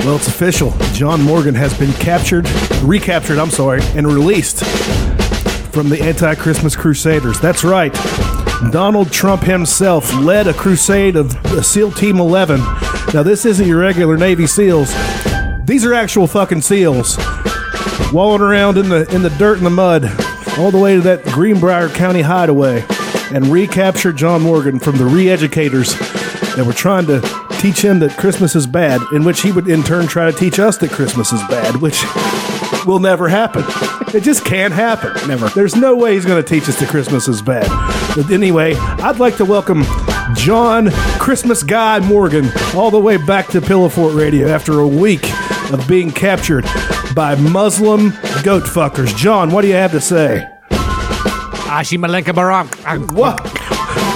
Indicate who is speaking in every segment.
Speaker 1: Well, it's official. John Morgan has been captured, recaptured, I'm sorry, and released from the anti Christmas Crusaders. That's right. Donald Trump himself led a crusade of SEAL Team 11. Now, this isn't your regular Navy SEALs. These are actual fucking SEALs walling around in the in the dirt and the mud all the way to that Greenbrier County hideaway and recapture John Morgan from the re-educators that were trying to teach him that Christmas is bad, in which he would in turn try to teach us that Christmas is bad, which will never happen. It just can't happen. Never. There's no way he's going to teach us that Christmas is bad. But anyway, I'd like to welcome John Christmas Guy Morgan all the way back to Pillowfort Radio after a week of being captured by Muslim goat fuckers. John, what do you have to say?
Speaker 2: Ashi Malenka Baram.
Speaker 1: What?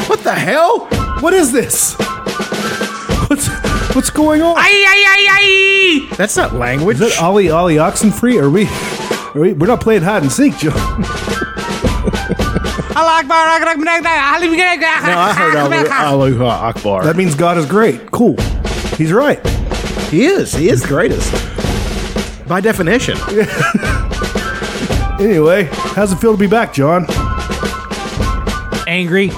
Speaker 1: What the hell? What is this? What's what's going on?
Speaker 3: That's not language.
Speaker 1: Is that Ollie Ollie Oxenfree? Are we? Are we? We're not playing hide and seek, John.
Speaker 3: no, I heard Alu Alu Akbar.
Speaker 1: That means God is great. Cool. He's right.
Speaker 3: he is. He is greatest. By definition.
Speaker 1: Anyway, how's it feel to be back, John?
Speaker 2: Angry.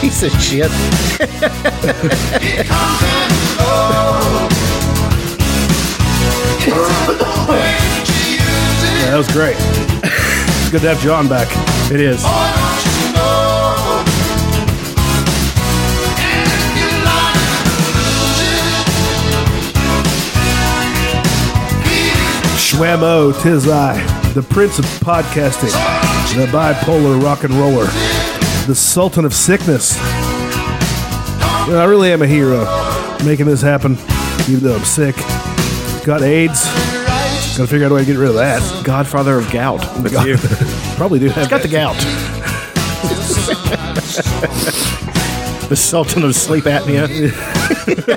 Speaker 3: Piece of shit.
Speaker 1: Yeah, that was great. it's good to have John back. It is. Schwammo, tis I, the prince of podcasting, the bipolar rock and roller, the sultan of sickness. You know, I really am a hero making this happen, even though I'm sick. Got AIDS. Gotta figure out a way to get rid of that.
Speaker 3: Godfather of gout. That's
Speaker 1: God-
Speaker 3: you.
Speaker 1: Probably do have
Speaker 3: Got the
Speaker 1: that.
Speaker 3: gout. the Sultan of sleep apnea.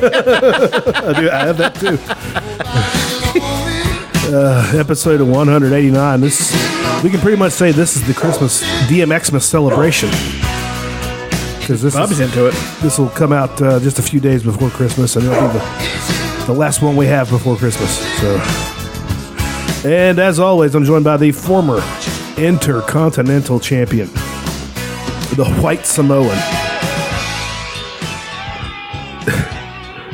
Speaker 1: I do. I have that too. Uh, episode 189. This we can pretty much say this is the Christmas DMXmas celebration because this
Speaker 3: Bub's
Speaker 1: is-
Speaker 3: into it.
Speaker 1: this will come out uh, just a few days before Christmas, and it'll be the, the last one we have before Christmas. So, and as always, I'm joined by the former Intercontinental Champion, the White Samoan,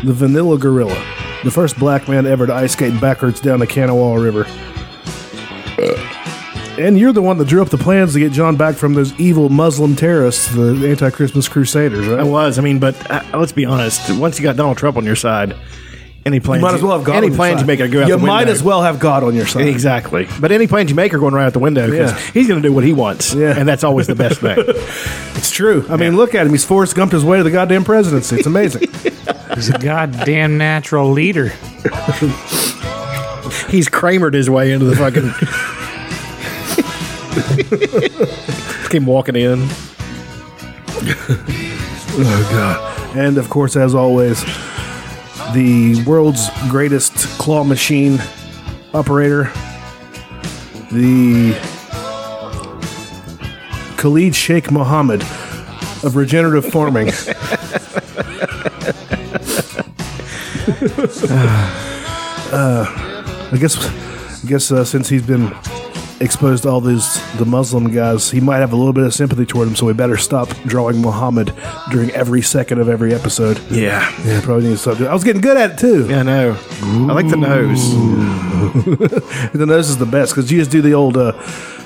Speaker 1: the Vanilla Gorilla, the first black man ever to ice skate backwards down the Kanawha River. And you're the one that drew up the plans to get John back from those evil Muslim terrorists, the anti-Christmas Crusaders, right?
Speaker 3: I was. I mean, but uh, let's be honest. Once you got Donald Trump on your side, any plans
Speaker 1: You might as well have God.
Speaker 3: any
Speaker 1: on your
Speaker 3: plans you
Speaker 1: side.
Speaker 3: make are go out
Speaker 1: You
Speaker 3: the window.
Speaker 1: might as well have God on your side.
Speaker 3: Exactly. But any plans you make are going right out the window because
Speaker 1: Yeah.
Speaker 3: he's going to do what he wants.
Speaker 1: Yeah.
Speaker 3: And that's always the best thing.
Speaker 1: It's true. I mean, look at him. He's Forrest Gumped his way to the goddamn presidency. It's amazing.
Speaker 2: He's a goddamn natural leader.
Speaker 3: he's Kramered his way into the fucking. Came walking in.
Speaker 1: oh God. And of course, as always, the world's greatest claw machine operator, the Khalid Sheikh Mohammed of regenerative farming. Uh, I guess, I guess uh, since he's been exposed to all these the Muslim guys, he might have a little bit of sympathy toward him. So we better stop drawing Muhammad during every second of every episode.
Speaker 3: Yeah.
Speaker 1: Yeah, probably need to stop. doing- I was getting good at it too.
Speaker 3: Yeah, I know. I like the nose.
Speaker 1: The nose is the best because you just do the old, uh,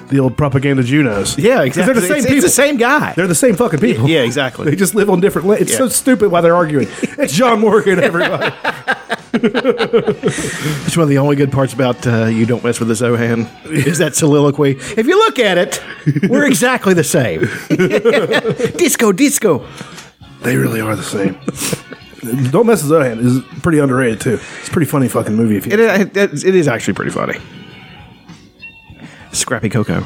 Speaker 1: the old propaganda Junos.
Speaker 3: Yeah,
Speaker 1: 'Cause
Speaker 3: exactly.
Speaker 1: They're the same
Speaker 3: It's-
Speaker 1: people.
Speaker 3: It's the same guy.
Speaker 1: They're the same fucking people.
Speaker 3: Yeah, exactly.
Speaker 1: They just live on different. La- it's so
Speaker 3: Yeah.
Speaker 1: stupid why they're arguing. It's John Morgan, everybody.
Speaker 3: It's one of the only good parts about uh, you don't mess with the Zohan is that soliloquy. If you look at it, we're exactly the same. disco, disco.
Speaker 1: they really are the same. Don't mess with Zohan is pretty underrated too. It's a pretty funny fucking movie. If you
Speaker 3: It, it, it is actually pretty funny. Scrappy Coco.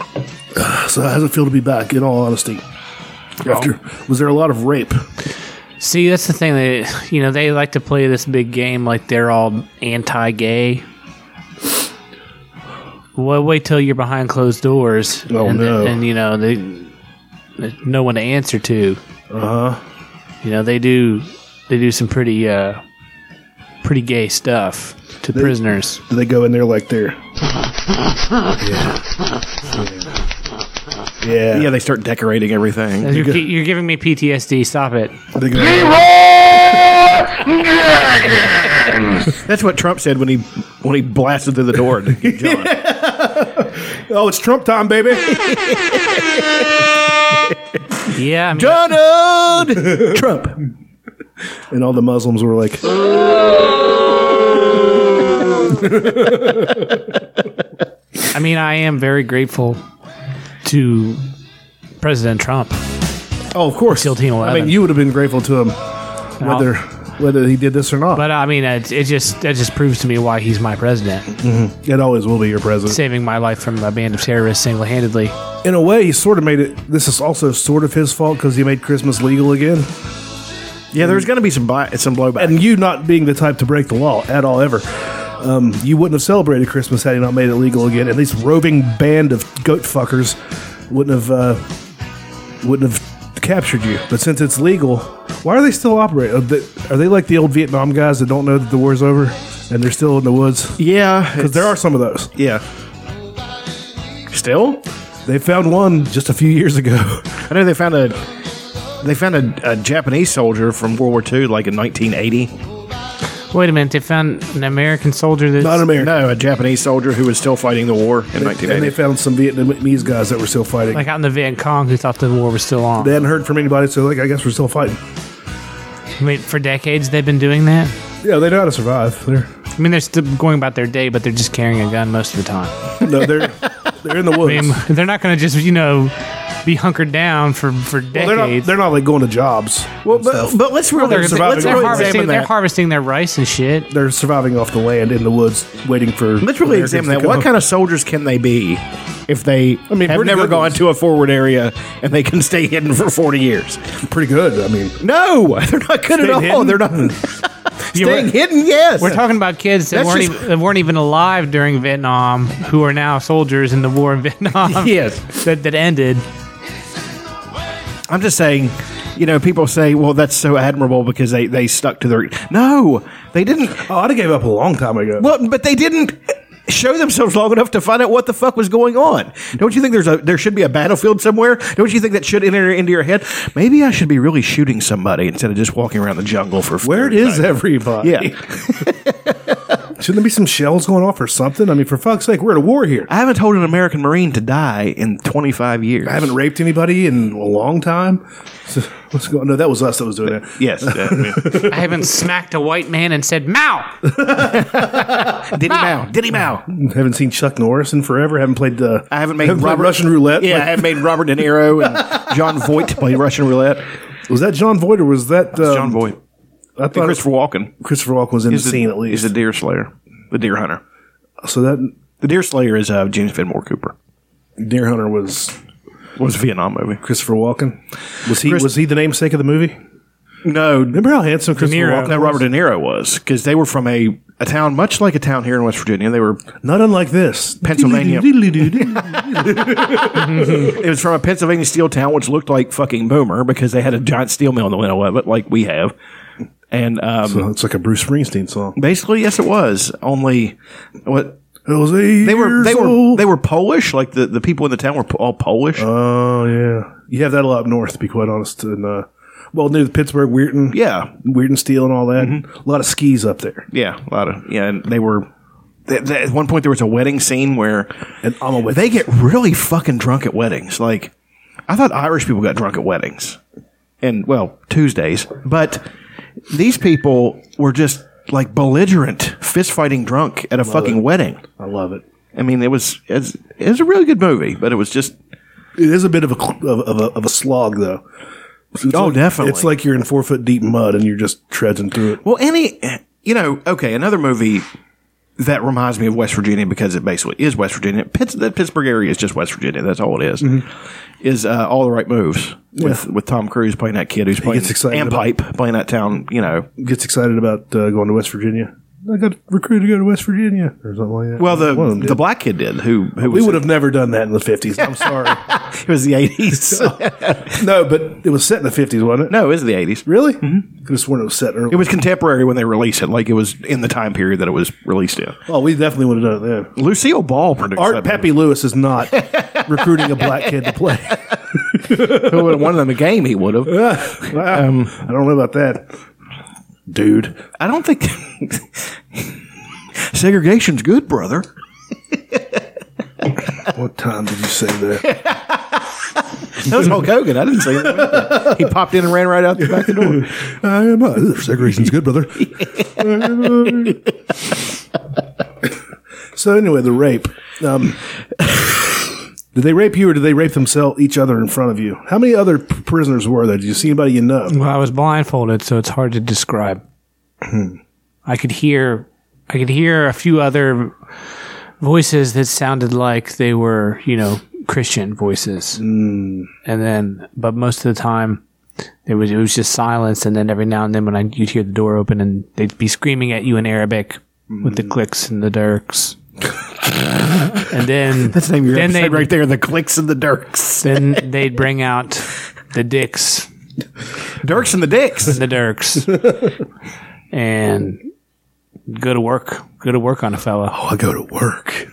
Speaker 1: So how does it feel to be back? In all honesty, after was there a lot of rape?
Speaker 2: See, that's the thing that you know they like to play this big game like they're all anti-gay. well, wait till you're behind closed doors.
Speaker 3: Oh,
Speaker 2: and,
Speaker 3: no.
Speaker 2: And you know they, there's no one to answer to. Uh
Speaker 3: Uh-huh.
Speaker 2: huh. You know they do, they do some pretty, uh, pretty gay stuff to prisoners.
Speaker 1: Do they go in there like they're. Yeah. Yeah.
Speaker 3: Yeah, they start decorating everything.
Speaker 2: You're, gi- you're giving me PTSD. Stop it.
Speaker 1: They go-
Speaker 3: That's what Trump said when he when he blasted through the door to get John.
Speaker 1: oh, it's Trump time, baby.
Speaker 2: Yeah, I mean,
Speaker 3: Donald Trump.
Speaker 1: And all the Muslims were like,
Speaker 2: I mean, I am very grateful to President Trump.
Speaker 1: oh, of course.
Speaker 2: Till Team
Speaker 1: I
Speaker 2: 11.
Speaker 1: mean, you would have been grateful to him whether whether he did this or not.
Speaker 2: But I mean, it, it just that just proves to me why he's my president,
Speaker 1: It always will be your president.
Speaker 2: saving my life from a band of terrorists single-handedly.
Speaker 1: In a way, he sort of made it. This is also sort of his fault because he made Christmas legal again.
Speaker 3: Yeah, there's going to be some bi- some blowback.
Speaker 1: And you not being the type to break the law at all ever. Um, you wouldn't have celebrated Christmas had he not made it legal again. And this roving band of goat fuckers wouldn't have uh, wouldn't have captured you. But since it's legal, why are they still operating? Are they, are they like the old Vietnam guys that don't know that the war's over and they're still in the woods?
Speaker 3: yeah, it's-
Speaker 1: Because there are some of those.
Speaker 3: yeah. Still,
Speaker 1: They found one just a few years ago.
Speaker 3: I know they found a they found a, a Japanese soldier from World War II, like in 1980.
Speaker 2: Wait a minute, they found an American soldier that's
Speaker 1: Not American.
Speaker 3: No, a Japanese soldier who was still fighting the war in
Speaker 1: And they
Speaker 3: 1980.
Speaker 1: found some Vietnamese guys that were still fighting.
Speaker 2: like out in the Viet Cong who thought the war was still on.
Speaker 1: they hadn't heard from anybody, so like I guess we're still fighting.
Speaker 2: I mean, for decades they've been doing that.
Speaker 1: Yeah, they know how to survive. They're
Speaker 2: I mean, they're still going about their day, but they're just carrying a gun most of the time.
Speaker 1: no, they're they're in the woods.
Speaker 2: I mean, they're not going to just you know be hunkered down for for
Speaker 1: Well,
Speaker 2: decades.
Speaker 1: they're not they're not like going to jobs.
Speaker 3: Well, but, but let's really,
Speaker 1: they're
Speaker 2: They're-
Speaker 1: surviving.
Speaker 3: let's
Speaker 2: they're
Speaker 3: really
Speaker 2: harvesting,
Speaker 3: examine
Speaker 2: they're
Speaker 3: that.
Speaker 2: harvesting their rice and shit.
Speaker 1: They're surviving off the land in the woods, waiting for.
Speaker 3: Let's really
Speaker 1: Americans
Speaker 3: examine
Speaker 1: to
Speaker 3: that.
Speaker 1: come.
Speaker 3: What kind of soldiers can they be if they I
Speaker 1: mean,
Speaker 3: mean, have
Speaker 1: pretty
Speaker 3: never
Speaker 1: good
Speaker 3: gone
Speaker 1: ones.
Speaker 3: to a forward area and they can stay hidden for 40 years?
Speaker 1: Pretty good. I mean,
Speaker 3: No, they're not good at all.
Speaker 1: Staying hidden?
Speaker 3: They're not staying
Speaker 2: we're-
Speaker 3: hidden. Yes,
Speaker 2: We're talking about kids that
Speaker 3: That's
Speaker 2: weren't,
Speaker 3: just-
Speaker 2: even, that weren't even alive during Vietnam, who are now soldiers in the war in Vietnam.
Speaker 3: Yes.
Speaker 2: that, that ended.
Speaker 3: I'm just saying, you know, people say, well, that's so admirable because they, they stuck to their. No, they didn't.
Speaker 1: oh, I'd have gave up a long time ago.
Speaker 3: Well, but they didn't show themselves long enough to find out what the fuck was going on. Don't you think there's a there should be a battlefield somewhere? Don't you think that should enter into your head? Maybe I should be really shooting somebody instead of just walking around the jungle for.
Speaker 1: Where
Speaker 3: 30
Speaker 1: is
Speaker 3: seconds.
Speaker 1: everybody?
Speaker 3: Yeah,
Speaker 1: Shouldn't there be some shells going off or something? I mean, for fuck's sake, we're at a war here.
Speaker 3: I haven't told an American Marine to die in 25 years.
Speaker 1: I haven't raped anybody in a long time. So, what's going? No, that was us that was doing that.
Speaker 3: Yes. uh, I mean,
Speaker 2: I haven't smacked a white man and said, Mao!
Speaker 3: Diddy Mao. Diddy Mao.
Speaker 1: Haven't seen Chuck Norris in forever. Haven't played the.
Speaker 3: I haven't made
Speaker 1: played
Speaker 3: Robert-
Speaker 1: Russian roulette.
Speaker 3: Yeah, I
Speaker 1: Like,
Speaker 3: have made Robert De Niro and John Voight play Russian roulette.
Speaker 1: was that John Voight or was that um,
Speaker 3: John Voight.
Speaker 1: I thought
Speaker 3: Christopher Walken.
Speaker 1: Christopher Walken was in the scene at least.
Speaker 3: He's a deer slayer. The deer hunter.
Speaker 1: so that
Speaker 3: The deer slayer is uh, James Fenimore Cooper.
Speaker 1: Deer Hunter was
Speaker 3: Was a Vietnam movie.
Speaker 1: Christopher Walken. Was he
Speaker 3: Chris-
Speaker 1: was he the namesake of the movie?
Speaker 3: No,
Speaker 1: Remember how handsome Christopher
Speaker 2: Niro.
Speaker 1: Walken?
Speaker 3: no,
Speaker 1: was?
Speaker 3: Robert De Niro was because they were from a, a town much like a town here in West Virginia. They were
Speaker 1: Not unlike this,
Speaker 3: Pennsylvania.
Speaker 1: Doodly-doodly-doodly-doodly.
Speaker 3: it was from a Pennsylvania steel town which looked like fucking Boomer because they had a giant steel mill in the middle of it like we have. And um,
Speaker 1: so it's like a Bruce Springsteen song.
Speaker 3: basically, yes, it was only what
Speaker 1: It was eight
Speaker 3: they were. They
Speaker 1: years
Speaker 3: were
Speaker 1: old.
Speaker 3: they were Polish. Like the, the people in the town were po- all Polish.
Speaker 1: Oh yeah, you have that a lot up north. To be quite honest, and uh, well, near the Pittsburgh, Weirton,
Speaker 3: yeah, Mm-hmm.
Speaker 1: Weirton Steel, and all that. A lot of skis up there,
Speaker 3: Yeah, a lot of yeah. And they were they, they- at one point there was a wedding scene where
Speaker 1: and I'm a with
Speaker 3: they get really fucking drunk at weddings. Like I thought Irish people got drunk at weddings, and well Tuesdays, but these people were just like belligerent, fist fighting drunk at a fucking wedding.
Speaker 1: I love it.
Speaker 3: I mean, it was it's, it was a really good movie, but it was just
Speaker 1: It is a bit of a cl- of, of, a, of a slog though. It's
Speaker 3: Oh,
Speaker 1: like-
Speaker 3: definitely.
Speaker 1: It's like you're in four foot deep mud and you're just trudging through it.
Speaker 3: Well, any, you know, okay, another movie that reminds me of West Virginia because it basically is West Virginia. Pitts, the Pittsburgh area is just West Virginia. That's all it is.
Speaker 1: Mm-hmm.
Speaker 3: Is uh, all the right moves with with Tom Cruise playing that kid who's playing
Speaker 1: gets excited
Speaker 3: and
Speaker 1: about-
Speaker 3: pipe playing that town. You know,
Speaker 1: Gets excited about uh, going to West Virginia. I got recruited to go to West Virginia or something like that.
Speaker 3: Well, the
Speaker 1: One of them did.
Speaker 3: the black kid did. Who who
Speaker 1: we
Speaker 3: was
Speaker 1: would have never done that in the fifties. I'm sorry.
Speaker 3: It was the eighties.
Speaker 1: Oh. no, but it was set in the fifties, wasn't it?
Speaker 3: no, it was the eighties.
Speaker 1: Really? Mm-hmm. Could have sworn it was set early.
Speaker 3: It was contemporary when they released it. Like it was in the time period that it was released in.
Speaker 1: oh, we definitely would have done it then.
Speaker 3: Lucille Ball produced
Speaker 1: Art Pappy Lewis is not recruiting a black kid to play.
Speaker 3: Who would have won them a game? He would have.
Speaker 1: um, I don't know about that, dude.
Speaker 3: I don't think segregation's good, brother.
Speaker 1: What time did you say that?
Speaker 3: That was Hulk Hogan. I didn't say that. He popped in and ran right out the back the door.
Speaker 1: I am. Uh, segregation's good, brother. so anyway, the rape. Um, did they rape you, or did they rape themselves each other in front of you? How many other p- prisoners were there? Did you see anybody you know?
Speaker 2: Well, I was blindfolded, so it's hard to describe.
Speaker 3: Hmm.
Speaker 2: I could hear, I could hear a few other voices that sounded like they were, you know, Christian voices, mm.
Speaker 3: Hmm.
Speaker 2: and then, but most of the time, there was it was just silence, and then every now and then, when I you'd hear the door open, and they'd be screaming at you in Arabic with
Speaker 3: Hmm.
Speaker 2: the clicks and the dirks. and then
Speaker 3: That's the name of your
Speaker 2: then
Speaker 3: episode
Speaker 2: they'd-
Speaker 3: right there. The clicks and the dirks.
Speaker 2: then they'd bring out the dicks
Speaker 3: Dirks and the dicks.
Speaker 2: the Dirks and go to work. Go to work on a fella.
Speaker 1: Oh, I go to work.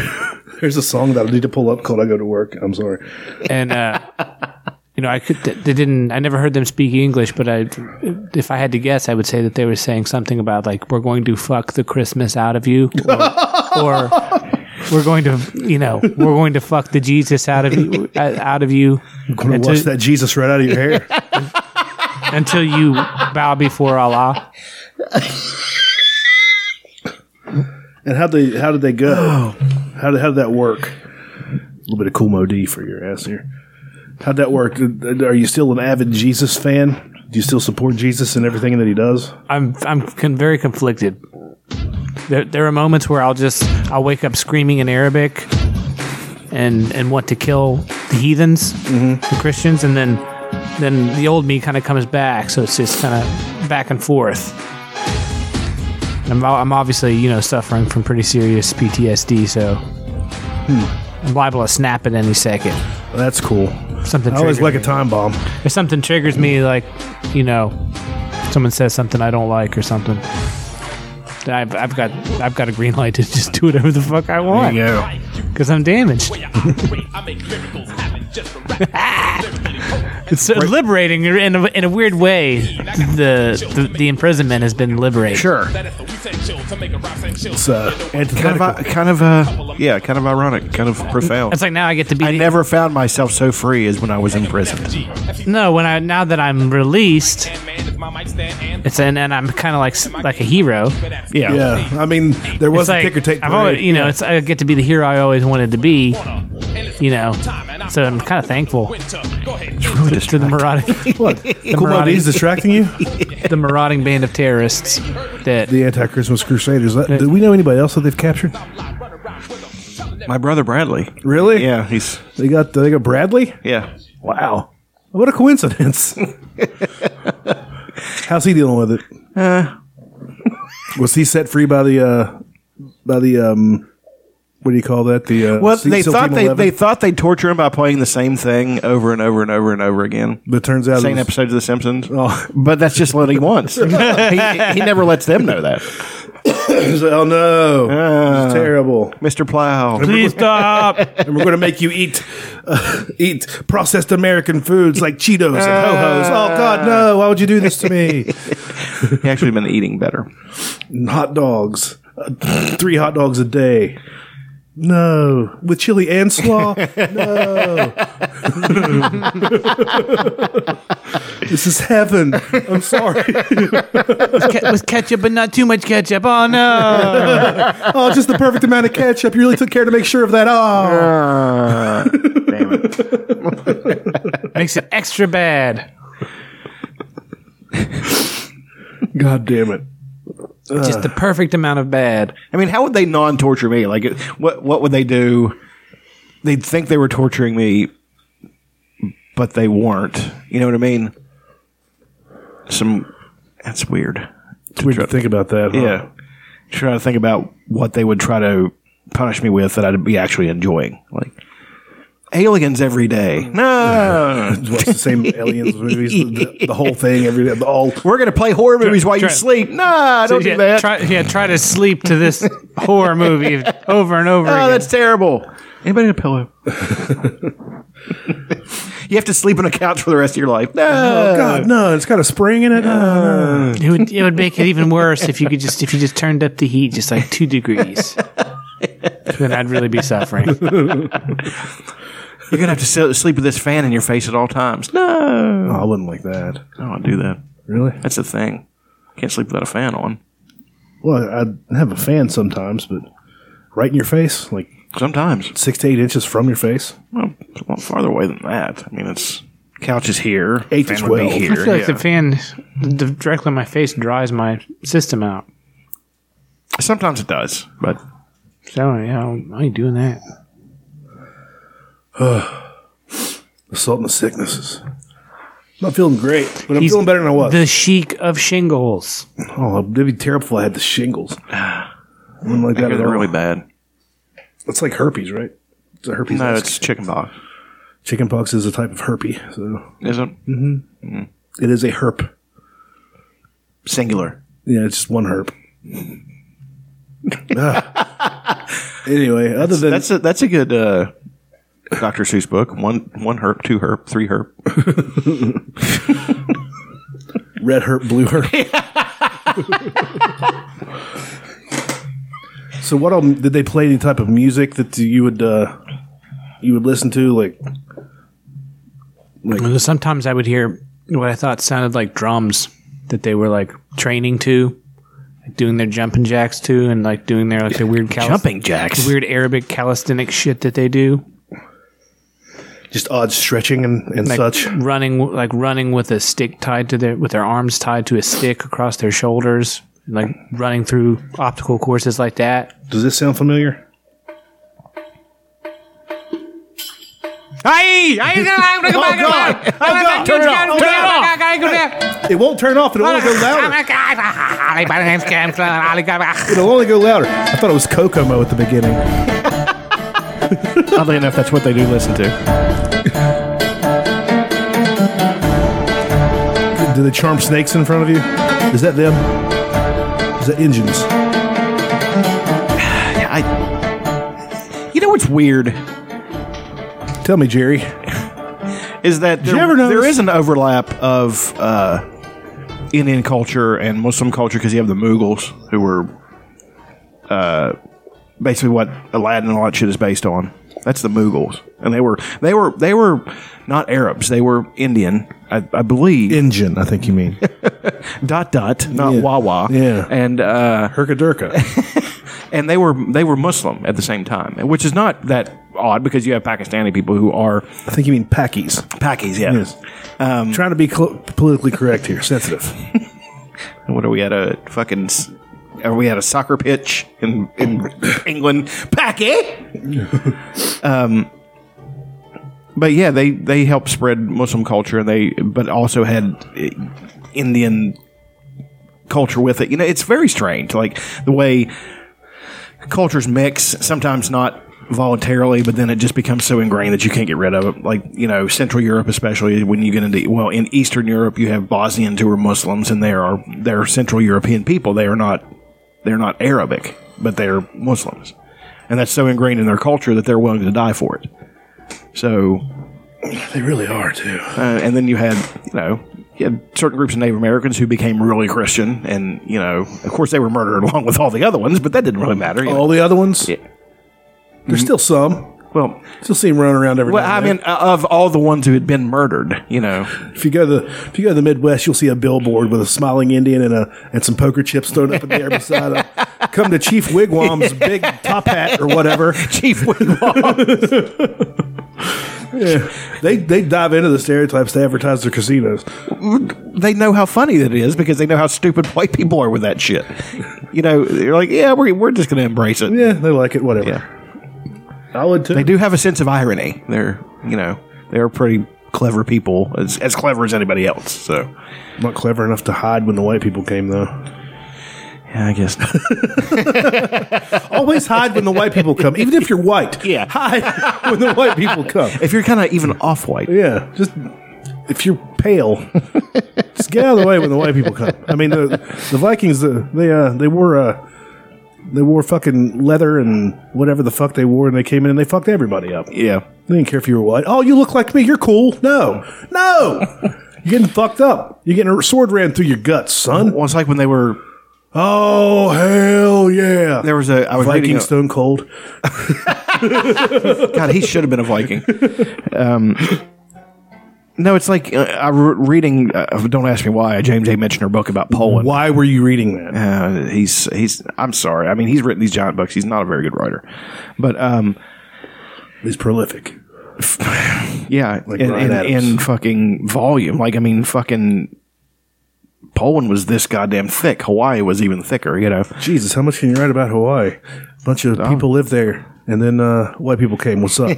Speaker 1: There's a song that I need to pull up called "I Go to Work." I'm sorry.
Speaker 2: And uh, you know, I could. They didn't. I never heard them speak English, but I, if I had to guess, I would say that they were saying something about like we're going to fuck the Christmas out of you, or. or we're going to, you know, we're going to fuck the Jesus out of you, uh, out of you,
Speaker 1: I'm gonna
Speaker 2: until,
Speaker 1: wash that Jesus right out of your hair.
Speaker 2: until you bow before Allah.
Speaker 1: And how they how did they go? How did how did that work? Oh. A little bit of cool Mo D for your ass here. How'd that work? Did- Are you still an avid Jesus fan? Do you still support Jesus and everything that he does?
Speaker 2: I'm I'm con- very conflicted. There, there are moments where I'll just I'll wake up screaming in Arabic, and and want to kill the heathens,
Speaker 1: Mm-hmm.
Speaker 2: the Christians, and then then the old me kind of comes back. So it's just kind of back and forth. I'm o- I'm obviously you know suffering from pretty serious PTSD, so
Speaker 1: Hmm.
Speaker 2: I'm liable to snap at any second.
Speaker 1: That's cool.
Speaker 2: Something
Speaker 1: I always
Speaker 2: triggers
Speaker 1: like a
Speaker 2: me.
Speaker 1: time bomb.
Speaker 2: If something triggers me, like you know, someone says something I don't like or something, then I've, I've got I've got a green light to just do whatever the fuck I want
Speaker 1: Yeah.
Speaker 2: because I'm damaged. It's so liberating in a, in a weird way. The, the the imprisonment has been liberating.
Speaker 3: Sure.
Speaker 1: It's uh,
Speaker 3: Kind
Speaker 1: antithetical.
Speaker 3: of, kind of, uh, yeah, kind of ironic, kind of profound.
Speaker 2: It's like now I get to be
Speaker 3: I never found myself so free as when I was in prison.
Speaker 2: no when I now that I'm released. It's and, and I'm kind of like s- like a hero.
Speaker 3: Yeah.
Speaker 1: yeah. I mean, there was
Speaker 2: It's
Speaker 1: a
Speaker 2: like,
Speaker 1: ticker tape.
Speaker 2: I've always,
Speaker 1: parade.
Speaker 2: you know, it's I get to be the hero I always wanted to be. You know, so I'm kind of thankful to, to the marauding
Speaker 1: What? cool Mo
Speaker 2: Marauding-
Speaker 1: D's distracting you?
Speaker 2: the marauding band of terrorists that
Speaker 1: The anti Christmas Crusaders. Uh, Do we know anybody else that they've captured?
Speaker 3: My brother Bradley.
Speaker 1: Really?
Speaker 3: Yeah, he's
Speaker 1: They got they got Bradley.
Speaker 3: yeah.
Speaker 1: Wow. What a coincidence. How's he dealing with it?
Speaker 3: Uh.
Speaker 1: Was he set free by the uh by the um what do you call that? The uh
Speaker 3: Well,
Speaker 1: Se-
Speaker 3: they
Speaker 1: SEAL
Speaker 3: thought
Speaker 1: Team
Speaker 3: they,
Speaker 1: 11?
Speaker 3: they thought they'd torture him by playing the same thing over and over and over and over again.
Speaker 1: but it turns out it
Speaker 3: Same
Speaker 1: was- Oh,
Speaker 3: episode of The Simpsons. But that's just what he wants. he, he never lets them know that.
Speaker 1: He's like, oh no.
Speaker 3: Uh.
Speaker 1: this is terrible.
Speaker 3: Mr. Plow.
Speaker 2: please stop.
Speaker 1: And we're going to make you eat uh, eat processed American foods like Cheetos and Ho-Hos. Oh god, no. Why would you do this to me?
Speaker 3: He actually been eating better.
Speaker 1: hot dogs. Uh, three hot dogs a day. No. With chili and slaw? no. this is heaven. I'm sorry.
Speaker 2: Ke- with ketchup, but not too much ketchup. Oh no!
Speaker 1: Oh, just the perfect amount of ketchup. You really took care to make sure of that. Oh.
Speaker 3: Uh, Damn it.
Speaker 2: Makes it extra bad.
Speaker 1: God damn it.
Speaker 2: Just the perfect amount of bad.
Speaker 3: I mean, how would they non-torture me? Like, it- what what would they do? They'd think they were torturing me, but they weren't. You know what I mean? Some. That's weird.
Speaker 1: It's weird to think about that. huh?
Speaker 3: Yeah. try to think about what they would try to punish me with that I'd be actually enjoying. Like aliens every day. No,
Speaker 1: Watch the same aliens movies, the, the whole thing every day. the- All
Speaker 3: we're gonna play horror movies while you
Speaker 2: try-
Speaker 3: sleep. Nah, don't
Speaker 2: yeah,
Speaker 3: do that.
Speaker 2: Try, yeah, try to sleep to this horror movie over and over
Speaker 3: oh,
Speaker 2: again.
Speaker 3: that's terrible. Anybody need a pillow? you have to sleep on a couch for the rest of your life. No.
Speaker 2: Oh,
Speaker 1: God, no, it's got a spring in it. Oh,
Speaker 2: It would, it would make it even worse if you could just if you just turned up the heat just like two degrees. then I'd really be suffering.
Speaker 3: You're gonna have to se- sleep with this fan in your face at all times. No,
Speaker 1: Oh, I wouldn't like that.
Speaker 3: I don't do that.
Speaker 1: Really?
Speaker 3: That's the thing. Can't sleep without a fan on.
Speaker 1: Well, I have a fan sometimes, but right in your face, like
Speaker 3: Sometimes it's
Speaker 1: six to eight inches from your face.
Speaker 3: well, it's a lot farther away than that. I mean, it's couch is here.
Speaker 1: Eight
Speaker 3: fan
Speaker 1: is
Speaker 3: would be
Speaker 1: well.
Speaker 2: I
Speaker 3: here.
Speaker 2: feel like
Speaker 3: yeah.
Speaker 2: the fan d- directly on my face dries my system out.
Speaker 3: Sometimes it does, but
Speaker 2: So yeah, I ain't doing that.
Speaker 1: Assault and sicknesses. I'm not feeling great, but I'm
Speaker 2: He's
Speaker 1: feeling better than I was.
Speaker 2: The chic of shingles.
Speaker 1: oh, it'd be terrible if I had the shingles. I wouldn't like that
Speaker 3: they're
Speaker 1: at all.
Speaker 3: really bad.
Speaker 1: It's like herpes, right? It's a herpes.
Speaker 3: No,
Speaker 1: No,
Speaker 3: it's chickenpox.
Speaker 1: Chickenpox is a type of herpes, so
Speaker 3: Is it
Speaker 1: it is a herp.
Speaker 3: singular?
Speaker 1: Yeah, it's just one herp. Ugh. Ah. Anyway, other than
Speaker 3: That's a that's a good uh, Dr. Seuss book. One one herp, two herp, three herp.
Speaker 1: red herp, blue herp. so, what um, did they play? Any type of music that you would uh, you would listen to, like
Speaker 2: Sometimes I would hear what I thought sounded like drums that they were like training to, like doing their jumping jacks to, and like doing their like their weird calis-
Speaker 3: jacks.
Speaker 2: weird Arabic calisthenic shit that they do.
Speaker 1: just odd stretching and, and
Speaker 2: like
Speaker 1: such?
Speaker 2: running like running with a stick tied to their with their arms tied to a stick across their shoulders like running through optical courses like that
Speaker 1: Does this sound familiar?
Speaker 2: hey i am gonna go back
Speaker 1: God! Oh God! Turn it off! Turn it off! It won't turn off, and it won't go louder. It'll only go louder. I thought it was Kokomo at the beginning.
Speaker 3: Oddly enough, that's what they do listen to.
Speaker 1: Do they charm snakes in front of you? Is that them? Is that engines?
Speaker 3: Yeah, I, you know what's weird
Speaker 1: Tell me, Jerry.
Speaker 3: is that there,
Speaker 1: you ever notice-
Speaker 3: there is an overlap of uh, Indian culture and Muslim culture because you have the Mughals who were uh, basically what Aladdin and all that shit is based on. That's the Mughals, and they were they were they were not Arabs. They were Indian, I, I believe.
Speaker 1: Engine, I think you mean.
Speaker 3: dot dot, not
Speaker 1: Yeah.
Speaker 3: Wawa.
Speaker 1: Yeah.
Speaker 3: and uh,
Speaker 1: Herkadurka.
Speaker 3: and they were they were Muslim at the same time, which is not that odd because you have Pakistani people who are
Speaker 1: I think you mean Pakis.
Speaker 3: Pakis. Yeah.
Speaker 1: Yes. Trying to be cl- politically correct here, sensitive.
Speaker 3: What are we at a fucking? s- Are we at a soccer pitch in in England? Packy. um, but yeah, they they helped spread Muslim culture, and they but also had eh, Indian culture with it. You know, it's very strange, like the way cultures mix. Sometimes not voluntarily, but then it just becomes so ingrained that you can't get rid of it. Like you know, Central Europe, especially when you get into well, in Eastern Europe, you have Bosnians who are Muslims, and they are they're Central European people. They are not they're not Arabic, but they're Muslims, and that's so ingrained in their culture that they're willing to die for it. So
Speaker 1: They really are, too.
Speaker 3: uh, and then you had you know you had certain groups of Native Americans who became really Christian, and you know of course they were murdered along with all the other ones, but that didn't really matter. you know.
Speaker 1: All the other ones?
Speaker 3: Yeah.
Speaker 1: There's still some.
Speaker 3: Well,
Speaker 1: Still see them running around every
Speaker 3: well,
Speaker 1: now
Speaker 3: I
Speaker 1: and
Speaker 3: mean,
Speaker 1: then.
Speaker 3: uh, of all the ones who had been murdered, you know,
Speaker 1: If you go to the if you go to the Midwest, you'll see a billboard with a smiling Indian and a and some poker chips thrown up in the air beside him. Come to Chief Wigwam's big top hat or whatever.
Speaker 3: Chief Wigwam.
Speaker 1: They they dive into the stereotypes to advertise their casinos.
Speaker 3: they know how funny it is because they know how stupid white people are with that shit. You know, they're like, yeah, we're, we're just going to embrace it.
Speaker 1: Yeah, they like it, whatever.
Speaker 3: Yeah.
Speaker 1: I would too.
Speaker 3: They do have a sense of irony. They're, you know, they're pretty clever people, as, as clever as anybody else. So,
Speaker 1: Not clever enough to hide when the white people came, though.
Speaker 3: Yeah, I guess. not.
Speaker 1: Always hide when the white people come, even if you're white.
Speaker 3: Yeah.
Speaker 1: Hide when the white people come.
Speaker 3: if you're kind of even off white,
Speaker 1: Yeah. Just if you're pale, just get out of the way when the white people come. I mean, the the Vikings, uh, they uh, they wore uh, they wore fucking leather and whatever the fuck they wore, and they came in and they fucked everybody up.
Speaker 3: yeah.
Speaker 1: They didn't care if you were white. Oh, you look like me. You're cool. No, no. You're getting fucked up. You're getting a sword ran through your guts, son.
Speaker 3: Well, it's like when they were
Speaker 1: Oh hell yeah!
Speaker 3: there was a I was reading
Speaker 1: Viking
Speaker 3: a-
Speaker 1: Stone Cold.
Speaker 3: God, he should have been a Viking. Um, no, it's like uh, I re- reading. Uh, don't ask me why. A James A. Michener book about Poland.
Speaker 1: Why were you reading that?
Speaker 3: Uh, he's he's. I'm sorry. I mean, he's written these giant books. He's not a very good writer, but um,
Speaker 1: He's prolific.
Speaker 3: yeah,
Speaker 1: Like
Speaker 3: in,
Speaker 1: Brian
Speaker 3: in,
Speaker 1: Adams.
Speaker 3: in fucking volume. Like, I mean, fucking Poland was this goddamn thick. Hawaii was even thicker. You know.
Speaker 1: Jesus, how much can you write about Hawaii? A bunch of
Speaker 3: Oh.
Speaker 1: people live there, and then uh, white people came. What's up?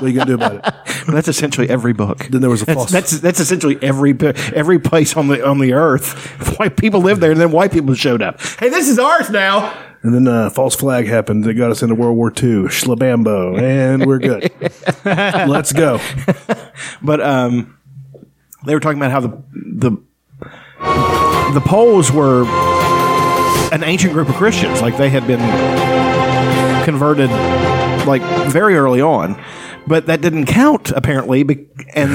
Speaker 1: what are you gonna do about it?
Speaker 3: That's essentially every book.
Speaker 1: Then there was a
Speaker 3: That's,
Speaker 1: false-
Speaker 3: that's that's essentially every p- every place on the on the earth. White people lived there, and then white people showed up. Hey, this is ours now.
Speaker 1: And then uh, false flag happened. They got us into World War II. Schlabambo, and we're good. Let's go.
Speaker 3: But um, they were talking about how the the the Poles were an ancient group of Christians, like they had been converted like very early on. But that didn't count, apparently. be- And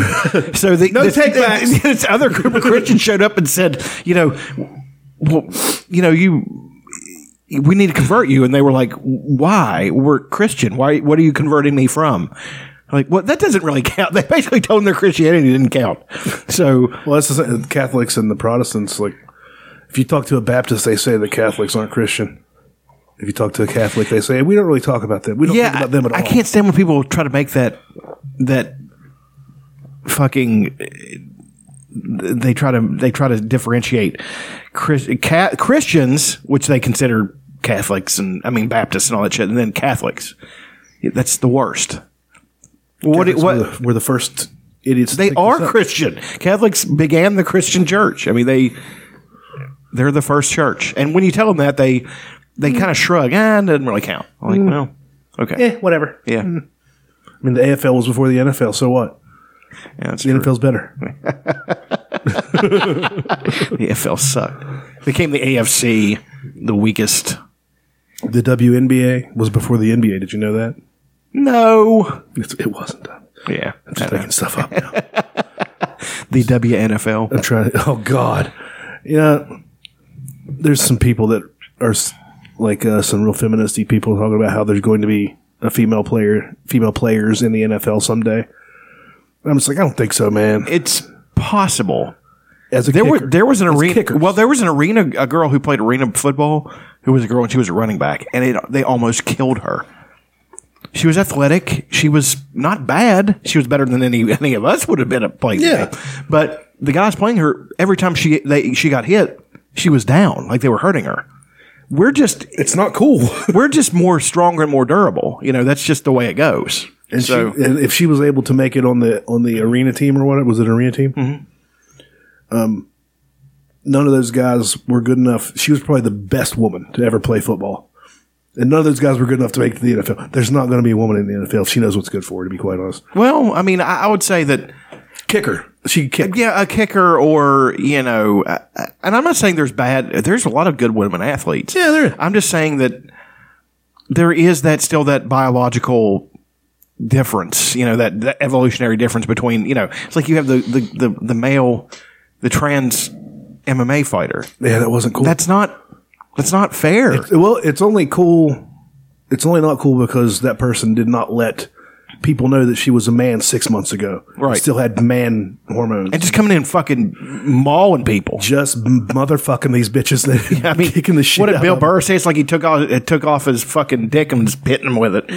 Speaker 3: so the, no
Speaker 1: take backs.
Speaker 3: this other group of Christians showed up and said, you know, well, you know, you we need to convert you. And they were like, why? We're Christian. Why? What are you converting me from? Like, well, that doesn't really count. They basically told them their Christianity didn't count. So,
Speaker 1: Well, that's the same- Catholics and the Protestants. Like, if you talk to a Baptist, they say the Catholics aren't Christian. If you talk to a Catholic, they say we don't really talk about them. We don't
Speaker 3: yeah,
Speaker 1: think about them at
Speaker 3: I,
Speaker 1: all.
Speaker 3: I can't stand when people try to make that, that fucking, they try to, they try to differentiate Chris, ca- Christians, which they consider Catholics and, I mean, Baptists and all that shit, and then Catholics. That's the worst. What,
Speaker 1: Catholics
Speaker 3: what,
Speaker 1: were the, were the first idiots? to
Speaker 3: They
Speaker 1: think this
Speaker 3: are
Speaker 1: up.
Speaker 3: Christian. Catholics began the Christian church. I mean, they they're the first church. And when you tell them that, they
Speaker 1: Mm.
Speaker 3: they kind of shrug. Ah, it doesn't really count. I'm like, well, okay,
Speaker 1: Eh, whatever.
Speaker 3: yeah,
Speaker 1: I mean, the AFL was before the NFL, so what?
Speaker 3: yeah that's
Speaker 1: The
Speaker 3: true.
Speaker 1: NFL's better.
Speaker 3: The AFL sucked. Became the AFC, the weakest.
Speaker 1: The WNBA was before the NBA. Did you know that?
Speaker 3: No.
Speaker 1: It's, it wasn't done.
Speaker 3: Yeah.
Speaker 1: Just making stuff up. Now.
Speaker 3: The WNFL.
Speaker 1: I'm trying. Oh God. Yeah. There's some people that are s- like uh, some real feministy people talking about how there's going to be a female player, female players in the NFL someday. I'm just like, I don't think so, man.
Speaker 3: It's possible.
Speaker 1: As a
Speaker 3: There
Speaker 1: kicker,
Speaker 3: were there was an
Speaker 1: As
Speaker 3: arena.
Speaker 1: kickers.
Speaker 3: Well, there was an arena. A girl who played arena football who was a girl and she was a running back, and it, they almost killed her. She was athletic. She was not bad. She was better than any any of us would have been at playing. the
Speaker 1: Yeah.
Speaker 3: game. but the guys playing her every time she they she got hit, she was down. Like they were hurting her. We're just
Speaker 1: it's not cool.
Speaker 3: we're just more stronger and more durable. You know that's just the way it goes.
Speaker 1: And
Speaker 3: so
Speaker 1: she, and if she was able to make it on the on the arena team or what was it arena team? Um, none of those guys were good enough. She was probably the best woman to ever play football, and none of those guys were good enough to make the NFL. There's not going to be a woman in the NFL. She knows what's good for her. To be quite honest,
Speaker 3: well, I mean, I, I would say that
Speaker 1: kicker. She kicked.
Speaker 3: yeah, a kicker or you know, uh, uh, and I'm not saying there's bad. There's a lot of good women athletes.
Speaker 1: Yeah, there is.
Speaker 3: I'm just saying that there is that still that biological difference. You know, that, that evolutionary difference between you know, it's like you have the the the, the male, the trans MMA fighter.
Speaker 1: Yeah, that wasn't cool.
Speaker 3: That's not that's not fair.
Speaker 1: well, it's only cool. It's only not cool because that person did not let people know that she was a man six months ago.
Speaker 3: Right.
Speaker 1: Still had man hormones.
Speaker 3: and just coming in and fucking mauling people.
Speaker 1: just m- motherfucking these bitches that
Speaker 3: I mean,
Speaker 1: kicking the shit
Speaker 3: What
Speaker 1: out
Speaker 3: did Bill
Speaker 1: of them.
Speaker 3: Burr say? It's like he took off, it took off his fucking dick and was hitting him with it.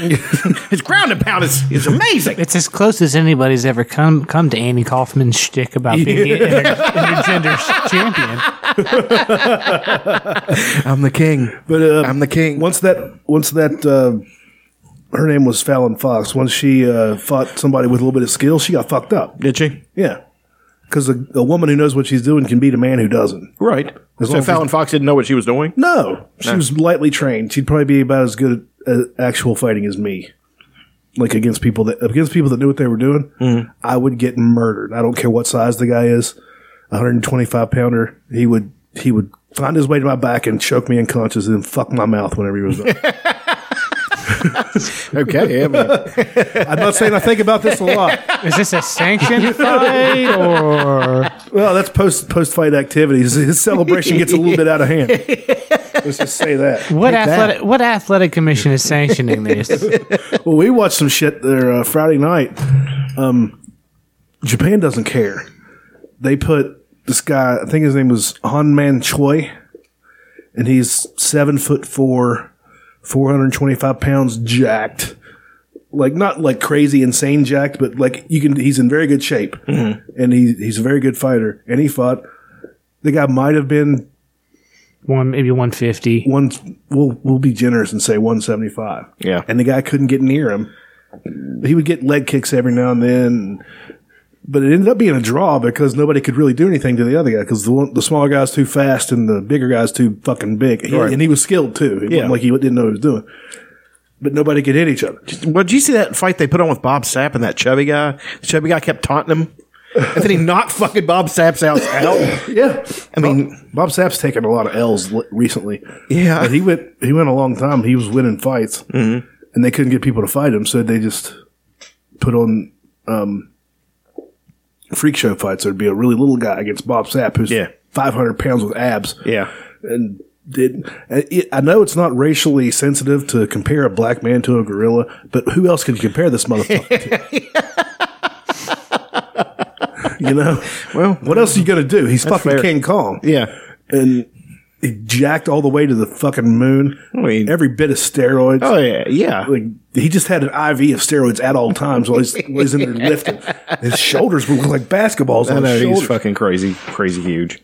Speaker 3: his ground and pound is, is amazing.
Speaker 2: It's as close as anybody's ever come come to Andy Kaufman's shtick about being an inter- intergender sh- champion.
Speaker 3: I'm the king.
Speaker 1: But uh,
Speaker 3: I'm the king.
Speaker 1: Once that, once that, uh, her name was Fallon Fox. Once she uh, fought somebody with a little bit of skill, she got fucked up.
Speaker 3: Did she?
Speaker 1: Yeah, because a, a woman who knows what she's doing can beat a man who doesn't.
Speaker 3: Right.
Speaker 1: long
Speaker 3: So
Speaker 1: as
Speaker 3: Fallon Fox didn't know what she was doing.
Speaker 1: No, she was lightly trained. She'd probably be about as good at uh, actual fighting as me. Like against people that against people that knew what they were doing, I would get murdered. I don't care what size the guy is, 125 pounder. He would he would find his way to my back and choke me unconscious, and then fuck my mouth whenever he was done.
Speaker 3: Okay. I mean,
Speaker 1: I'm not saying I think about this a lot.
Speaker 2: Is this a sanctioned fight or
Speaker 1: Well, that's post post fight activities. His celebration gets a little bit out of hand. Let's just say that.
Speaker 2: what athletic what athletic commission is sanctioning this?
Speaker 1: Well, we watched some shit there uh, Friday night. Um, Japan doesn't care. They put this guy. I think his name was Hanman Choi, and he's seven foot four, four hundred twenty five pounds, jacked. Like not like crazy insane jacked, but like you can. He's in very good shape, and he he's a very good fighter. And he fought. The guy might have been
Speaker 2: One maybe one fifty.
Speaker 1: one we'll we'll be generous and say 175.
Speaker 3: Yeah.
Speaker 1: And the guy couldn't get near him. He would get leg kicks every now and then, but it ended up being a draw because nobody could really do anything to the other guy because the one, the smaller guy's too fast and the bigger guy's too fucking big. He-
Speaker 3: Right.
Speaker 1: And he was skilled too. It
Speaker 3: Yeah.
Speaker 1: wasn't like he didn't know what he was doing. But nobody could hit each other.
Speaker 3: well, did you see that fight they put on with Bob Sapp and that chubby guy? The chubby guy kept taunting him. And then he knocked fucking Bob Sapp's out. out.
Speaker 1: Yeah,
Speaker 3: I mean,
Speaker 1: Bob Sapp's taken a lot of L's li- recently.
Speaker 3: Yeah. Mm-hmm.
Speaker 1: but he went he went a long time. He was winning fights, and they couldn't get people to fight him, so they just put on um, freak show fights. There'd be a really little guy against Bob Sapp, who's
Speaker 3: Yeah.
Speaker 1: five hundred pounds with abs.
Speaker 3: Yeah.
Speaker 1: and did and it, I know it's not racially sensitive to compare a black man to a gorilla, but who else could you compare this motherfucker to? You know,
Speaker 3: Well,
Speaker 1: what else are you gonna do? He's fucking
Speaker 3: fair.
Speaker 1: King Kong
Speaker 3: yeah.
Speaker 1: and it jacked all the way to the fucking moon.
Speaker 3: I mean-
Speaker 1: every bit of steroids.
Speaker 3: Oh, yeah. Yeah.
Speaker 1: Like he just had an IV of steroids at all times while he's, while he's in there lifting. His shoulders were like basketballs
Speaker 3: I
Speaker 1: on
Speaker 3: know
Speaker 1: his
Speaker 3: he's
Speaker 1: shoulders.
Speaker 3: fucking crazy, crazy huge.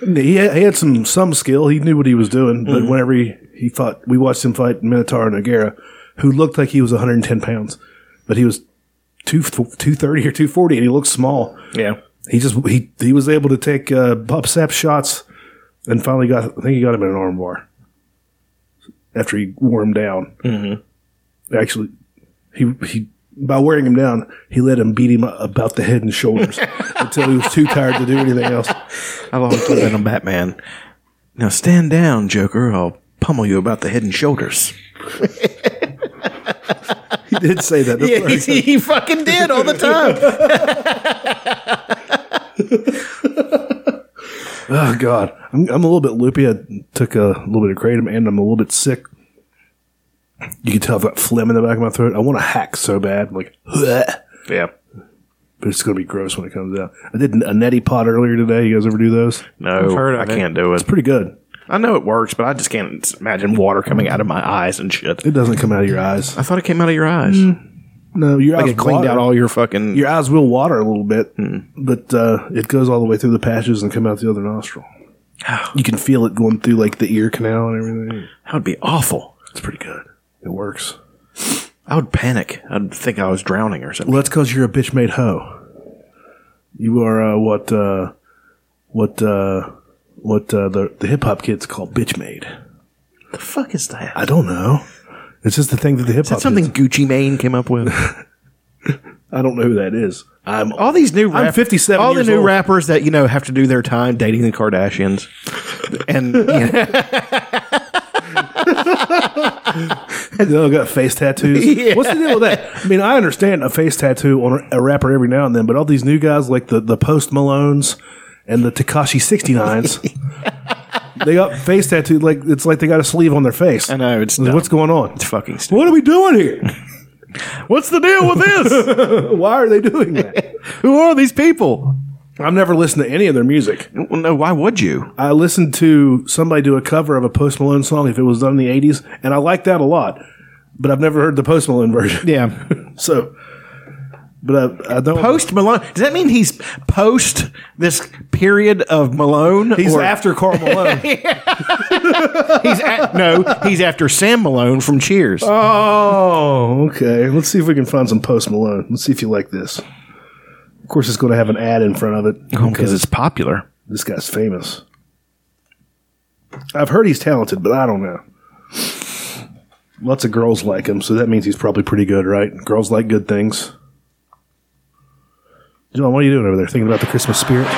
Speaker 1: he, had, he had some some skill. He knew what he was doing.
Speaker 3: Mm-hmm.
Speaker 1: But whenever he, he fought, we watched him fight Minotaur Nogueira, who looked like he was 110 pounds, but he was two 230 or 240, and he looked small.
Speaker 3: Yeah.
Speaker 1: He just he he was able to take uh, Bob Sapp shots, and finally got I think he got him in an arm bar after he wore him down. Mm-hmm. Actually, he he by wearing him down, he let him beat him about the head and shoulders until he was too tired to do anything else.
Speaker 3: I've always put it on Batman. Now stand down, Joker. or I'll pummel you about the head and shoulders.
Speaker 1: He did say that. That's what I said.
Speaker 3: he fucking did all the time.
Speaker 1: Oh God, I'm I'm a little bit loopy. I took a little bit of kratom, and I'm a little bit sick. You can tell I've got phlegm in the back of my throat. I want to hack so bad, I'm like.
Speaker 3: yeah.
Speaker 1: but it's going to be gross when it comes out. I did a neti pot earlier today. You guys ever do those?
Speaker 3: No,
Speaker 2: heard of
Speaker 3: I
Speaker 2: it.
Speaker 3: can't do it.
Speaker 1: Pretty good.
Speaker 3: I know it works, but I just can't imagine water coming out of my eyes and shit.
Speaker 1: It doesn't come out of your eyes.
Speaker 3: I thought it came out of your eyes.
Speaker 1: No, your eyes
Speaker 3: It Mm. cleaned
Speaker 1: water.
Speaker 3: out all Hmm. your fucking.
Speaker 1: your eyes will water a little bit, but uh, it goes all the way through the patches and come out the other nostril. you can feel it going through like the ear canal and everything.
Speaker 3: that would be awful.
Speaker 1: It's pretty good. It works.
Speaker 3: I would panic. I'd think I was drowning or something.
Speaker 1: Well, that's because you're a bitch made hoe. You are uh, what uh, what uh, what uh, the, the hip hop kids call bitch made.
Speaker 3: What the fuck is that?
Speaker 1: I don't know. It's just the thing that the hip
Speaker 3: Is that
Speaker 1: hop
Speaker 3: something Gucci Mane came up with? Um,
Speaker 1: I don't know who that is. I'm
Speaker 3: All these new
Speaker 1: I'm 57
Speaker 3: All
Speaker 1: years
Speaker 3: the new
Speaker 1: old.
Speaker 3: rappers that you know have to do their time dating the Kardashians, and you know,
Speaker 1: they all got face tattoos. What's the deal with that? I mean, I understand a face tattoo on a rapper every now and then, but all these new guys like the the Post Malones and the Takashi 69s, they got face tattooed like it's like they got a sleeve on their face.
Speaker 3: I know it's
Speaker 1: What's going on?
Speaker 3: dumb. fucking stupid.
Speaker 1: What are we doing here?
Speaker 3: What's the deal with this?
Speaker 1: Why are they doing that?
Speaker 3: Who are these people?
Speaker 1: I've never listened to any of their music.
Speaker 3: Well, no, why would you?
Speaker 1: I listened to somebody do a cover of a Post Malone song if it was done in the 80s, and I like that a lot, but I've never heard the Post Malone version.
Speaker 3: Yeah,
Speaker 1: So, but I, I don't.
Speaker 3: post Malone. Does that mean he's post this period of Malone?
Speaker 1: he's
Speaker 3: Or-
Speaker 1: after Carl Malone.
Speaker 3: he's at, no, he's after Sam Malone from Cheers.
Speaker 1: oh, okay. Let's see if we can find some Post Malone. Let's see if you like this. course, it's going to have an ad in front of it
Speaker 3: because Oh, it's popular.
Speaker 1: this guy's famous. I've heard he's talented, but I don't know. Lots of girls like him, so that means he's probably pretty good, right? Girls like good things. John, what are you doing over there? Thinking about the Christmas spirit?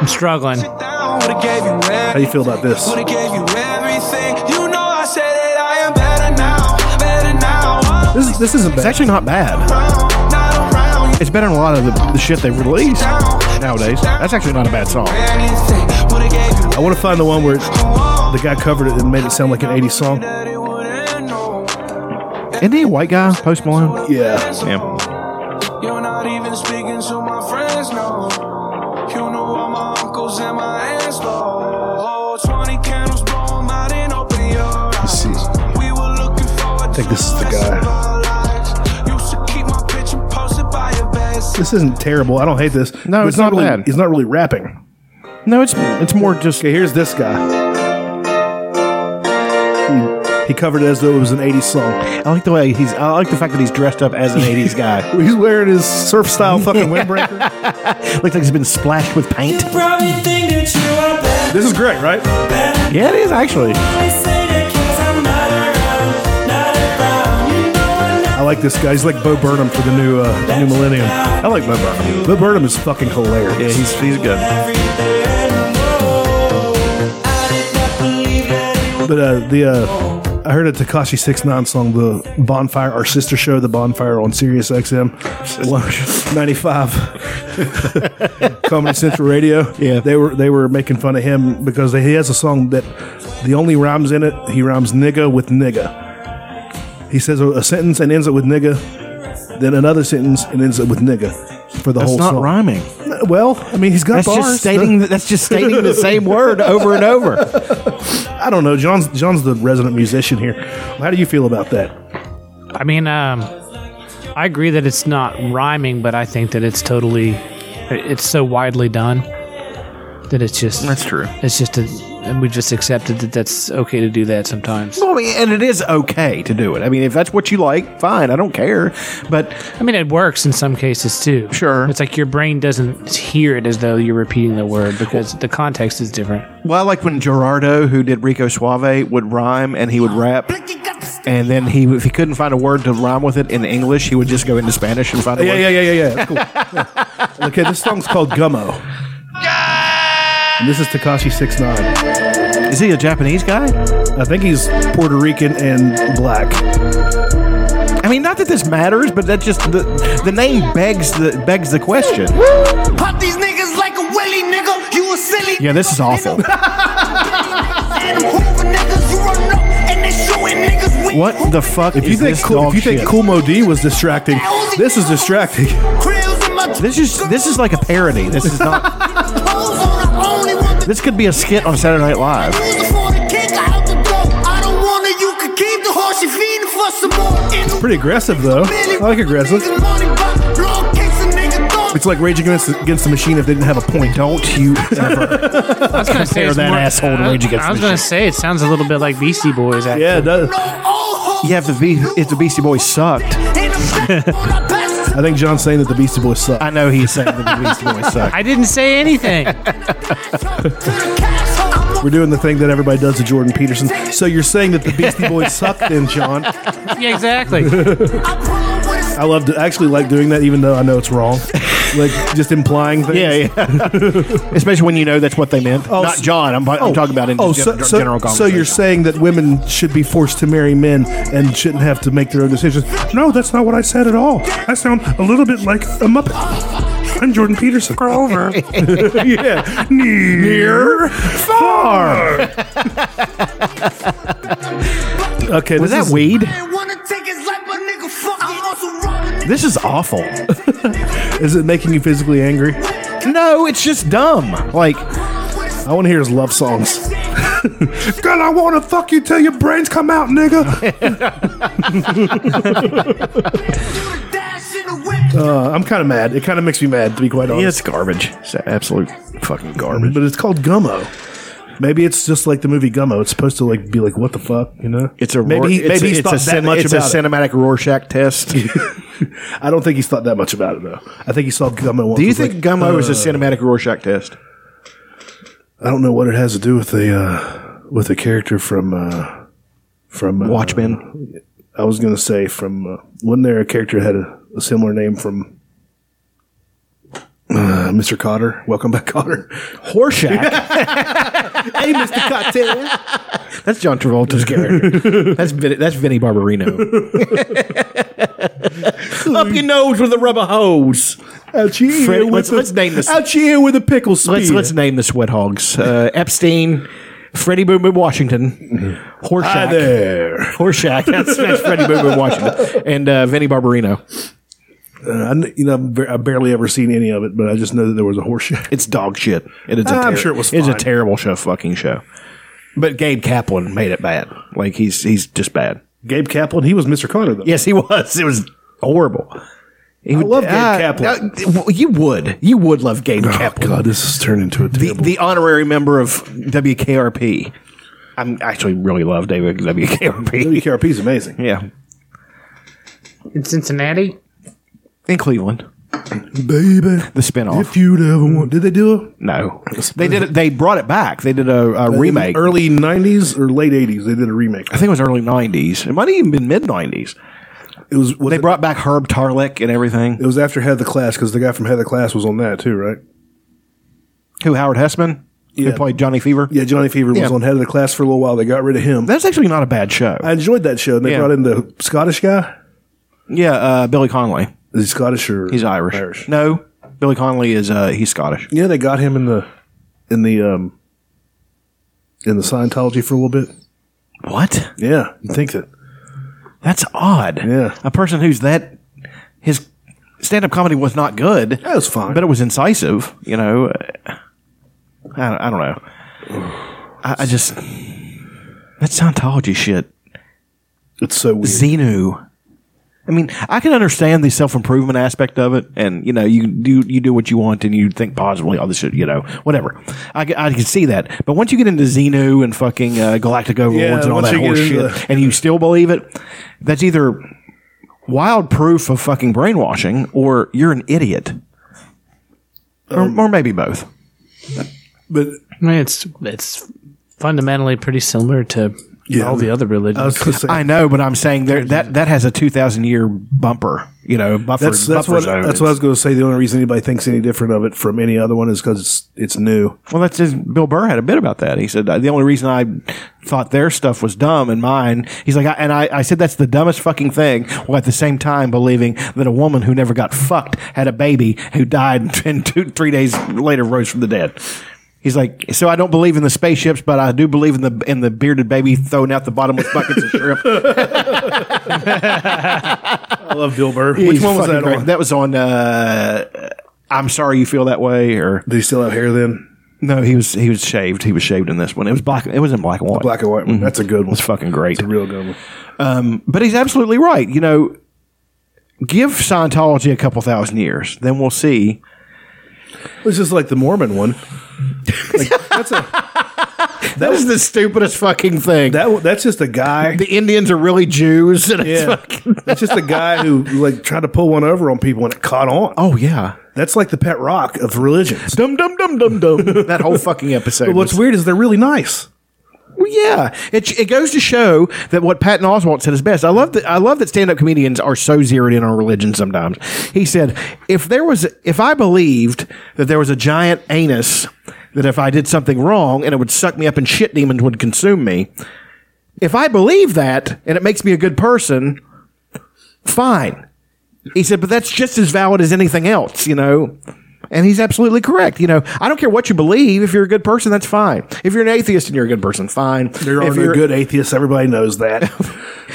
Speaker 2: I'm struggling.
Speaker 4: Would've gave you
Speaker 1: How you feel about this?
Speaker 4: Would've gave you everything. You know I said it. I am better now. Better now. I'm
Speaker 1: This is this isn't
Speaker 3: It's
Speaker 1: bad.
Speaker 3: actually not bad.
Speaker 4: around, not around.
Speaker 3: It's better than a lot of the, the shit they've released nowadays. That's actually not a bad song.
Speaker 4: Anything. Would've gave you
Speaker 1: I want to find the one where the guy covered it and made it sound like an '80s song.
Speaker 4: that it wouldn't know.
Speaker 3: Isn't he a white guy? Post Malone?
Speaker 1: Yeah,
Speaker 3: Yeah.
Speaker 4: You're not even speaking to my friends, no. You know all my uncles and my aunts, though. 20 candles blow 'em out and open your eyes.
Speaker 1: see.
Speaker 4: We were looking forward
Speaker 1: think
Speaker 4: to
Speaker 1: this is
Speaker 4: the
Speaker 1: the
Speaker 4: best
Speaker 1: guy.
Speaker 4: of our lives. Used to keep my picture posted by your best.
Speaker 1: this isn't terrible. I don't hate this.
Speaker 3: No,
Speaker 1: But
Speaker 3: it's not
Speaker 1: really,
Speaker 3: bad.
Speaker 1: He's not really rapping.
Speaker 3: No, it's it's more just
Speaker 1: Okay, here's this guy. Hmm. He, he covered it as though it was an '80s song.
Speaker 3: I like the way he's. I like the fact that he's dressed up as an '80s guy.
Speaker 1: He's wearing his surf style fucking windbreaker.
Speaker 3: Looks like he's been splashed with paint.
Speaker 5: Probably think that you are better.
Speaker 1: This is great, right?
Speaker 3: Yeah, it is actually.
Speaker 5: They say that 'cause I'm not around, not around. You know I'm not
Speaker 1: I like this guy. He's like Bo Burnham for the new uh, new millennium. I like Bo Burnham. Bo Burnham is fucking
Speaker 3: Yeah,
Speaker 1: hilarious.
Speaker 3: he's he's good.
Speaker 5: everything anymore. Oh, I did not believe that it
Speaker 1: But uh, the uh, I heard a Takashi Six Nine song, the Bonfire, our sister show, the Bonfire on Sirius XM ninety five, Comedy Central Radio.
Speaker 3: Yeah.
Speaker 1: they were they were making fun of him because he has a song that the only rhymes in it he rhymes nigga with nigga. He says a, a sentence and ends it with nigga, then another sentence and ends it with nigga for the
Speaker 3: That's
Speaker 1: whole
Speaker 3: not
Speaker 1: song. Uh,
Speaker 3: rhyming.
Speaker 1: Well, I mean he's got
Speaker 3: That's
Speaker 1: bars.
Speaker 3: just stating. th- That's just stating the same word over and over.
Speaker 1: I don't know. John's John's the resident musician here. How do you feel about that?
Speaker 2: I mean, um, I agree that it's not rhyming, but I think that it's totally, it's so widely done that it's just
Speaker 3: That's true.
Speaker 2: It's just a, and we just accepted that that's okay to do that sometimes.
Speaker 3: Well, I mean, and it is okay to do it. I mean, if that's what you like, fine. I don't care. But
Speaker 2: I mean, it works in some cases too.
Speaker 3: Sure.
Speaker 2: it's like your brain doesn't hear it as though you're repeating the word because the context is different.
Speaker 3: well, I like when Gerardo, who did Rico Suave, would rhyme and he would rap. And then he, if he couldn't find a word to rhyme with it in English, he would just go into Spanish and find a
Speaker 1: Yeah,
Speaker 3: word.
Speaker 1: yeah, yeah, yeah, yeah. That's cool. Yeah. Okay, this song's called Gummo. And this is Takashi Six Nine.
Speaker 3: Is he a Japanese guy?
Speaker 1: I think he's Puerto Rican and black.
Speaker 3: I mean, not that this matters, but that just the the name begs the begs the question.
Speaker 6: Pop these niggas like a willy nigga. You a silly.
Speaker 3: Yeah, this is awful.
Speaker 6: And them hoover niggas, you run up and they shooting niggas with
Speaker 3: What the fuck?
Speaker 1: If you think cool, if you think Cool Mo D was distracting, this is distracting.
Speaker 6: Krills in my
Speaker 3: This is this is like a parody. This is not.
Speaker 6: toes on the only one that
Speaker 3: this could be a skit on Saturday Night Live.
Speaker 6: use it for the kick out the door. I don't want it, you can keep the horse, you feeding for some more. In the
Speaker 1: Pretty aggressive though. I like aggressive.
Speaker 6: Niggas money box, long case a nigga thought.
Speaker 1: It's like Rage Against Against the Machine if they didn't have a point.
Speaker 3: Don't you ever?
Speaker 2: I was gonna say
Speaker 3: Compare
Speaker 2: it's
Speaker 3: that
Speaker 2: more-
Speaker 3: asshole to
Speaker 2: I-
Speaker 3: Rage Against
Speaker 2: I was
Speaker 3: the
Speaker 2: gonna
Speaker 3: Machine.
Speaker 2: say it sounds a little bit like Beastie Boys. Actually.
Speaker 1: Yeah, it does.
Speaker 6: No, all hoes.
Speaker 3: Yeah, if the Be- if the Beastie Boys sucked.
Speaker 6: In the back, on our best.
Speaker 1: I think John's saying that the Beastie Boys suck.
Speaker 3: I know he's saying that the Beastie Boys suck.
Speaker 2: I didn't say anything.
Speaker 1: We're doing the thing that everybody does to Jordan Peterson. So you're saying that the Beastie Boys suck, then, John?
Speaker 2: yeah, exactly.
Speaker 1: I love. I actually like doing that, even though I know it's wrong. Like just implying things.
Speaker 3: Yeah, yeah. Especially when you know that's what they meant. Not John. I'm, I'm talking about in
Speaker 1: oh,
Speaker 3: gen-
Speaker 1: so, so,
Speaker 3: general
Speaker 1: so you're
Speaker 3: conversation.
Speaker 1: saying that women should be forced to marry men and shouldn't have to make their own decisions? No, that's not what I said at all. I sound a little bit like a muppet. I'm Jordan Peterson. Grover. yeah. Near. Far. okay.
Speaker 3: was
Speaker 1: this
Speaker 3: that
Speaker 1: is-
Speaker 3: weed?
Speaker 6: This
Speaker 3: This is awful.
Speaker 1: Is it making you physically angry?
Speaker 3: No, it's just dumb. Like
Speaker 1: I want to hear his love songs. Girl, I want to fuck you till your brains come out, nigga. Uh, I'm kind of mad. It kind of makes me mad, to be quite honest.
Speaker 3: it's garbage. It's absolute fucking garbage.
Speaker 1: But it's called Gummo. Maybe it's just like the movie Gummo. It's supposed to like be like, what the fuck, you know?
Speaker 3: It's a
Speaker 1: maybe he-
Speaker 3: Ror- it's,
Speaker 1: maybe he's
Speaker 3: it's
Speaker 1: thought
Speaker 3: a,
Speaker 1: that
Speaker 3: cin-
Speaker 1: much
Speaker 3: it's a
Speaker 1: about it.
Speaker 3: cinematic Rorschach test. Do
Speaker 1: I don't think he's thought that much about it though. I think he saw Gummo. once
Speaker 3: you
Speaker 1: was
Speaker 3: think
Speaker 1: like,
Speaker 3: Gummo
Speaker 1: uh,
Speaker 3: is a cinematic Rorschach test?
Speaker 1: I don't know what it has to do with the uh, with the character from uh, from uh,
Speaker 3: Watchmen.
Speaker 1: I was gonna say from uh, wasn't there a character that had a, a similar name from uh, Mr. Cotter? Welcome back, Cotter.
Speaker 3: Horshack.
Speaker 1: hey, Mr. Cotter.
Speaker 3: that's John Travolta's character. That's Vin- that's Vinnie Barbarino. Up your nose with a rubber hose.
Speaker 1: Out your ear
Speaker 3: Fred-
Speaker 1: with
Speaker 3: let's-
Speaker 1: the-
Speaker 3: let's name this.
Speaker 1: Out your ear with a pickle spear.
Speaker 3: Let's let's name the sweat hogs. Uh, Epstein, Freddie Boom Boom Washington, Horshack.
Speaker 1: Hi there.
Speaker 3: Horshack. That's, that's Freddie Boom Boom Washington and uh, Vinnie Barbarino.
Speaker 1: I, kn- you know, I've ba- I barely ever seen any of it, but I just know that there was a horse shit.
Speaker 3: It's dog shit. Ah, It is. a
Speaker 1: I'm sure it was
Speaker 3: It's a
Speaker 1: fine.
Speaker 3: terrible show. Fucking show. But Gabe Kaplan made it bad. Like he's he's just bad.
Speaker 1: Gabe Kaplan, he was Mr. Connor, though.
Speaker 3: Yes, he was. It was horrible. He would-
Speaker 1: love Gabe
Speaker 3: Ah,
Speaker 1: Kaplan.
Speaker 3: ah, well, you would. You would love Gabe
Speaker 1: Oh,
Speaker 3: Kaplan.
Speaker 1: God, this has turned into a
Speaker 3: The,
Speaker 1: terrible.
Speaker 3: the honorary member of WKRP. I'm actually really love David WKRP.
Speaker 1: WKRP is amazing.
Speaker 3: yeah.
Speaker 2: In Cincinnati?
Speaker 3: In Cleveland.
Speaker 1: Baby.
Speaker 3: The spinoff.
Speaker 1: If you'd ever want. Did they do a
Speaker 3: no. They did it they brought it back. They did a, a remake.
Speaker 1: Early 90s or late 80s, they did a remake.
Speaker 3: I think it was early nineties. It might have even been mid nineties.
Speaker 1: It was, was
Speaker 3: They
Speaker 1: it,
Speaker 3: brought back Herb Tarlick and
Speaker 1: it
Speaker 3: everything.
Speaker 1: was after Head of the Class because the guy from Head of the Class was on that, too, right?
Speaker 3: Who Howard Hessman? Who
Speaker 1: Yeah.
Speaker 3: played Johnny Fever?
Speaker 1: Yeah, Johnny Fever
Speaker 3: Yeah.
Speaker 1: was on Head of the Class for a little while. They got rid of him.
Speaker 3: That's actually not a bad show.
Speaker 1: I enjoyed that show. And they
Speaker 3: Yeah.
Speaker 1: brought in the Scottish guy.
Speaker 3: yeah, uh, Billy Conley.
Speaker 1: Is he Scottish or
Speaker 3: He's Irish. No, Billy Connolly is uh, he's Scottish.
Speaker 1: Yeah, they got him in the in the um in the Scientology for a little bit.
Speaker 3: What?
Speaker 1: Yeah, you think that?
Speaker 3: That's odd.
Speaker 1: Yeah.
Speaker 3: a person who's that his stand-up comedy was not good,
Speaker 1: That was fine.
Speaker 3: but it was incisive. You know, Uh, I don't, I don't know. I, I just that Scientology shit.
Speaker 1: it's so weird.
Speaker 3: Xenu. I mean, I can understand the self improvement aspect of it, and you know, you do you do what you want, and you think positively, all this shit, you know, whatever. I, ca- I can see that, but once you get into Xenu and fucking uh, Galactic Overlords
Speaker 1: Yeah,
Speaker 3: and all
Speaker 1: once
Speaker 3: that
Speaker 1: you get
Speaker 3: horse shit,
Speaker 1: into the-
Speaker 3: and you still believe it, that's either wild proof of fucking brainwashing, or you're an idiot, or, or maybe both.
Speaker 1: but
Speaker 2: I mean, it's, it's fundamentally pretty similar to
Speaker 1: Yeah.
Speaker 2: all the other religions.
Speaker 1: I was gonna say
Speaker 3: I know, but I'm saying there that that has a two thousand year bumper, you know, buffer.
Speaker 1: that's that's
Speaker 3: buffer
Speaker 1: what
Speaker 3: zone.
Speaker 1: that's what I was going to say. The only reason anybody thinks any different of it from any other one is because it's it's new.
Speaker 3: Well, that's just Bill Burr had a bit about that. He said the only reason I thought their stuff was dumb and mine, he's like, I, and I, I said that's the dumbest fucking thing. While at the same time believing that a woman who never got fucked had a baby who died and two, three days later rose from the dead. He's like, so I don't believe in the spaceships, but I do believe in the in the bearded baby throwing out the bottomless buckets of shrimp.
Speaker 1: I love Bill Burr. Which
Speaker 3: He's
Speaker 1: one was
Speaker 3: fucking
Speaker 1: that
Speaker 3: great.
Speaker 1: on?
Speaker 3: That was on. Uh, I'm sorry you feel that way, or
Speaker 1: Did he still have hair then?
Speaker 3: no? He was he was shaved. He was shaved in this one. It was black. It was in black and white.
Speaker 1: Black and white one. That's a good one.
Speaker 3: Mm-hmm. It's fucking great.
Speaker 1: It's a real good one.
Speaker 3: But he's absolutely right. You know, give Scientology a couple thousand years, then we'll see.
Speaker 1: It's just like the Mormon one. Like, that's a
Speaker 3: That is the stupidest fucking thing.
Speaker 1: that one- that's just a guy.
Speaker 3: the Indians are really Jews. And it's
Speaker 1: Yeah,
Speaker 3: fucking-
Speaker 1: it's just a guy who like tried to pull one over on people and it caught on.
Speaker 3: oh yeah.
Speaker 1: That's like the pet rock of religions.
Speaker 3: Dum dum dum dum dum. that whole fucking episode.
Speaker 1: But what's
Speaker 3: was-
Speaker 1: weird is they're really nice.
Speaker 3: Well, yeah, it, it goes to show that what Patton Oswalt said is best. I love that. I love that stand-up comedians are so zeroed in on religion. Sometimes he said, "If there was, if I believed that there was a giant anus, that if I did something wrong and it would suck me up and shit demons would consume me, if I believe that and it makes me a good person, fine." He said, "But that's just as valid as anything else, you know." And he's absolutely correct. You know, I don't care what you believe. If you're a good person, that's fine. If you're an atheist and you're a good person, fine.
Speaker 1: There are
Speaker 3: if
Speaker 1: no
Speaker 3: you're-
Speaker 1: good atheists. Everybody knows that.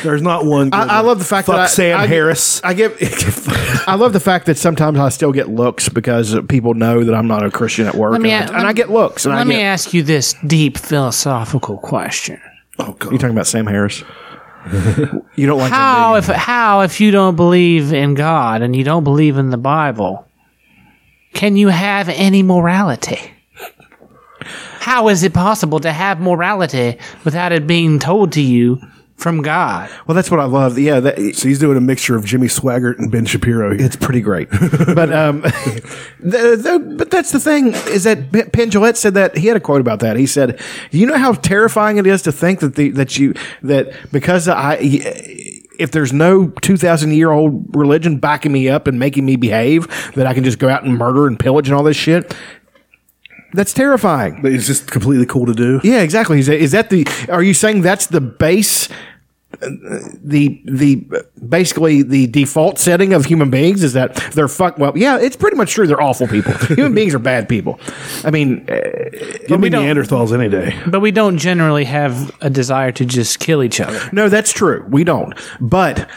Speaker 1: There's not one. good
Speaker 3: I, I
Speaker 1: one.
Speaker 3: love the fact
Speaker 1: Fuck
Speaker 3: that I,
Speaker 1: Sam
Speaker 3: I,
Speaker 1: Harris.
Speaker 3: I give. I love the fact that sometimes I still get looks because people know that I'm not a Christian at work,
Speaker 2: Let me
Speaker 3: and,
Speaker 2: a-
Speaker 3: I, and I get looks. And
Speaker 2: Let
Speaker 3: I
Speaker 2: me
Speaker 3: get-
Speaker 2: ask you this deep philosophical question.
Speaker 1: oh
Speaker 3: You
Speaker 1: god,
Speaker 3: talking about Sam Harris? you don't like him, do
Speaker 2: How
Speaker 3: you?
Speaker 2: if how if you don't believe in God and you don't believe in the Bible, can you have any morality? How is it possible to have morality without it being told to you from God?
Speaker 3: Well, that's what I love. Yeah, that,
Speaker 1: So he's doing a mixture of Jimmy Swaggart and Ben Shapiro. Here.
Speaker 3: It's pretty great. but um, the, the, but that's the thing is that P- Penn Jillette said that he had a quote about that. He said, "You know how terrifying it is to think that the that you that because I." if there's no 2000 year old religion backing me up and making me behave that I can just go out and murder and pillage and all this shit that's terrifying
Speaker 1: But it's just completely cool to do.
Speaker 3: yeah exactly is that, is that the are you saying that's the base the the basically the default setting of human beings is that they're fuck well yeah it's pretty much true they're awful people human beings are bad people i mean eh,
Speaker 1: Give me
Speaker 2: don't-
Speaker 1: Neanderthals any day.
Speaker 2: But we don't generally have a desire to just kill each other.
Speaker 3: no that's true we don't but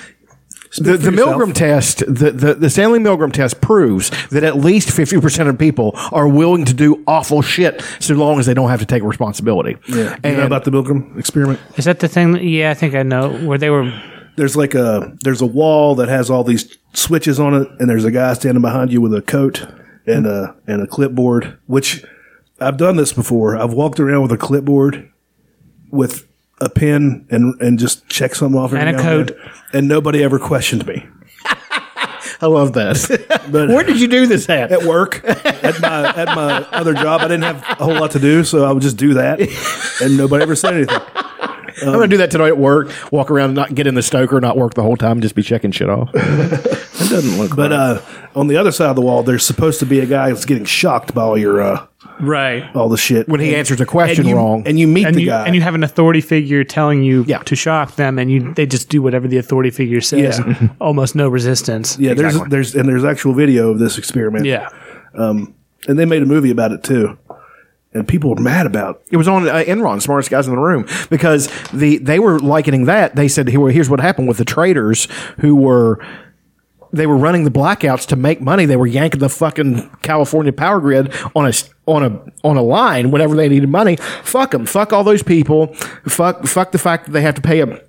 Speaker 3: the, the
Speaker 1: yourself.
Speaker 3: Milgram test, the, the, the Stanley Milgram test proves that at least 50% of people are willing to do awful shit so long as they don't have to take responsibility.
Speaker 1: Yeah. you
Speaker 3: And
Speaker 1: know about the Milgram experiment?
Speaker 2: Is that the thing? that- Yeah, I think I know where they were.
Speaker 1: There's like a there's a wall that has all these switches on it, and there's a guy standing behind you with a coat and a and a clipboard. Which I've done this before. I've walked around with a clipboard with a pen and and just check something off every
Speaker 2: And a
Speaker 1: now and,
Speaker 2: coat.
Speaker 1: then, and nobody ever questioned me.
Speaker 3: I love that. Where did you do this at?
Speaker 1: at work at my at my other job. I didn't have a whole lot to do, so I would just do that, and nobody ever said anything.
Speaker 3: I'm gonna do that tonight at work. Walk around, and not get in the stoker, not work the whole time, just be checking shit off.
Speaker 1: It doesn't look. But uh, on the other side of the wall, there's supposed to be a guy that's getting shocked by all your uh,
Speaker 2: Right.
Speaker 1: all the shit
Speaker 3: When he answers a question
Speaker 1: and you,
Speaker 3: wrong.
Speaker 1: and you meet
Speaker 2: And
Speaker 1: the
Speaker 2: you,
Speaker 1: guy,
Speaker 2: and you have an authority figure telling you
Speaker 3: Yeah.
Speaker 2: to shock them, and you they just do whatever the authority figure says.
Speaker 1: Yeah.
Speaker 2: Almost no resistance.
Speaker 1: yeah, there's
Speaker 3: Exactly.
Speaker 1: there's and there's actual video of this experiment.
Speaker 2: Yeah.
Speaker 1: and they made a movie about it too, and people were mad about.
Speaker 3: It was on uh, Enron, smartest guys in the room, because the they were likening that. They said, "Here- well, "Here's what happened with the traders who were." They were running the blackouts to make money. They were yanking the fucking California power grid on a s- on a on a line whenever they needed money. Fuck them. Fuck all those people. Fuck fuck the fact that they have to pay a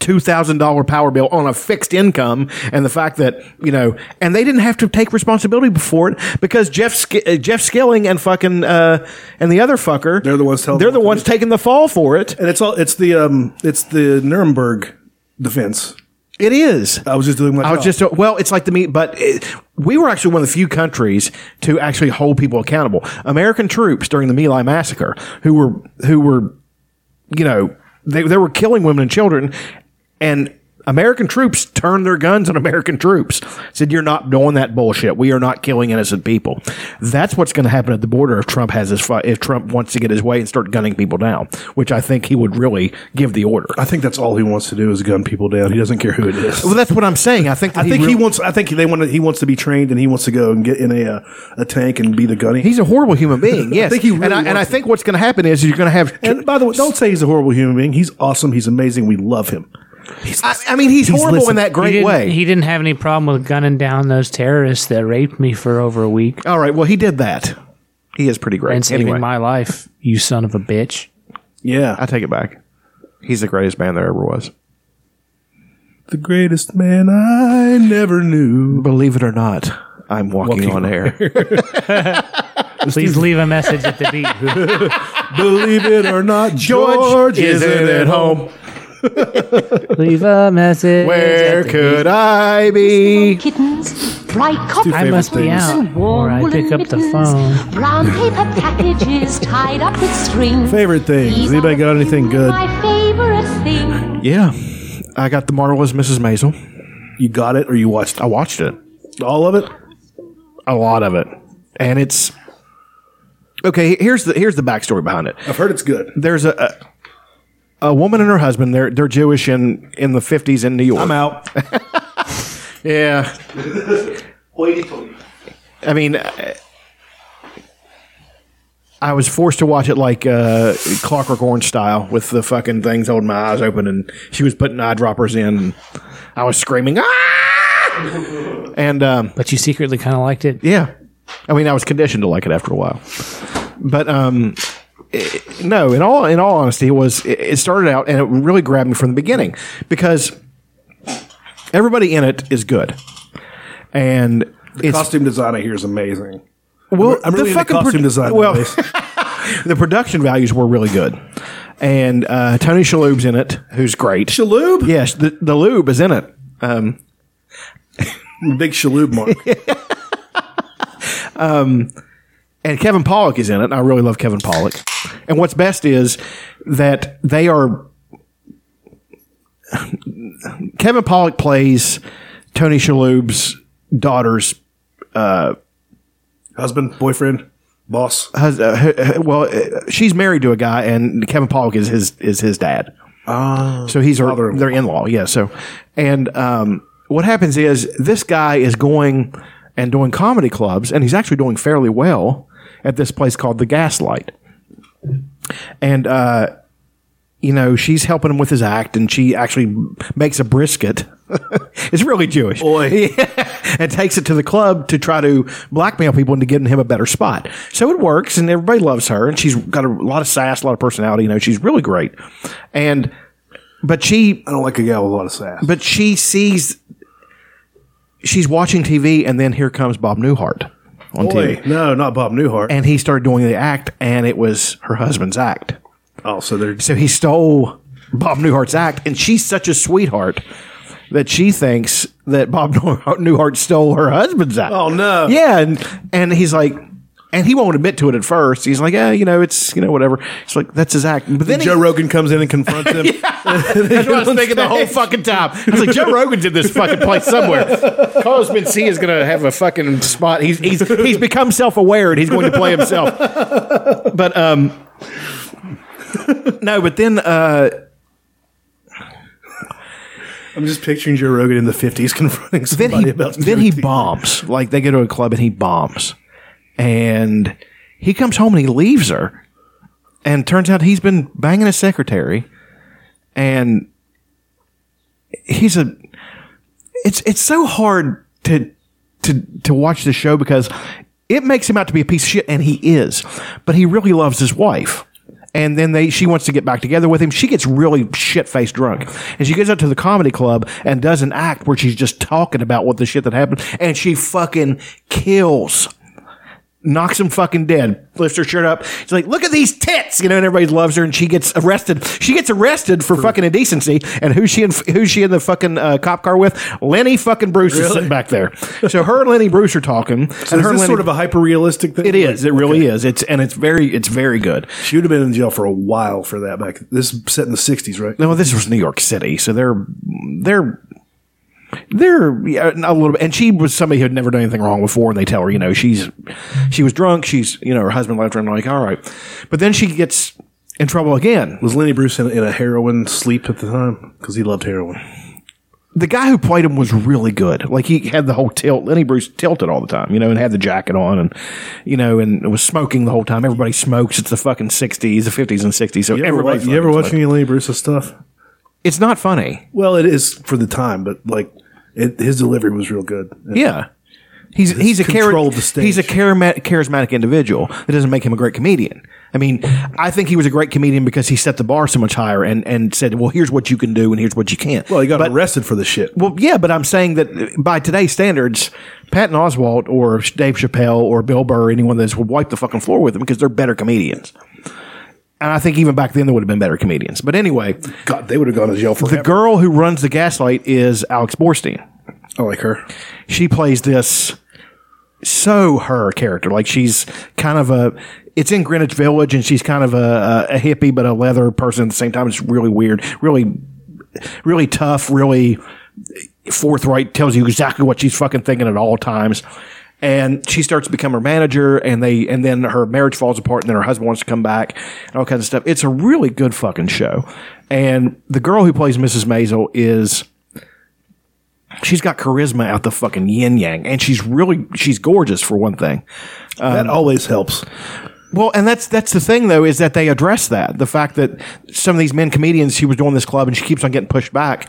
Speaker 3: two thousand dollar power bill on a fixed income, and the fact that you know, and they didn't have to take responsibility for it because Jeff Sk- uh, Jeff Skilling and fucking uh, and the other fucker
Speaker 1: They're the ones telling
Speaker 3: they're
Speaker 1: them
Speaker 3: the
Speaker 1: what to
Speaker 3: ones taking the fall for it.
Speaker 1: And it's all it's the um it's the Nuremberg defense.
Speaker 3: It is.
Speaker 1: I was just doing my.
Speaker 3: I was
Speaker 1: job.
Speaker 3: just well. It's like the meat, but it, we were actually one of the few countries to actually hold people accountable. American troops during the My Lai massacre, who were who were, you know, they they were killing women and children, and American troops turned their guns on American troops. Said, "You're not doing that bullshit. We are not killing innocent people." That's what's going to happen at the border if Trump has his fight. If Trump wants to get his way and start gunning people down, which I think he would really give the order.
Speaker 1: I think that's all he wants to do is gun people down. He doesn't care who it is.
Speaker 3: Well, that's what I'm saying. I think that
Speaker 1: I think he
Speaker 3: really-
Speaker 1: wants. I think they want. To, he wants to be trained, and he wants to go and get in a uh, a tank and be the gunny.
Speaker 3: He's a horrible human being.
Speaker 1: I
Speaker 3: Yes,
Speaker 1: think he really
Speaker 3: and, I, and
Speaker 1: wants
Speaker 3: I
Speaker 1: it.
Speaker 3: think what's going to happen is you're going to have.
Speaker 1: and by the way, don't say he's a horrible human being. He's awesome. He's amazing. We love him.
Speaker 3: I, I mean, he's,
Speaker 1: He's
Speaker 3: horrible in
Speaker 1: listening.
Speaker 3: that
Speaker 2: He
Speaker 3: great
Speaker 2: didn't,
Speaker 3: way.
Speaker 2: he didn't have any problem with gunning down those terrorists that raped me for over a week
Speaker 3: All right, well, he did that. He is pretty
Speaker 2: and
Speaker 3: great.
Speaker 2: saving
Speaker 3: Anyway,
Speaker 2: my life, you son of a bitch.
Speaker 1: Yeah,
Speaker 3: I take it back. He's the greatest man there ever was.
Speaker 1: the greatest man I never knew.
Speaker 3: Believe it or not, I'm walking,
Speaker 1: Walking
Speaker 3: on
Speaker 1: on
Speaker 3: air.
Speaker 2: Please leave a message at the beat.
Speaker 1: Believe it or not, George, isn't at home.
Speaker 2: leave a message.
Speaker 3: Where
Speaker 2: at the
Speaker 3: could I be?
Speaker 2: Eh.
Speaker 7: kittens, bright
Speaker 1: two
Speaker 7: copper
Speaker 2: I
Speaker 1: favorite
Speaker 2: must be
Speaker 1: things.
Speaker 2: out,
Speaker 7: and
Speaker 2: or
Speaker 7: warm
Speaker 2: I
Speaker 7: woolen
Speaker 2: pick up the
Speaker 7: mittens,
Speaker 2: phone.
Speaker 7: brown paper packages tied up with string.
Speaker 1: Favorite things.
Speaker 7: These
Speaker 1: Anybody
Speaker 7: are
Speaker 1: got
Speaker 7: the
Speaker 1: anything
Speaker 7: things
Speaker 1: good?
Speaker 7: My favorite thing.
Speaker 3: Yeah, I got the marvelous Mrs. Maisel.
Speaker 1: You got it, or you watched
Speaker 3: I watched it,
Speaker 1: all of it?
Speaker 3: a lot of it, and it's okay. Here's the here's the backstory behind it.
Speaker 1: I've heard it's good.
Speaker 3: there's a, a a woman and her husband. They're they're Jewish in in the fifties in New York.
Speaker 1: I'm out.
Speaker 3: Yeah, I mean, I, I was forced to watch it like uh, Clockwork Orange style with the fucking things holding my eyes open, and she was putting eyedroppers in. And I was screaming ah, and um,
Speaker 2: But you secretly kind of liked it.
Speaker 3: yeah, I mean, I was conditioned to like it after a while, but um. i- No, in all in all honesty, it was it it started out and it really grabbed me from the beginning because everybody in it is good, and
Speaker 1: The costume design I hear is amazing.
Speaker 3: well,
Speaker 1: I'm really into costume
Speaker 3: produ-
Speaker 1: design.
Speaker 3: Well,
Speaker 1: nowadays.
Speaker 3: the production values were really good, and uh, Tony Shalhoub's in it, who's great.
Speaker 1: Shalhoub?
Speaker 3: yes, the, the lube is in it. Um,
Speaker 1: Big Shalhoub mark.
Speaker 3: and Kevin Pollock is in it. and I really love Kevin Pollock. And what's best is that they are. Kevin Pollock plays Tony Shalhoub's daughter's
Speaker 1: Husband, boyfriend, boss.
Speaker 3: hus- uh, her- her- well, uh, she's married to a guy, and Kevin Pollock is his is his dad. Oh, so he's her,
Speaker 1: father-in-law.
Speaker 3: their in law. Yeah. So, and um, what happens is this guy is going and doing comedy clubs, and he's actually doing fairly well at this place called the Gaslight. And uh, you know, she's helping him with his act, and she actually makes a brisket. it's really Jewish.
Speaker 1: Boy.
Speaker 3: Yeah. and takes it to the club to try to blackmail people into getting him a better spot. So it works, and everybody loves her, and she's got a lot of sass, a lot of personality. You know, she's really great. And but she
Speaker 1: I don't like a guy with a lot of sass.
Speaker 3: but she sees she's watching TV, and then here comes Bob Newhart on
Speaker 1: Boy,
Speaker 3: TV,
Speaker 1: no, not Bob Newhart.
Speaker 3: and he started doing the act, and it was her husband's act.
Speaker 1: oh, so they're
Speaker 3: So he stole Bob Newhart's act, and she's such a sweetheart that she thinks that Bob Newhart stole her husband's act.
Speaker 1: Oh, no.
Speaker 3: Yeah, and and he's like, and he won't admit to it at first. He's like, yeah, you know, it's you know whatever. It's like that's his act. But then
Speaker 1: Joe
Speaker 3: he,
Speaker 1: Rogan comes in and confronts him.
Speaker 3: that's what I was thinking the whole fucking time. It's like Joe Rogan's in this fucking place somewhere. Carlos Mencia is gonna have a fucking spot. He's he's he's become self aware and he's going to play himself. But um, no, but then uh.
Speaker 1: I'm just picturing Joe Rogan in the 50s confronting
Speaker 3: then
Speaker 1: somebody
Speaker 3: he
Speaker 1: about
Speaker 3: then he
Speaker 1: Joe T.
Speaker 3: bombs. Like they go to a club and he bombs, and he comes home and he leaves her, and turns out he's been banging his secretary, and he's a. It's it's so hard to to to watch the show because it makes him out to be a piece of shit, and he is, but he really loves his wife. And then they, she wants to get back together with him. She gets really shit faced drunk, and she goes out to the comedy club and does an act where she's just talking about what the shit that happened, and she fucking kills, knocks him fucking dead, lifts her shirt up. She's like, "Look at these tits," you know, and everybody loves her, and she gets arrested. She gets arrested for fucking indecency, and who's she in? Who's she in the fucking uh, cop car with? Lenny fucking Bruce is
Speaker 1: Really?
Speaker 3: sitting back there. So her and Lenny Bruce are talking,
Speaker 1: So
Speaker 3: and
Speaker 1: is
Speaker 3: her and
Speaker 1: this
Speaker 3: Lenny,
Speaker 1: sort of a hyper realistic thing?
Speaker 3: it is. It really is. It's and it's very it's very good.
Speaker 1: She would have been in jail for a while for that back. This is set in the 60s, right?
Speaker 3: No, this was New York City, so they're they're they're yeah, a little bit. And she was somebody who had never done anything wrong before, and they tell her, you know, she's she was drunk. She's you know, her husband left her, and like, all right, but then she gets in trouble again.
Speaker 1: Was Lenny Bruce in, in a heroin sleep at the time? Because he loved heroin.
Speaker 3: The guy who played him was really good. Like he had the whole tilt. Lenny Bruce tilted all the time, you know, and had the jacket on, and you know, and was smoking the whole time. Everybody smokes. It's the fucking sixties, the fifties and sixties. So
Speaker 1: You ever,
Speaker 3: everybody.
Speaker 1: watch, you ever
Speaker 3: fucking
Speaker 1: watch
Speaker 3: smoked.
Speaker 1: any Lenny Bruce's stuff?
Speaker 3: It's not funny.
Speaker 1: Well, it is for the time, but like it, his delivery was real good.
Speaker 3: Yeah. He's he's a chari-
Speaker 1: control of the stage.
Speaker 3: he's a charima- charismatic individual. That doesn't make him a great comedian. I mean, I think he was a great comedian because he set the bar so much higher and, and said, "Well, here's what you can do and here's what you can't."
Speaker 1: Well, he got
Speaker 3: but,
Speaker 1: arrested for the shit.
Speaker 3: Well, yeah, but I'm saying that by today's standards, Patton Oswalt or Dave Chappelle or Bill Burr, anyone that's would wipe the fucking floor with them because they're better comedians. And I think even back then there would have been better comedians. But anyway,
Speaker 1: God, they would have gone to jail for
Speaker 3: the girl who runs the Gaslight is Alex Borstein
Speaker 1: I like her.
Speaker 3: she plays this so her character like she's kind of a it's in greenwich village and she's kind of a, a, a hippie but a leather person at the same time it's really weird really really tough really forthright tells you exactly what she's fucking thinking at all times and she starts to become her manager and they and then her marriage falls apart and then her husband wants to come back and all kinds of stuff it's a really good fucking show and the girl who plays mrs mazel is she's got charisma out the fucking yin yang, and she's really she's gorgeous for one thing. Um,
Speaker 1: that always helps.
Speaker 3: Well, and that's that's the thing though is that they address that the fact that some of these men comedians she was doing this club and she keeps on getting pushed back.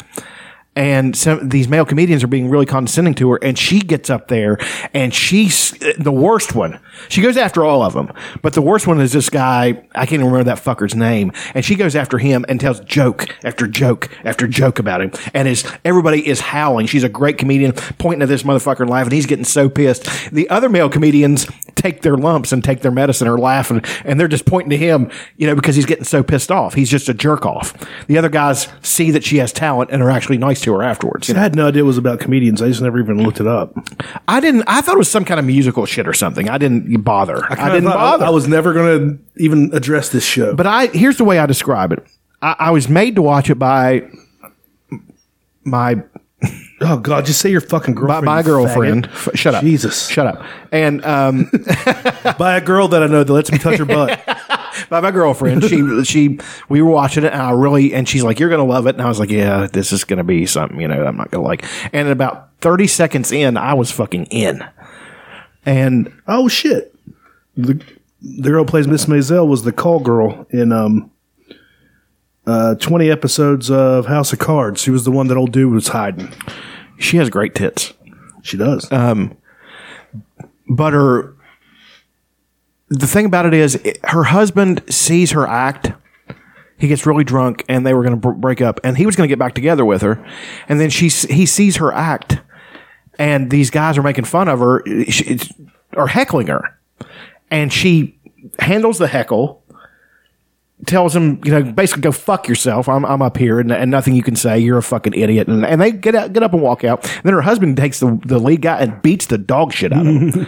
Speaker 3: And some these male comedians are being really condescending to her, and she gets up there, and she's the worst one. She goes after all of them, but the worst one is this guy. I can't even remember that fucker's name, and she goes after him and tells joke after joke after joke about him, and is everybody is howling. She's a great comedian, pointing at this motherfucker and laughing. He's getting so pissed. The other male comedians take their lumps and take their medicine or laugh and, and they're just pointing to him, you know, because he's getting so pissed off. He's just a jerk off. The other guys see that she has talent and are actually nice to her afterwards. you
Speaker 1: I
Speaker 3: know.
Speaker 1: had no idea it was about comedians. I just never even looked it up.
Speaker 3: I didn't I thought it was some kind of musical shit or something. I didn't bother. I, didn't
Speaker 1: thought I-
Speaker 3: bother.
Speaker 1: I was never going to even address this show.
Speaker 3: oh, But I here's the way I describe it. I, I was made to watch it by my
Speaker 1: oh God, just say your fucking
Speaker 3: by
Speaker 1: girlfriend.
Speaker 3: my
Speaker 1: you
Speaker 3: girlfriend.
Speaker 1: faggot.
Speaker 3: F- shut up,
Speaker 1: Jesus.
Speaker 3: Shut up. And um,
Speaker 1: By a girl that I know that lets me touch her butt.
Speaker 3: by my girlfriend, she she we were watching it, and I really and she's like, "You're gonna love it," and I was like, "Yeah, this is gonna be something." You know, I'm not gonna like. And about 30 seconds in, I was fucking in. And
Speaker 1: Oh shit! The, the girl who plays Miss Maisel was the call girl in um, uh, twenty episodes of House of Cards. She was the one that old dude was hiding.
Speaker 3: she has great tits.
Speaker 1: She does.
Speaker 3: but her the thing about it is it, her husband sees her act he gets really drunk and they were going to br- break up and he was going to get back together with her and then she s- he sees her act and these guys are making fun of her she, it's, are heckling her and she handles the heckle tells him you know basically go fuck yourself i'm, I'm up here and, and nothing you can say you're a fucking idiot and, and they get out, get up and walk out and then her husband takes the, the lead guy and beats the dog shit out of him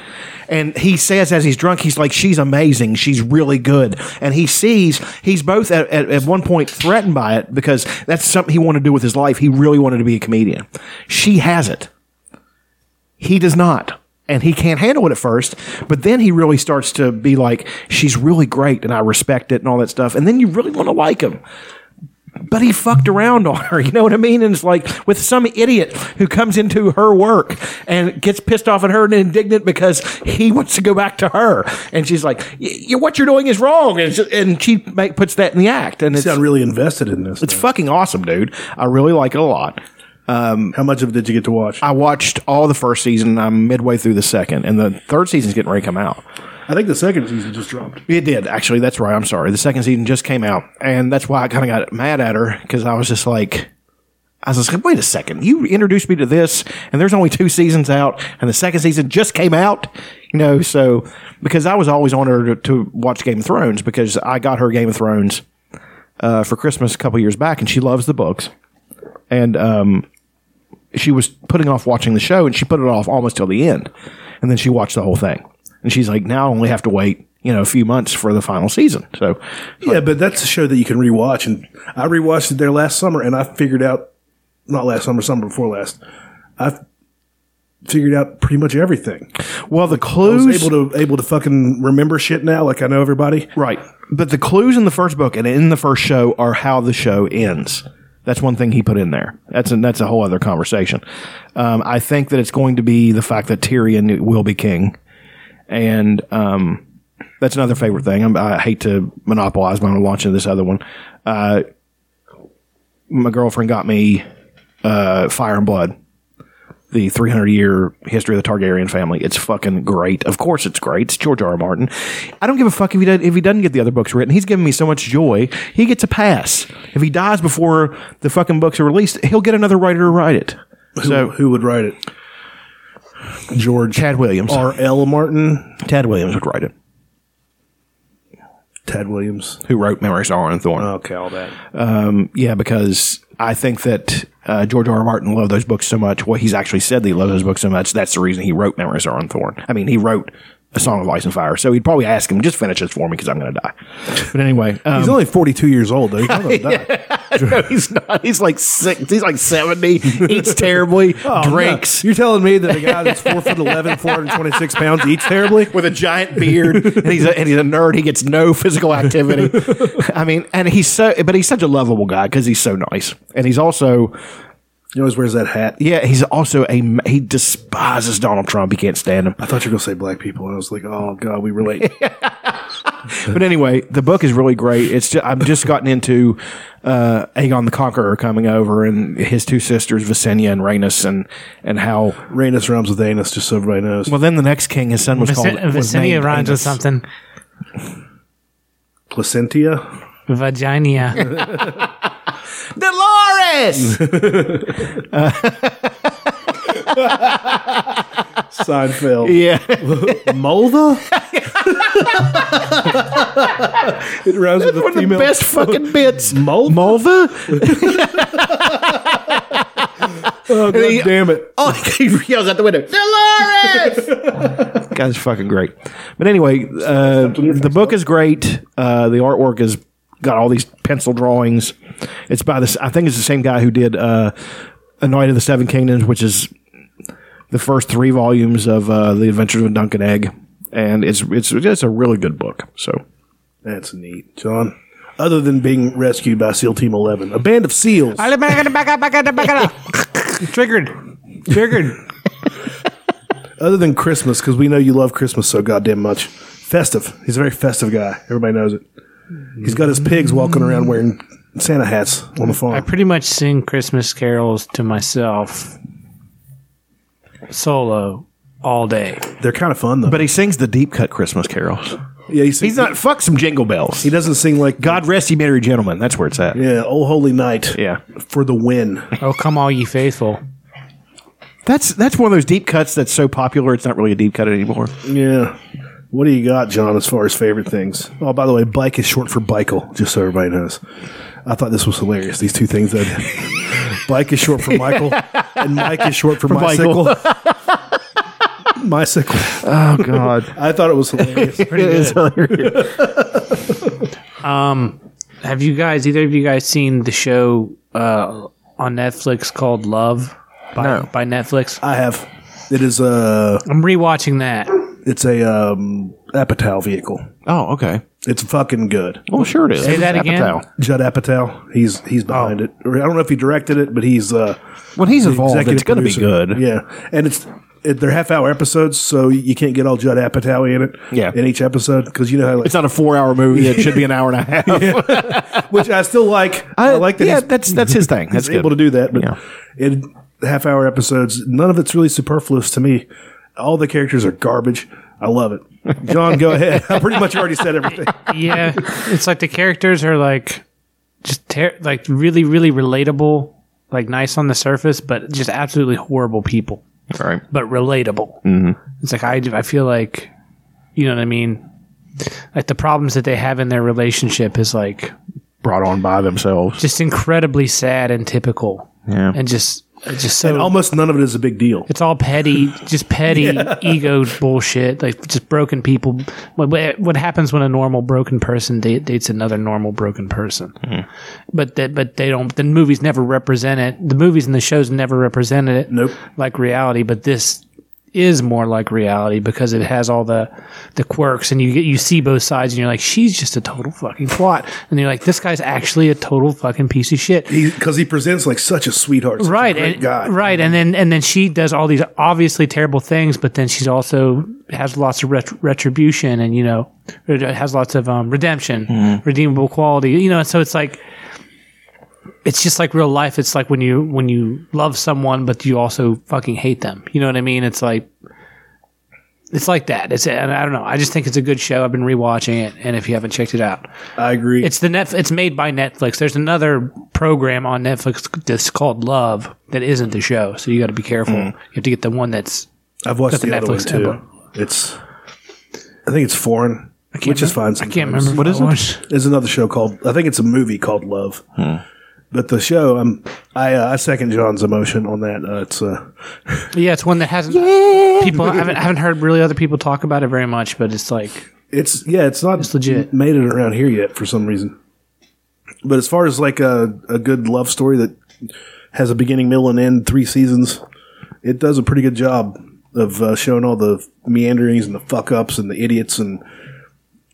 Speaker 3: and he says as he's drunk he's like she's amazing she's really good and he sees he's both at, at, at one point threatened by it because that's something he wanted to do with his life he really wanted to be a comedian she has it he does not. And he can't handle it at first, but then he really starts to be like, she's really great and I respect it and all that stuff. And then you really want to like him. But he fucked around on her, you know what I mean? And it's like with some idiot who comes into her work and gets pissed off at her and indignant because he wants to go back to her. And she's like, y- y- what you're doing is wrong. And, it's- and she make, puts that in the act. And
Speaker 1: you
Speaker 3: it's,
Speaker 1: sound really invested in this.
Speaker 3: it's fucking awesome, dude. I really like it a lot. Um,
Speaker 1: How much of it did you get to watch? I,
Speaker 3: I watched all the first season. I'm midway through the second, and the third season's getting ready to come out.
Speaker 1: think the second season just dropped.
Speaker 3: It did actually. That's right. I'm sorry. The second season just came out, and that's why I kind of got mad at her because I was just like, I was just like, wait a second. You introduced me to this, and there's only two seasons out, and the second season just came out. You know, so because I was always on her to, to watch Game of Thrones because I got her Game of Thrones uh, for Christmas a couple years back, and she loves the books, and um, she was putting off watching the show, and she put it off almost till the end, and then she watched the whole thing, and she's like, now I only have to wait, you know, a few months for the final season. So
Speaker 1: Yeah, but that's a show that you can rewatch. And I rewatched it there last summer, and I figured out not last summer, summer before last. I figured out pretty much everything.
Speaker 3: Well, the
Speaker 1: I
Speaker 3: clues,
Speaker 1: was able to able to fucking remember shit now, like I know everybody.
Speaker 3: right? But the clues in the first book and in the first show are how the show ends. That's one thing he put in there. That's a, that's a whole other conversation. Um, I think that it's going to be the fact that Tyrion will be king, and um, that's another favorite thing. I'm, I hate to monopolize, but I'm launching this other one. Uh, my girlfriend got me uh, Fire and Blood, the 300 year history of the Targaryen family. It's fucking great. Of course, it's great. It's George R. R. Martin. I don't give a fuck if he does, if he doesn't get the other books written. He's given me so much joy. He gets a pass. If he dies before the fucking books are released, he'll get another writer to write it.
Speaker 1: So
Speaker 3: So-
Speaker 1: who would write it? George
Speaker 3: Chad Williams.
Speaker 1: R. L. Martin,
Speaker 3: Tad Williams would write it.
Speaker 1: Tad Williams.
Speaker 3: Who wrote Memories of Iron and Thorn?
Speaker 1: Okay, all that.
Speaker 3: Yeah, because I think that uh, George R. R. Martin loved those books so much. Well, he's actually said that he loved those books so much. That's the reason he wrote Memories of Iron and Thorn. I mean, he wrote A Song of Ice and Fire. So he'd probably ask him, just finish this for me because I'm going to die. But anyway, um,
Speaker 1: He's only 42 years old, though. He's not gonna die.
Speaker 3: no, he's not. He's like six. He's like 70, eats terribly, drinks.
Speaker 1: You're telling me that a guy that's 4 foot 11, 426 pounds eats terribly?
Speaker 3: With a giant beard, and he's a, and he's a nerd. He gets no physical activity. I mean, and he's so, but he's such a lovable guy because he's so nice, and he's also
Speaker 1: He always wears that hat.
Speaker 3: Yeah, he's also a ma- he despises Donald Trump. He can't stand him.
Speaker 1: I thought you were going to say black people. And I was like, oh, God, we relate.
Speaker 3: But anyway, the book is really great. It's just, I've just gotten into uh, Aegon the Conqueror coming over and his two sisters Visenya and Rhaenys and and how
Speaker 1: Rainus rhymes with anus, just so everybody knows.
Speaker 3: well then the next king his son was called
Speaker 2: Vicin-
Speaker 3: was named
Speaker 2: Vicinia rhymes with
Speaker 3: Aenys.
Speaker 2: something.
Speaker 1: Placentia?
Speaker 2: Vaginia.
Speaker 3: Dolores.
Speaker 1: Seinfeld.
Speaker 3: Yeah.
Speaker 1: Mulva? it rhymes with a
Speaker 3: One of the
Speaker 1: female.
Speaker 3: best fucking bits.
Speaker 1: Mulva?
Speaker 3: Mulva?
Speaker 1: Oh, God damn it.
Speaker 3: Oh, he yells out the window, Dolores! Guy's fucking great. But anyway, uh, the book is great. Uh, the artwork is got all these pencil drawings. It's by this, I think it's the same guy who did uh, A Night of the Seven Kingdoms, which is the first three volumes of uh, The Adventures of Duncan Egg. And it's, it's, it's a really good book. So
Speaker 1: That's neat, John. Other than being rescued by SEAL Team 11, a band of SEALs.
Speaker 2: Triggered. Triggered.
Speaker 1: Other than Christmas, because we know you love Christmas so goddamn much. Festive. He's a very festive guy. Everybody knows it. He's got his pigs walking around wearing Santa hats on the
Speaker 2: I
Speaker 1: farm.
Speaker 2: pretty much sing Christmas carols to myself solo all day.
Speaker 1: They're kind of fun, though.
Speaker 3: But he sings the deep cut Christmas carols.
Speaker 1: yeah, he sings,
Speaker 3: He's not, fuck some jingle bells.
Speaker 1: He doesn't sing like
Speaker 3: God rest ye merry gentlemen. That's where it's at.
Speaker 1: Yeah, Oh Holy Night.
Speaker 3: Yeah.
Speaker 1: For the win.
Speaker 2: Oh, come all ye faithful.
Speaker 3: That's that's one of those deep cuts that's so popular it's not really a deep cut anymore.
Speaker 1: yeah. What do you got, John, as far as favorite things? Oh, by the way, bike is short for Bikel, just so everybody knows. I thought this was hilarious, these two things. That bike is short for Michael, and Mike is short for,
Speaker 3: Michael.
Speaker 1: bicycle. Bicycle.
Speaker 3: Oh God,
Speaker 1: I thought it was hilarious.
Speaker 3: it is hilarious.
Speaker 2: Um, Have you guys, either of you guys, seen the show uh, on Netflix called Love by,
Speaker 3: No.
Speaker 2: by Netflix?
Speaker 1: I have. It is a
Speaker 2: I'm rewatching that.
Speaker 1: it's a um, Apatow vehicle.
Speaker 3: Oh okay.
Speaker 1: It's fucking good.
Speaker 3: Well, sure it is.
Speaker 2: Say that
Speaker 3: Apatow.
Speaker 2: again?
Speaker 1: Judd Apatow, he's he's behind it. I don't know if he directed it, but he's uh,
Speaker 3: When he's
Speaker 1: the
Speaker 3: involved,
Speaker 1: executive
Speaker 3: it's going to be
Speaker 1: producer.
Speaker 3: good.
Speaker 1: Yeah, and it's it, they're half hour episodes, so you can't get all Judd Apatow in it.
Speaker 3: Yeah.
Speaker 1: in each episode because you know how like,
Speaker 3: It's not a four-hour movie. It should be an hour and a half. Uh,
Speaker 1: which I still like. I, like that.
Speaker 3: Yeah,
Speaker 1: he's-
Speaker 3: that's that's his thing. That's
Speaker 1: he's able to do that, but
Speaker 3: Yeah.
Speaker 1: in half hour episodes, none of it's really superfluous to me. All the characters are garbage. I love it. John, go ahead. I pretty much already said everything.
Speaker 2: yeah, it's like the characters are like just ter- like really, really relatable, like nice on the surface, but just absolutely horrible people,
Speaker 3: good. All right.
Speaker 2: but relatable. Mm-hmm. It's like I, I feel like, you know what I mean. Like the problems that they have in their relationship is like
Speaker 3: Brought on by themselves.
Speaker 2: just incredibly sad and typical,
Speaker 3: Yeah.
Speaker 2: and just it's just so
Speaker 1: And almost none of it is a big deal.
Speaker 2: it's all petty, just petty ego bullshit. Like just broken people. What- What, what happens when a normal broken person da- dates another normal broken person? But that, but they don't. The movies never represent it. The movies and the shows never represented it.
Speaker 1: Nope.
Speaker 2: Like reality, but this is more like reality because it has all the the quirks and you get you see both sides and you're like she's just a total fucking twat and you're like this guy's actually a total fucking piece of shit
Speaker 1: Because he, presents like such a sweetheart, such a
Speaker 2: right
Speaker 1: great
Speaker 2: and,
Speaker 1: guy.
Speaker 2: right and then and then she does all these obviously terrible things but then she's also has lots of ret- retribution and you know it has lots of um, redemption
Speaker 1: Mm-hmm.
Speaker 2: redeemable quality you know and so it's like it's just like real life it's like when you when you love someone but you also fucking hate them you know what i mean it's like it's like that. It's and I don't know. I just think it's a good show. I've been rewatching it, and if you haven't checked it out,
Speaker 1: I agree.
Speaker 2: it's the net. It's made by Netflix. There's another program on Netflix that's called Love that isn't the show, so you got to be careful. You have to get the one that's.
Speaker 1: I've watched
Speaker 2: got the
Speaker 1: the, other one
Speaker 2: Netflix
Speaker 1: too.
Speaker 2: template.
Speaker 1: It's, I think it's foreign, which is fine.
Speaker 2: I can't remember
Speaker 1: What is
Speaker 2: if I watched-
Speaker 1: it? There's another show called. I think it's a movie called Love. But the show, I'm, I uh, I second John's emotion on that. Uh, it's uh,
Speaker 2: Yeah, it's one that hasn't. People I haven't, I haven't heard really other people talk about it very much, but it's like
Speaker 1: It's yeah, it's not
Speaker 2: legit.
Speaker 1: made it around here yet for some reason. But as far as like a, a good love story that has a beginning, middle, and end, three seasons, it does a pretty good job of uh, showing all the meanderings and the fuck ups and the idiots and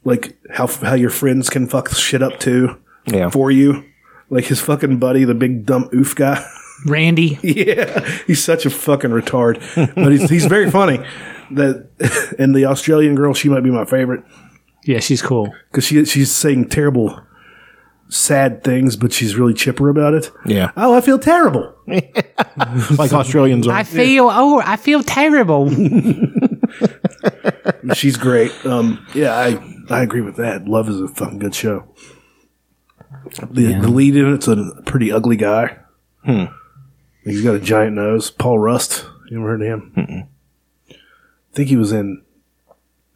Speaker 1: like how how your friends can fuck shit up too
Speaker 3: Yeah.
Speaker 1: for you. Like his fucking buddy, the big dumb oof guy.
Speaker 2: Randy.
Speaker 1: Yeah, he's such a fucking retard, but he's he's very funny. That and the Australian girl, she might be my favorite
Speaker 2: Yeah, she's cool.
Speaker 1: because she she's saying terrible, sad things, but she's really chipper about it.
Speaker 3: Yeah.
Speaker 1: Oh, I feel terrible.
Speaker 3: Like Australians are.
Speaker 2: feel oh, I feel terrible.
Speaker 1: She's great. Um, yeah, I I agree with that. Love is a fucking good show. The, the lead in it's a pretty ugly guy. Hmm. He's got a giant nose. Paul Rust. You ever heard of him? think he was in.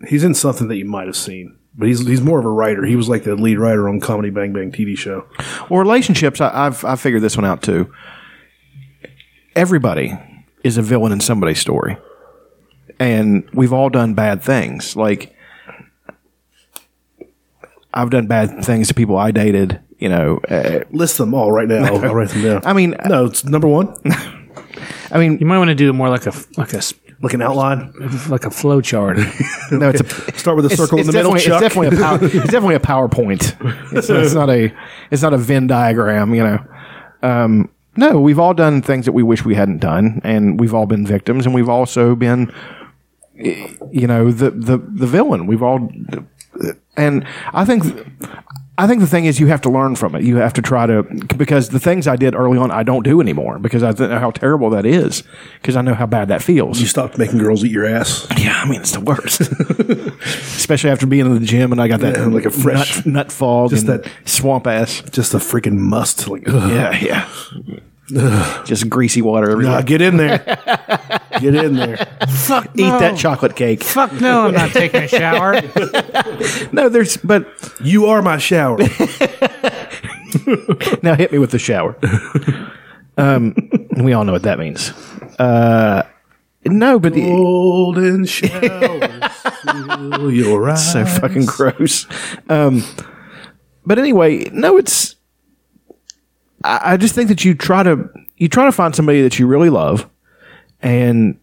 Speaker 1: He's in something that you might have seen, but he's he's more of a writer. He was like the lead writer on Comedy Bang Bang TV show.
Speaker 3: Well, relationships, I, I've I figured this one out too. Everybody is a villain in somebody's story, and we've all done bad things. Like I've done bad things to people I dated. You know, uh,
Speaker 1: List them all right now. I'll, I'll write them down.
Speaker 3: I mean-
Speaker 1: no, it's number one,
Speaker 3: I mean,
Speaker 2: You might want to do more like a like a
Speaker 1: like an outline.
Speaker 2: like a flow chart.
Speaker 3: no, it's a
Speaker 1: Start with a circle in the middle.
Speaker 3: definitely-
Speaker 1: Chuck.
Speaker 3: It's definitely a power, it's definitely a PowerPoint. It's, it's not a it's not a Venn diagram, you know. Um, no, we've all done things that we wish we hadn't done, and we've all been victims, and we've also been, eh, you know, the the the villain. We've all, and I think. I think the thing is, you have to learn from it. You have to try to because the things I did early on, I don't do anymore because I know how terrible that is. Because I know how bad that feels.
Speaker 1: you stopped making girls eat your ass.
Speaker 3: Yeah, I mean it's the worst. Especially after being in the gym and I got that
Speaker 1: Yeah, like a fresh-
Speaker 3: nut, nut fog,
Speaker 1: just
Speaker 3: and
Speaker 1: that-
Speaker 3: swamp ass.
Speaker 1: Just a freaking must. Like, ugh.
Speaker 3: Yeah, yeah. Just greasy water everywhere.
Speaker 1: Nah, get in there. get in there.
Speaker 3: fuck, eat that chocolate cake.
Speaker 2: Fuck no, I'm not taking a shower.
Speaker 3: No, there's but
Speaker 1: You are my shower.
Speaker 3: now hit me with the shower. um, we all know what that means. Uh, no, but
Speaker 1: Golden showers. fill your eyes.
Speaker 3: so fucking gross. Um, but anyway, no, it's. I, I just think that you try to you try to find somebody that you really love, and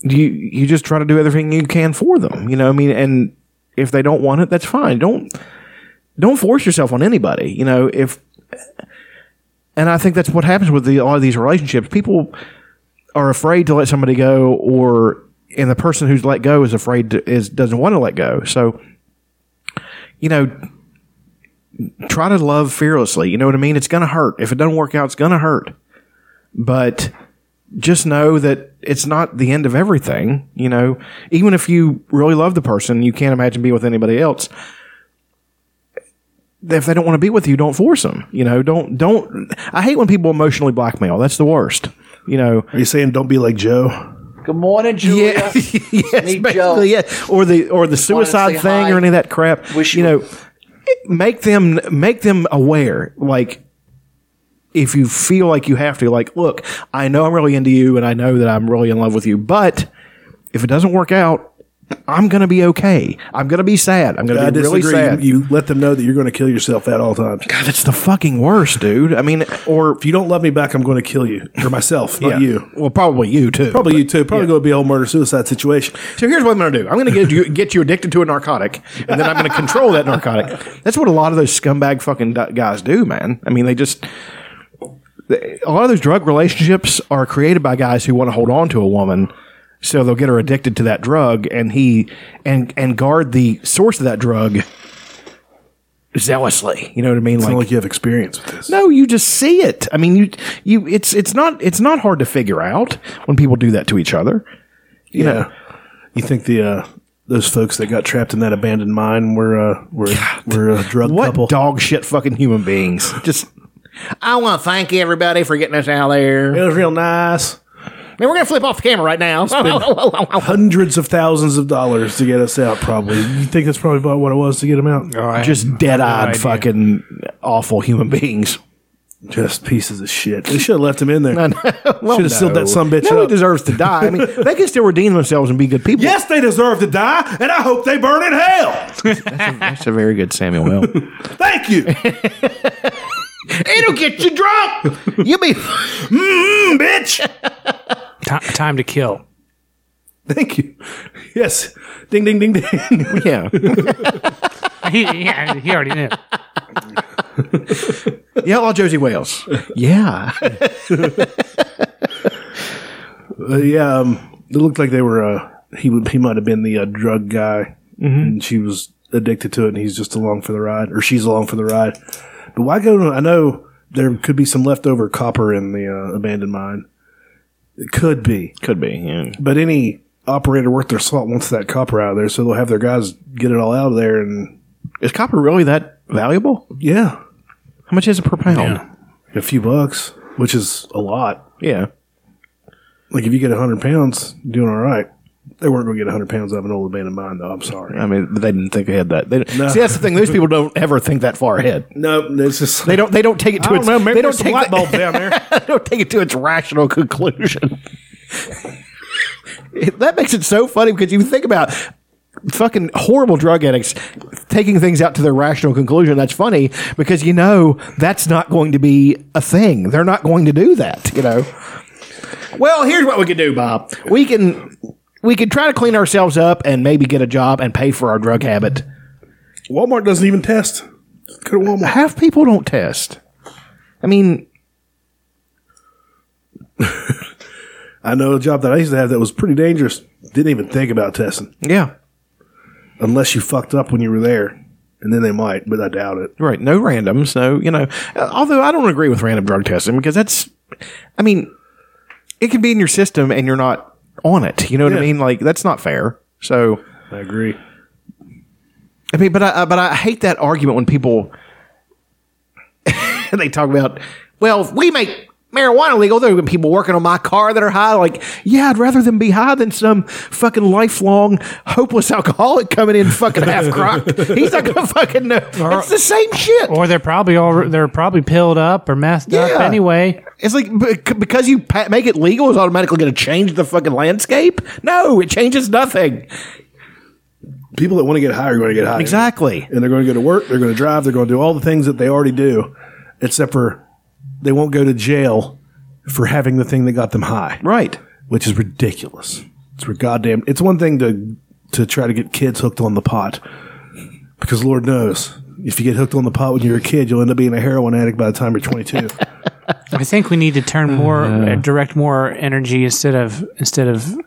Speaker 3: you you just try to do everything you can for them. You know, I mean, and if they don't want it, that's fine. Don't don't force yourself on anybody. You know, if and I think that's what happens with the, a lot of these relationships. People are afraid to let somebody go, or and the person who's let go is afraid to, is doesn't want to let go. So, you know, try to love fearlessly. You know what I mean? It's going to hurt if it doesn't work out. It's going to hurt, but just know that it's not the end of everything. You know, even if you really love the person, you can't imagine being with anybody else if they don't want to be with you, don't force them. You know, don't don't. I hate when people emotionally blackmail. That's the worst. You know,
Speaker 1: Are you saying don't be like Joe?
Speaker 8: Good morning, Julia.
Speaker 3: yeah, yes,
Speaker 8: Need Joe.
Speaker 3: basically, yeah, or the or the suicide
Speaker 8: say
Speaker 3: thing
Speaker 8: hi.
Speaker 3: or any of that crap.
Speaker 8: Wish
Speaker 3: you
Speaker 8: you-
Speaker 3: know, make them make them aware. Like, if you feel like you have to, like, look, I know I'm really into you, and I know that I'm really in love with you, but if it doesn't work out, I'm gonna be okay. I'm gonna be sad. I'm gonna
Speaker 1: I
Speaker 3: be really
Speaker 1: disagree.
Speaker 3: sad.
Speaker 1: You, you let them know that you're going to kill yourself at all times.
Speaker 3: God, that's the fucking worst, dude. I mean, or
Speaker 1: If you don't love me back, I'm going to kill you or myself, not you.
Speaker 3: Well, probably you too.
Speaker 1: Probably you too. Probably going to be a whole murder suicide situation.
Speaker 3: So here's what I'm going to do. I'm going to get you get you addicted to a narcotic, and then I'm going to control that narcotic. That's what a lot of those scumbag fucking du- guys do, man. I mean, they just they- a lot of those drug relationships are created by guys who want to hold on to a woman, so they'll get her addicted to that drug, and he and and guard the source of that drug zealously. You know what I mean?
Speaker 1: It's not like you have experience with this.
Speaker 3: No, you just see it. I mean, you you it's it's not it's not hard to figure out when people do that to each other. You
Speaker 1: Yeah.
Speaker 3: know,
Speaker 1: You think the uh, those folks that got trapped in that abandoned mine were uh, were were a drug
Speaker 3: what
Speaker 1: couple?
Speaker 3: dog shit fucking human beings? Just I want to thank everybody for getting us out there.
Speaker 1: it was real nice.
Speaker 3: And we're gonna flip off the camera right now.
Speaker 1: Hundreds of thousands of dollars to get us out. Probably. You think that's probably about what it was to get them out?
Speaker 3: just dead eyed
Speaker 2: idea.
Speaker 3: fucking awful human beings.
Speaker 1: Just pieces of shit. They should have left him in there.
Speaker 3: Well,
Speaker 1: Should have sealed that son bitch
Speaker 3: Nobody
Speaker 1: up.
Speaker 3: deserves to die. I mean, they can still redeem themselves and be good people.
Speaker 1: Yes, they deserve to die, and I hope they burn in hell.
Speaker 3: that's a very good Samuel. L.
Speaker 1: Thank you.
Speaker 3: It'll get you drunk. You'll be
Speaker 1: Mm, bitch.
Speaker 2: Ti time to kill.
Speaker 1: Thank you. Yes. Ding, ding, ding, ding.
Speaker 3: yeah.
Speaker 2: He, yeah, he already knew.
Speaker 3: Yeah, all Josie Wales. Yeah.
Speaker 1: Uh, yeah, um, it looked like they were. Uh, he would. He might have been the uh, drug guy, and she was addicted to it, and he's just along for the ride, or she's along for the ride. But why go? to- I know there could be some leftover copper in the uh, abandoned mine. It could be,
Speaker 3: Could be. Yeah.
Speaker 1: but any operator worth their salt wants that copper out of there, so they'll have their guys get it all out of there, and
Speaker 3: Is copper really that valuable?
Speaker 1: yeah,
Speaker 3: How much is it per pound?
Speaker 1: a few bucks, which is a lot.
Speaker 3: Yeah.
Speaker 1: Like if you get hundred pounds, you're doing all right. They weren't going to get 100 pounds of an old abandoned mine, though. I'm sorry.
Speaker 3: I mean, they didn't think ahead that. They didn't- See, that's the thing. Those people don't ever think that far ahead.
Speaker 1: no, it's just.
Speaker 3: They don't. They don't take it
Speaker 1: I
Speaker 3: to
Speaker 1: don't
Speaker 3: its.
Speaker 1: know. Maybe
Speaker 3: they don't
Speaker 1: there's some
Speaker 3: take
Speaker 1: light
Speaker 3: the-
Speaker 1: bulb down there.
Speaker 3: they don't take it to its rational conclusion. It- that makes it so funny because you think about fucking horrible drug addicts taking things out to their rational conclusion. That's funny because you know that's not going to be a thing. They're not going to do that. You know. Well, here's what we could do, Bob. We can we could try to clean ourselves up and maybe get a job and pay for our drug habit.
Speaker 1: Walmart doesn't even test. Go to Walmart.
Speaker 3: half people don't test. I mean,
Speaker 1: I know a job that I used to have that was pretty dangerous. Didn't even think about testing
Speaker 3: yeah,
Speaker 1: unless you fucked up when you were there, and then they might, but I doubt it.
Speaker 3: right. No random. So you know, uh, although I don't agree with random drug testing because that's, I mean, it can be in your system and you're not on it. You know what
Speaker 1: Yeah.
Speaker 3: I mean? Like that's not fair. So
Speaker 1: I agree.
Speaker 3: I mean, but I I- but I hate that argument when people they talk about well, if we make marijuana legal. There are people working on my car that are high. Like, yeah, I'd rather them be high than some fucking lifelong hopeless alcoholic coming in fucking half crocked. He's not gonna fucking know. It's the same shit.
Speaker 2: Or they're probably all they're probably pilled up or messed up
Speaker 3: Yeah.
Speaker 2: anyway.
Speaker 3: It's like bec- because you pa- make it legal, it's automatically going to change the fucking landscape. No, it changes nothing.
Speaker 1: People that want to get high are going to get high.
Speaker 3: Exactly.
Speaker 1: And they're going to go to work, they're going to drive, they're going to do all the things that they already do, except for they won't go to jail for having the thing that got them high.
Speaker 3: Right.
Speaker 1: Which is ridiculous. It's re- goddamn. It's one thing to to try to get kids hooked on the pot, because Lord knows if you get hooked on the pot when you're a kid, you'll end up being a heroin addict by the time you're 22.
Speaker 2: I think we need to turn more uh, direct more energy instead of instead of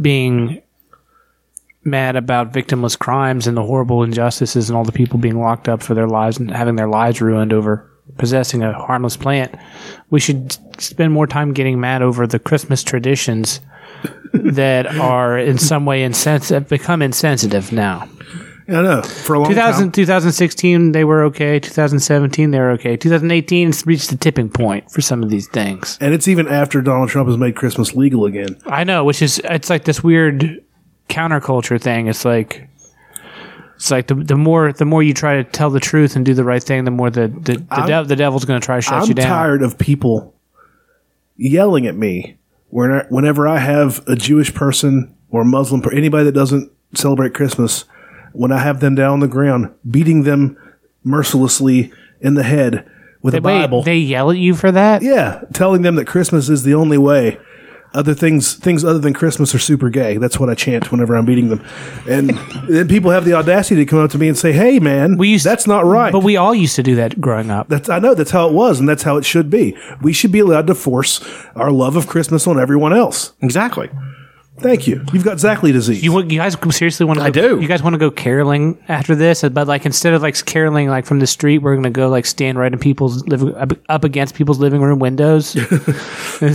Speaker 2: being mad about victimless crimes and the horrible injustices and all the people being locked up for their lives and having their lives ruined over possessing a harmless plant. We should s- spend more time getting mad over the Christmas traditions that are in some way insensitive become insensitive now.
Speaker 1: I know. For a long
Speaker 2: 2000,
Speaker 1: time.
Speaker 2: 2016 they were okay 2017 they were okay 2018 it's reached the tipping point for some of these things
Speaker 1: And it's even after Donald Trump has made Christmas legal again.
Speaker 2: i know which is it's like this weird counterculture thing it's like it's like the, the more the more you try to tell the truth and do the right thing the more the the, the,
Speaker 1: I'm-
Speaker 2: dev, the devil's going to try to shut
Speaker 1: I'm
Speaker 2: you down
Speaker 1: tired of people yelling at me when I- whenever I have a Jewish person or a Muslim per anybody that doesn't celebrate Christmas, when I have them down on the ground, beating them mercilessly in the head with a
Speaker 2: Wait,
Speaker 1: Bible.
Speaker 2: they yell at you for that
Speaker 1: yeah, telling them that Christmas is the only way. Other things, things other than Christmas are super gay. That's what I chant whenever I'm beating them, and then people have the audacity to come up to me and say, "Hey, man,
Speaker 2: We used-
Speaker 1: that's not right."
Speaker 2: but we all used to do that growing up
Speaker 1: That's I know that's how it was, and that's how it should be. We should be allowed to force our love of Christmas on everyone else.
Speaker 3: Exactly.
Speaker 1: Thank you. You've got Zachley disease.
Speaker 2: You, want- you guys seriously want to?
Speaker 3: I do.
Speaker 2: You guys want to go caroling after this? But like instead of like caroling like from the street, we're gonna go like stand right in people's living up, up against people's living room windows.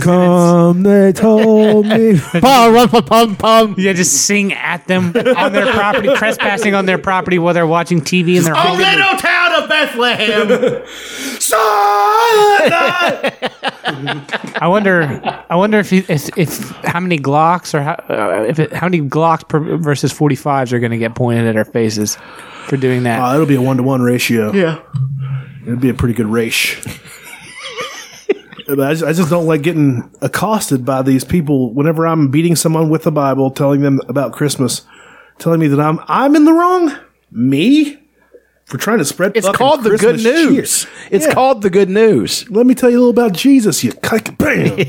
Speaker 1: Come, Um, they told me.
Speaker 3: Pum, rum, pum, pum, pum.
Speaker 2: yeah, just sing at them on their property, trespassing on their property while they're watching TV and they're.
Speaker 3: Oh, little town of Bethlehem. Silent night. uh,
Speaker 2: I wonder. I wonder if you- if, if how many Glocks or how uh, if it, how many Glocks per, versus forty fives are gonna get pointed at our faces for doing that.
Speaker 3: Uh,
Speaker 1: Uh, it'll be a one to one ratio.
Speaker 3: yeah.
Speaker 1: It'll be a pretty good race. But I just, I just don't like getting accosted by these people whenever I'm beating someone with the Bible, telling them about Christmas, telling me that I'm I'm in the wrong. Me for trying to spread.
Speaker 3: It's
Speaker 1: fucking
Speaker 3: called the
Speaker 1: Christmas
Speaker 3: good
Speaker 1: cheer.
Speaker 3: news. It's
Speaker 1: Yeah.
Speaker 3: called the good news.
Speaker 1: Let me tell you a little about Jesus. You kike bam.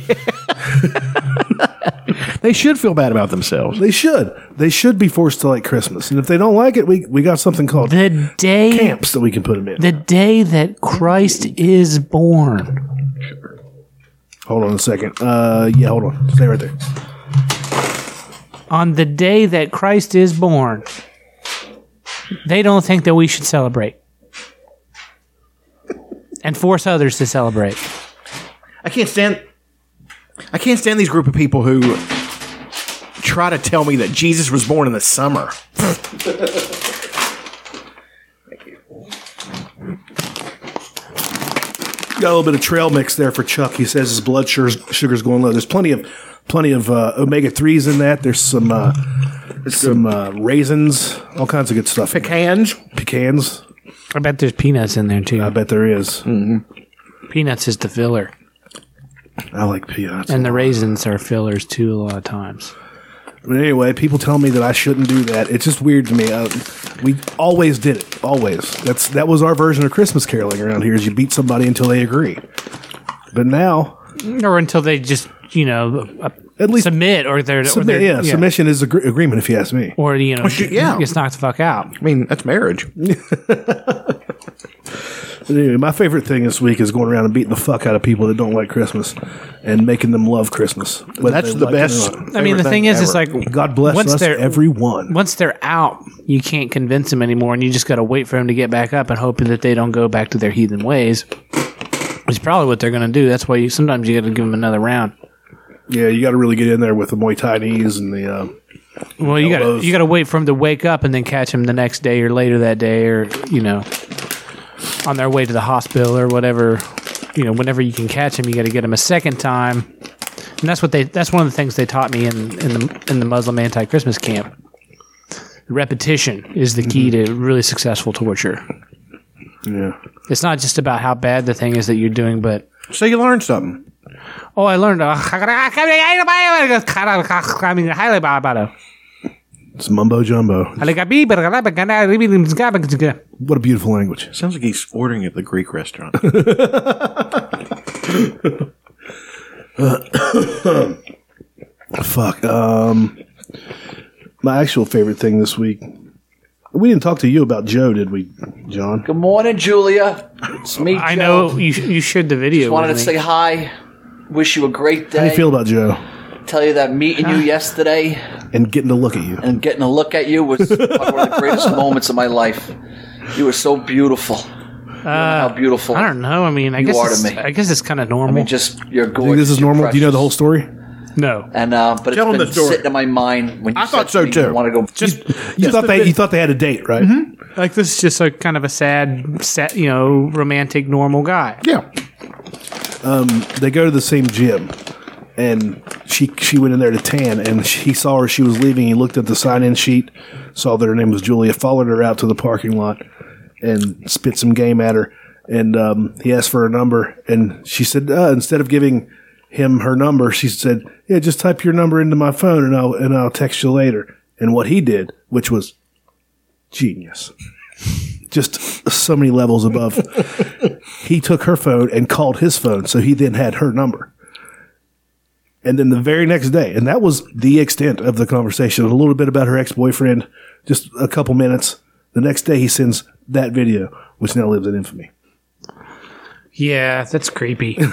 Speaker 3: They should feel bad about themselves.
Speaker 1: They should. They should be forced to like Christmas. And if they don't like it, we, we got something called
Speaker 2: the day
Speaker 1: camps that we can put them in.
Speaker 2: the day that Christ is born.
Speaker 1: hold on a second. Uh, yeah, hold on. Stay right there.
Speaker 2: on the day that Christ is born, they don't think that we should celebrate and force others to celebrate.
Speaker 3: I can't stand. I can't stand these group of people who try to tell me that Jesus was born in the summer.
Speaker 1: Got a little bit of trail mix there for Chuck. He says his blood sugar's, sugar's going low. There's plenty of plenty of uh, omega threes in that. There's some uh, some uh, raisins, all kinds of good stuff. in there.
Speaker 3: Cans.
Speaker 1: Pecans.
Speaker 2: I bet there's peanuts in there too.
Speaker 1: I bet there is.
Speaker 2: Hmm. Peanuts is the filler,
Speaker 1: I like peanuts.
Speaker 2: and the raisins are fillers too. A lot of times.
Speaker 1: But anyway, people tell me that I shouldn't do that. It's just weird to me. Uh, we always did it. Always. That's that was our version of Christmas caroling around here. Is you beat somebody until they agree. But now,
Speaker 2: or until they just you know
Speaker 1: At
Speaker 2: at
Speaker 1: least-
Speaker 2: least submit or they're, or
Speaker 1: submit, yeah,
Speaker 2: they're
Speaker 1: submission is agree- agreement. If you ask me,
Speaker 2: or you know
Speaker 3: shoot, yeah.
Speaker 2: gets knocked the fuck out.
Speaker 3: I mean, that's marriage.
Speaker 1: Anyway, my favorite thing this week is going around and beating the fuck out of people that don't like Christmas and making them love Christmas. whether
Speaker 3: That's
Speaker 1: they
Speaker 3: the
Speaker 1: like it or
Speaker 3: best.
Speaker 1: not.
Speaker 2: I mean the
Speaker 3: favorite
Speaker 2: thing is, it's
Speaker 3: ever.
Speaker 2: like
Speaker 1: God bless
Speaker 2: once
Speaker 1: us,
Speaker 2: they're
Speaker 1: everyone.
Speaker 2: once they're out, you can't convince them anymore, and you just got to wait for them to get back up and hope that they don't go back to their heathen ways. It's probably what they're going to do. That's why you sometimes you got to give them another round.
Speaker 1: Yeah, you got to really get in there with the Muay Thai knees and the. Uh,
Speaker 2: Well, you got to
Speaker 1: Elbows.
Speaker 2: you got to wait for them to wake up and then catch them the next day or later that day or you know on their way to the hospital or whatever. You know, whenever you can catch them, you got to get them a second time. And that's what they that's one of the things they taught me in in the in the Muslim anti Christmas camp. Repetition is the key to really successful torture.
Speaker 1: yeah.
Speaker 2: It's not just about how bad the thing is that you're doing, but
Speaker 3: So you learn something.
Speaker 2: oh, I learned. uh,
Speaker 1: It's mumbo jumbo. What a beautiful language.
Speaker 3: Sounds like he's ordering at the Greek restaurant.
Speaker 1: Fuck. Um, my actual favorite thing this week. We didn't talk to you about Joe, did we, John?
Speaker 8: Good morning, Julia. It's me.
Speaker 2: I
Speaker 8: Joe.
Speaker 2: know you. You shared the video.
Speaker 8: Wanted to
Speaker 2: with me.
Speaker 8: say hi. Wish you a great day.
Speaker 1: How do you feel about Joe?
Speaker 8: Tell you that meeting you yesterday
Speaker 1: And getting to look at you.
Speaker 8: and getting a look at you was probably one of the greatest moments of my life. You were so beautiful. You don't know how beautiful.
Speaker 2: I don't know. I mean, I
Speaker 8: You
Speaker 2: guess
Speaker 8: are to
Speaker 2: it's,
Speaker 8: me.
Speaker 2: I guess it's kind of normal.
Speaker 8: I mean, just you're gorgeous.
Speaker 1: Think this is
Speaker 8: you're
Speaker 1: normal? Do you know the
Speaker 8: precious.
Speaker 1: whole story?
Speaker 2: no,
Speaker 8: And uh, but
Speaker 3: Tell 'em
Speaker 8: it's
Speaker 3: the
Speaker 8: been
Speaker 3: story.
Speaker 8: sitting in my mind when you
Speaker 3: I
Speaker 8: said
Speaker 3: thought
Speaker 8: to
Speaker 3: so,
Speaker 8: me you
Speaker 3: too.
Speaker 8: Want to go?
Speaker 3: Just
Speaker 1: You thought they you thought they had a date, right?
Speaker 2: like this is just a kind of a sad, sad, you know, romantic, normal guy.
Speaker 3: yeah.
Speaker 1: Um, They go to the same gym, and she she went in there to tan, and he saw her. She was leaving. He looked at the sign in sheet, saw that her name was Julia, followed her out to the parking lot, and spit some game at her. And um, he asked for her number, and she said uh, instead of giving him her number, she said, "Yeah, just type your number into my phone, and I'll and I'll text you later." And what he did, which was genius. Just so many levels above. he took her phone and called his phone, so he then had her number. And then the very next day, and that was the extent of the conversation. A little bit about her ex boyfriend, just a couple minutes. The next day, he sends that video, which now lives in infamy.
Speaker 2: Yeah, that's creepy. you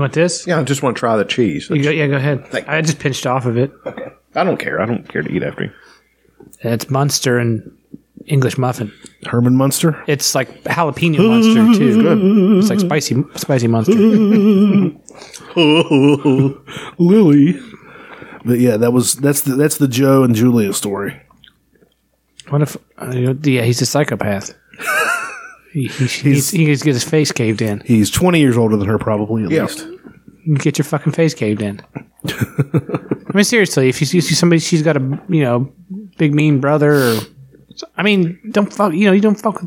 Speaker 2: want this?
Speaker 3: Yeah, I just want to try the cheese.
Speaker 2: You go, yeah, go ahead.
Speaker 3: Thank you.
Speaker 2: I just pinched off of it.
Speaker 3: I don't care. I don't care to eat after you.
Speaker 2: It's Munster and English muffin.
Speaker 1: Herman Munster.
Speaker 2: It's like jalapeno monster too. It's like spicy, spicy monster.
Speaker 1: Lily. But yeah, that was that's the that's the Joe and Julia story.
Speaker 2: What if? Uh, yeah, he's a psychopath. He, he, he's, he needs to get his face caved in.
Speaker 1: He's twenty years older than her, probably at
Speaker 3: Yeah.
Speaker 1: least.
Speaker 2: get your fucking face caved in. I mean, seriously, if you see see somebody, she's got a you know big mean brother. Or, I mean, don't fuck. You know, you don't fuck.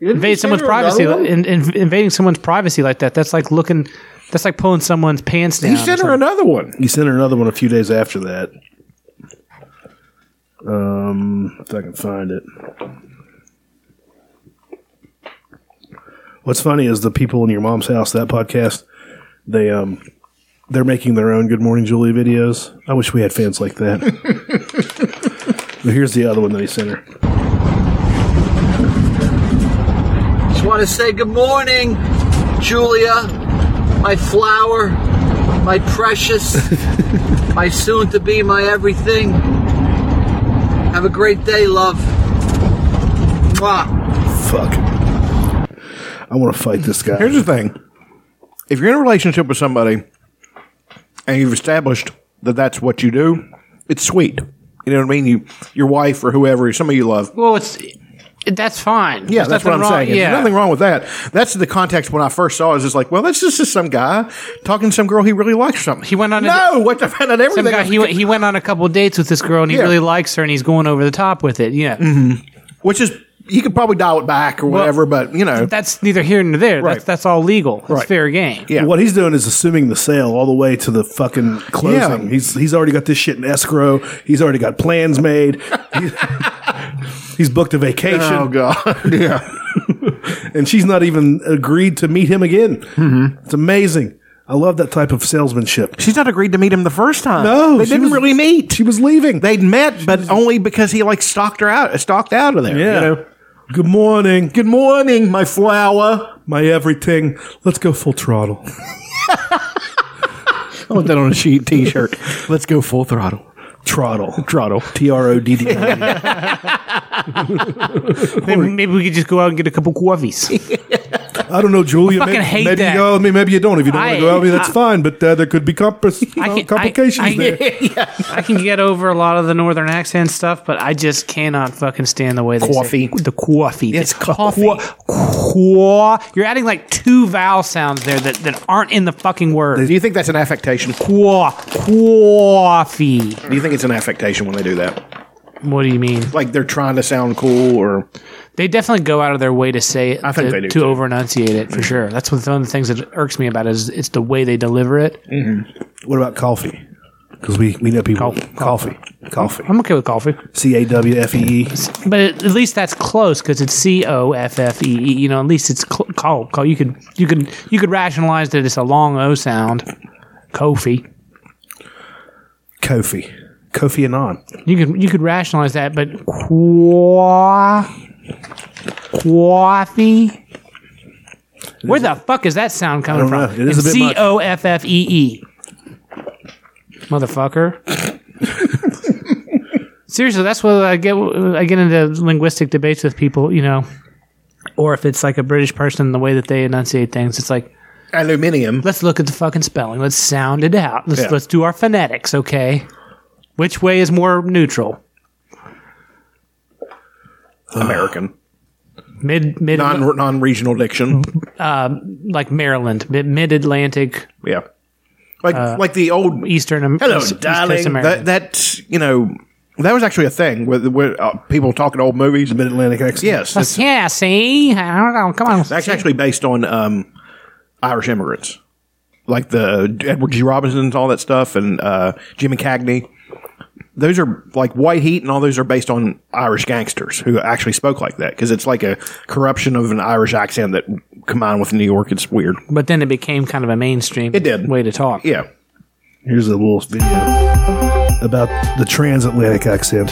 Speaker 2: Invade someone's privacy. In, in, invading someone's privacy like that. That's like looking. That's like pulling someone's pants down.
Speaker 3: He
Speaker 2: or
Speaker 3: sent her
Speaker 2: something.
Speaker 3: another one.
Speaker 1: He sent her another one a few days after that. Um, if I can find it. What's funny is the people in your mom's house. That podcast, they um, they're making their own "Good Morning Julia" videos. I wish we had fans like that. but here's the other one that he sent her.
Speaker 8: Just want to say good morning, Julia, my flower, my precious, my soon to be my everything. Have a great day, love. Mwah.
Speaker 1: Fuck. I want to fight this guy.
Speaker 3: Here's the thing: if you're in a relationship with somebody and you've established that that's what you do, it's sweet. You know what I mean? You, your wife or whoever, somebody you love,
Speaker 2: Well, it's That's fine.
Speaker 3: Yeah,
Speaker 2: There's
Speaker 3: that's what I'm
Speaker 2: nothing wrong-
Speaker 3: saying. There's
Speaker 2: Yeah.
Speaker 3: nothing wrong with that. That's the context when I first saw it. It's just like, well, that's just, just some guy talking to some girl he really likes or something.
Speaker 2: He went on a-
Speaker 3: No, what I found out everything.
Speaker 2: Some guy, he, went- he went on a couple dates with this girl and he
Speaker 3: Yeah. Mm-hmm.
Speaker 2: really likes her and he's going over the top with it. Yeah.
Speaker 3: which is, you could probably dial it back or whatever, but, you know.
Speaker 2: That's neither here nor there.
Speaker 3: Right.
Speaker 2: That's, that's all legal. It's
Speaker 3: Right.
Speaker 2: fair game.
Speaker 3: Yeah.
Speaker 1: What he's doing is assuming the sale all the way to the fucking closing.
Speaker 3: Yeah.
Speaker 1: He's he's already got this shit in escrow. He's already got plans made. He's, he's booked a vacation,
Speaker 3: oh, God. yeah.
Speaker 1: and she's not even agreed to meet him again.
Speaker 3: Mm-hmm.
Speaker 1: It's amazing. I love that type of salesmanship.
Speaker 3: She's not agreed to meet him the first time.
Speaker 1: No,
Speaker 3: They
Speaker 1: she
Speaker 3: didn't
Speaker 1: was-
Speaker 3: really meet.
Speaker 1: She was leaving.
Speaker 3: They'd met, but only because he, like, stalked her out, stalked out of there.
Speaker 1: yeah.
Speaker 3: You know?
Speaker 1: Good morning,
Speaker 3: Good morning, my flower.
Speaker 1: my everything. Let's go full throttle.
Speaker 3: I want that on a sheet t shirt. Let's go full throttle.
Speaker 1: Trottle.
Speaker 3: Throttle.
Speaker 1: T R O D D. L E.
Speaker 2: Maybe, maybe we could just go out and get a couple coffees.
Speaker 1: I don't know, Julia.
Speaker 2: I fucking
Speaker 1: maybe,
Speaker 2: hate
Speaker 1: maybe
Speaker 2: that.
Speaker 1: you go out with me. Maybe you don't. If you don't want
Speaker 2: I-
Speaker 1: to go out with me, that's
Speaker 2: I-
Speaker 1: fine. But uh, there could be compli-
Speaker 2: I can- I-
Speaker 1: complications
Speaker 2: I-
Speaker 1: there.
Speaker 2: I can get over a lot of the northern accent stuff, but I just cannot fucking stand the way they
Speaker 3: Coffee.
Speaker 2: say the coffee.
Speaker 3: It's
Speaker 2: The
Speaker 3: coffee.
Speaker 2: qua- qua- You're adding like two vowel sounds there that, that aren't in the fucking word.
Speaker 3: Do you think that's an affectation?
Speaker 2: Qua, coffee.
Speaker 3: Do you think it's an affectation when they do that?
Speaker 2: What do you mean?
Speaker 3: like they're trying to sound cool or
Speaker 2: They definitely go out of their way to say it.
Speaker 3: I think
Speaker 2: to,
Speaker 3: they do,
Speaker 2: to
Speaker 3: too.
Speaker 2: over enunciate it for sure. That's one of the things that irks me about it is it's the way they deliver it.
Speaker 3: Mm-hmm.
Speaker 1: What about coffee? Because we, we know people. coffee. Coffee.
Speaker 2: I'm okay with coffee,
Speaker 1: C A W F E E.
Speaker 2: but at at least that's close because it's C O F F E E. You know, at least it's cl- call call. You could you could you could rationalize that it's a long O sound. Kofi.
Speaker 1: Kofi. Kofi Annan.
Speaker 2: You could you could rationalize that, but qua coffee. Where the fuck is that sound coming
Speaker 1: I don't
Speaker 2: from?
Speaker 1: know. It is a bit much.
Speaker 2: C O F F E E. Motherfucker. Seriously, that's what I get. I get into linguistic debates with people, you know, or if it's like a British person, the way that they enunciate things, it's like
Speaker 3: aluminium.
Speaker 2: let's look at the fucking spelling. Let's sound it out. Let's
Speaker 3: Yeah.
Speaker 2: let's do our phonetics, okay? Which way is more neutral?
Speaker 1: Uh,
Speaker 3: American
Speaker 2: mid mid
Speaker 3: non non regional diction.
Speaker 1: Mm-hmm.
Speaker 2: like Maryland, mid mid Atlantic,
Speaker 3: Yeah, like like the old
Speaker 2: Eastern Am-
Speaker 3: hello
Speaker 2: Uh, East- East Coast
Speaker 3: darling.
Speaker 2: America.
Speaker 3: That, that's you know that was actually a thing with with uh, people talking old movies.
Speaker 1: Mid Atlantic accent.
Speaker 3: Yes, it's,
Speaker 2: yeah, see, I don't know. Come on,
Speaker 3: that's actually based on um, Irish immigrants, like the Edward G. Robinsons, all that stuff, and uh, Jimmy Cagney. Those are like White Heat, and all those are based on Irish gangsters who actually spoke like that because it's like a corruption of an Irish accent that combined with New York. It's weird.
Speaker 2: but then it became kind of a mainstream.
Speaker 3: It did.
Speaker 2: way to talk.
Speaker 3: Yeah.
Speaker 1: Here's a little video about the transatlantic accent.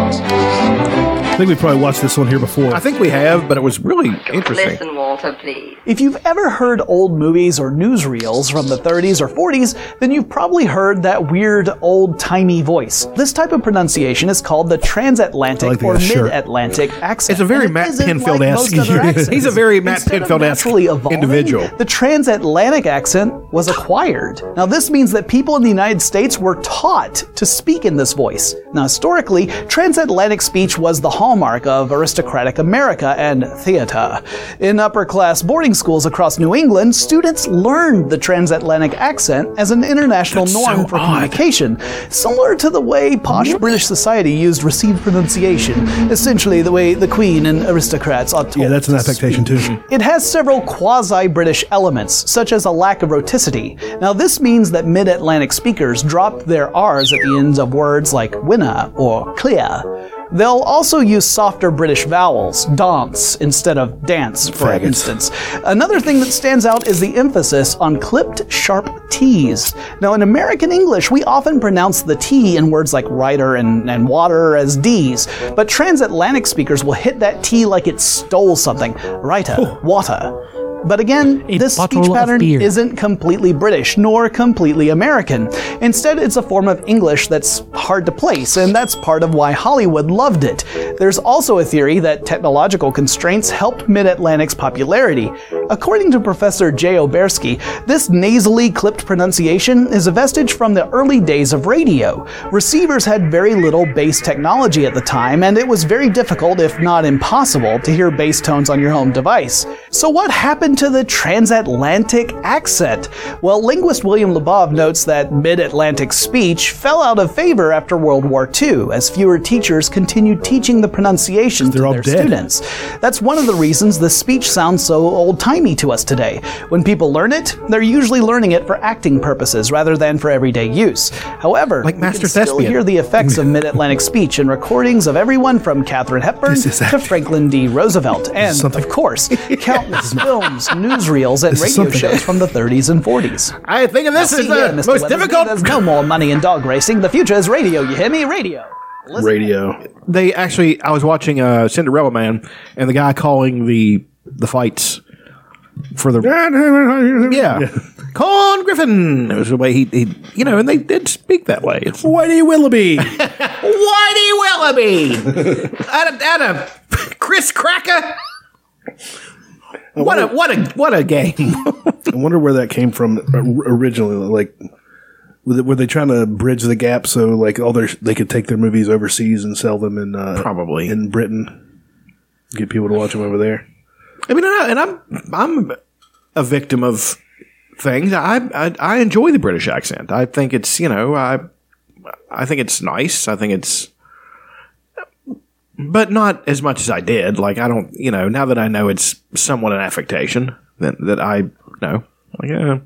Speaker 1: I think we probably watched this one here before.
Speaker 3: I think we have, but it was really interesting.
Speaker 9: Listen, Walter, please.
Speaker 10: If you've ever heard old movies or newsreels from the 30s or 40s, then you've probably heard that weird old timey voice. This type of pronunciation is called the transatlantic
Speaker 1: I like the
Speaker 10: or
Speaker 1: guy's shirt.
Speaker 10: mid-Atlantic accent.
Speaker 3: It's a very
Speaker 10: and it
Speaker 3: Matt
Speaker 10: isn't
Speaker 3: Pinfield-esque.
Speaker 10: most other accents.
Speaker 3: He's a very Matt
Speaker 10: Instead of
Speaker 3: Pinfield-esque
Speaker 10: naturally evolving,
Speaker 3: individual.
Speaker 10: The transatlantic accent was acquired. Now, this means that people in the United States were taught to speak in this voice. Now, historically, transatlantic speech was the hallmark of aristocratic America and theater. In upper class boarding schools across New England, students learned the transatlantic accent as an international norm for communication, similar to the way posh British society used received pronunciation, essentially the way the Queen and aristocrats ought to
Speaker 1: yeah, that's an affectation too.
Speaker 10: it has several quasi British elements, such as a lack of roticity. Now, this means that mid Atlantic speakers drop their R's at the ends of words like winner or clear. They'll also use softer British vowels, dance instead of dance, for
Speaker 1: Faggots.
Speaker 10: instance. Another thing that stands out is the emphasis on clipped, sharp T's. Now, in American English, we often pronounce the T in words like rider and, and water as D's, but transatlantic speakers will hit that T like it stole something. Rider, water. But again,
Speaker 2: A
Speaker 10: this
Speaker 2: bottle
Speaker 10: speech
Speaker 2: of
Speaker 10: pattern
Speaker 2: beer.
Speaker 10: isn't completely British nor completely American. Instead, it's a form of English that's hard to place, and that's part of why Hollywood loved it. There's also a theory that technological constraints helped Mid Atlantic's popularity. According to Professor Jay Obersky, this nasally clipped pronunciation is a vestige from the early days of radio. Receivers had very little bass technology at the time, and it was very difficult, if not impossible, to hear bass tones on your home device. So, what happened to the transatlantic accent? Well, linguist William Labov notes that mid Atlantic speech fell out of favor after World War II, as fewer teachers continued teaching the pronunciation to
Speaker 1: all
Speaker 10: their
Speaker 1: dead.
Speaker 10: students sense. That's one of the reasons the speech sounds so old timey to us today. When people learn it, they're usually learning it for acting purposes rather than for everyday use. However,
Speaker 3: Like
Speaker 10: we
Speaker 3: Master
Speaker 10: can still
Speaker 3: Thespian.
Speaker 10: hear the effects of mid Atlantic speech in recordings of everyone from Katharine Hepburn
Speaker 1: This is
Speaker 10: to
Speaker 1: acting.
Speaker 10: Franklin D. Roosevelt, and,
Speaker 1: something.
Speaker 10: of course, countless films, newsreels, and
Speaker 1: This is
Speaker 10: radio
Speaker 1: something.
Speaker 10: shows from the 30s and 40s.
Speaker 3: I think of this
Speaker 10: See ya, Mr. Weathersby. There's no more money in dog racing. The future is radio, you hear me? Radio.
Speaker 9: radio.
Speaker 3: They actually, I was watching uh, Cinderella Man, and the guy calling the the fights for the yeah, Con Griffin. It was the way he, he, you know, and they did speak that way. It's
Speaker 1: Whitey Willoughby.
Speaker 3: Whitey Willoughby out of out of Chris Cracker. What a what a what a game!
Speaker 1: I wonder where that came from or- originally. Like, were they- were they trying to bridge the gap so like all their they could take their movies overseas and sell them in uh,
Speaker 3: Probably.
Speaker 1: in Britain, get people to watch them over there.
Speaker 3: I mean, and, I, and I'm I'm a victim of things. I, I I enjoy the British accent. I think it's you know I I think it's nice. I think it's but not as much as I did. Like I don't you know now that I know it's somewhat an affectation that that I know like yeah.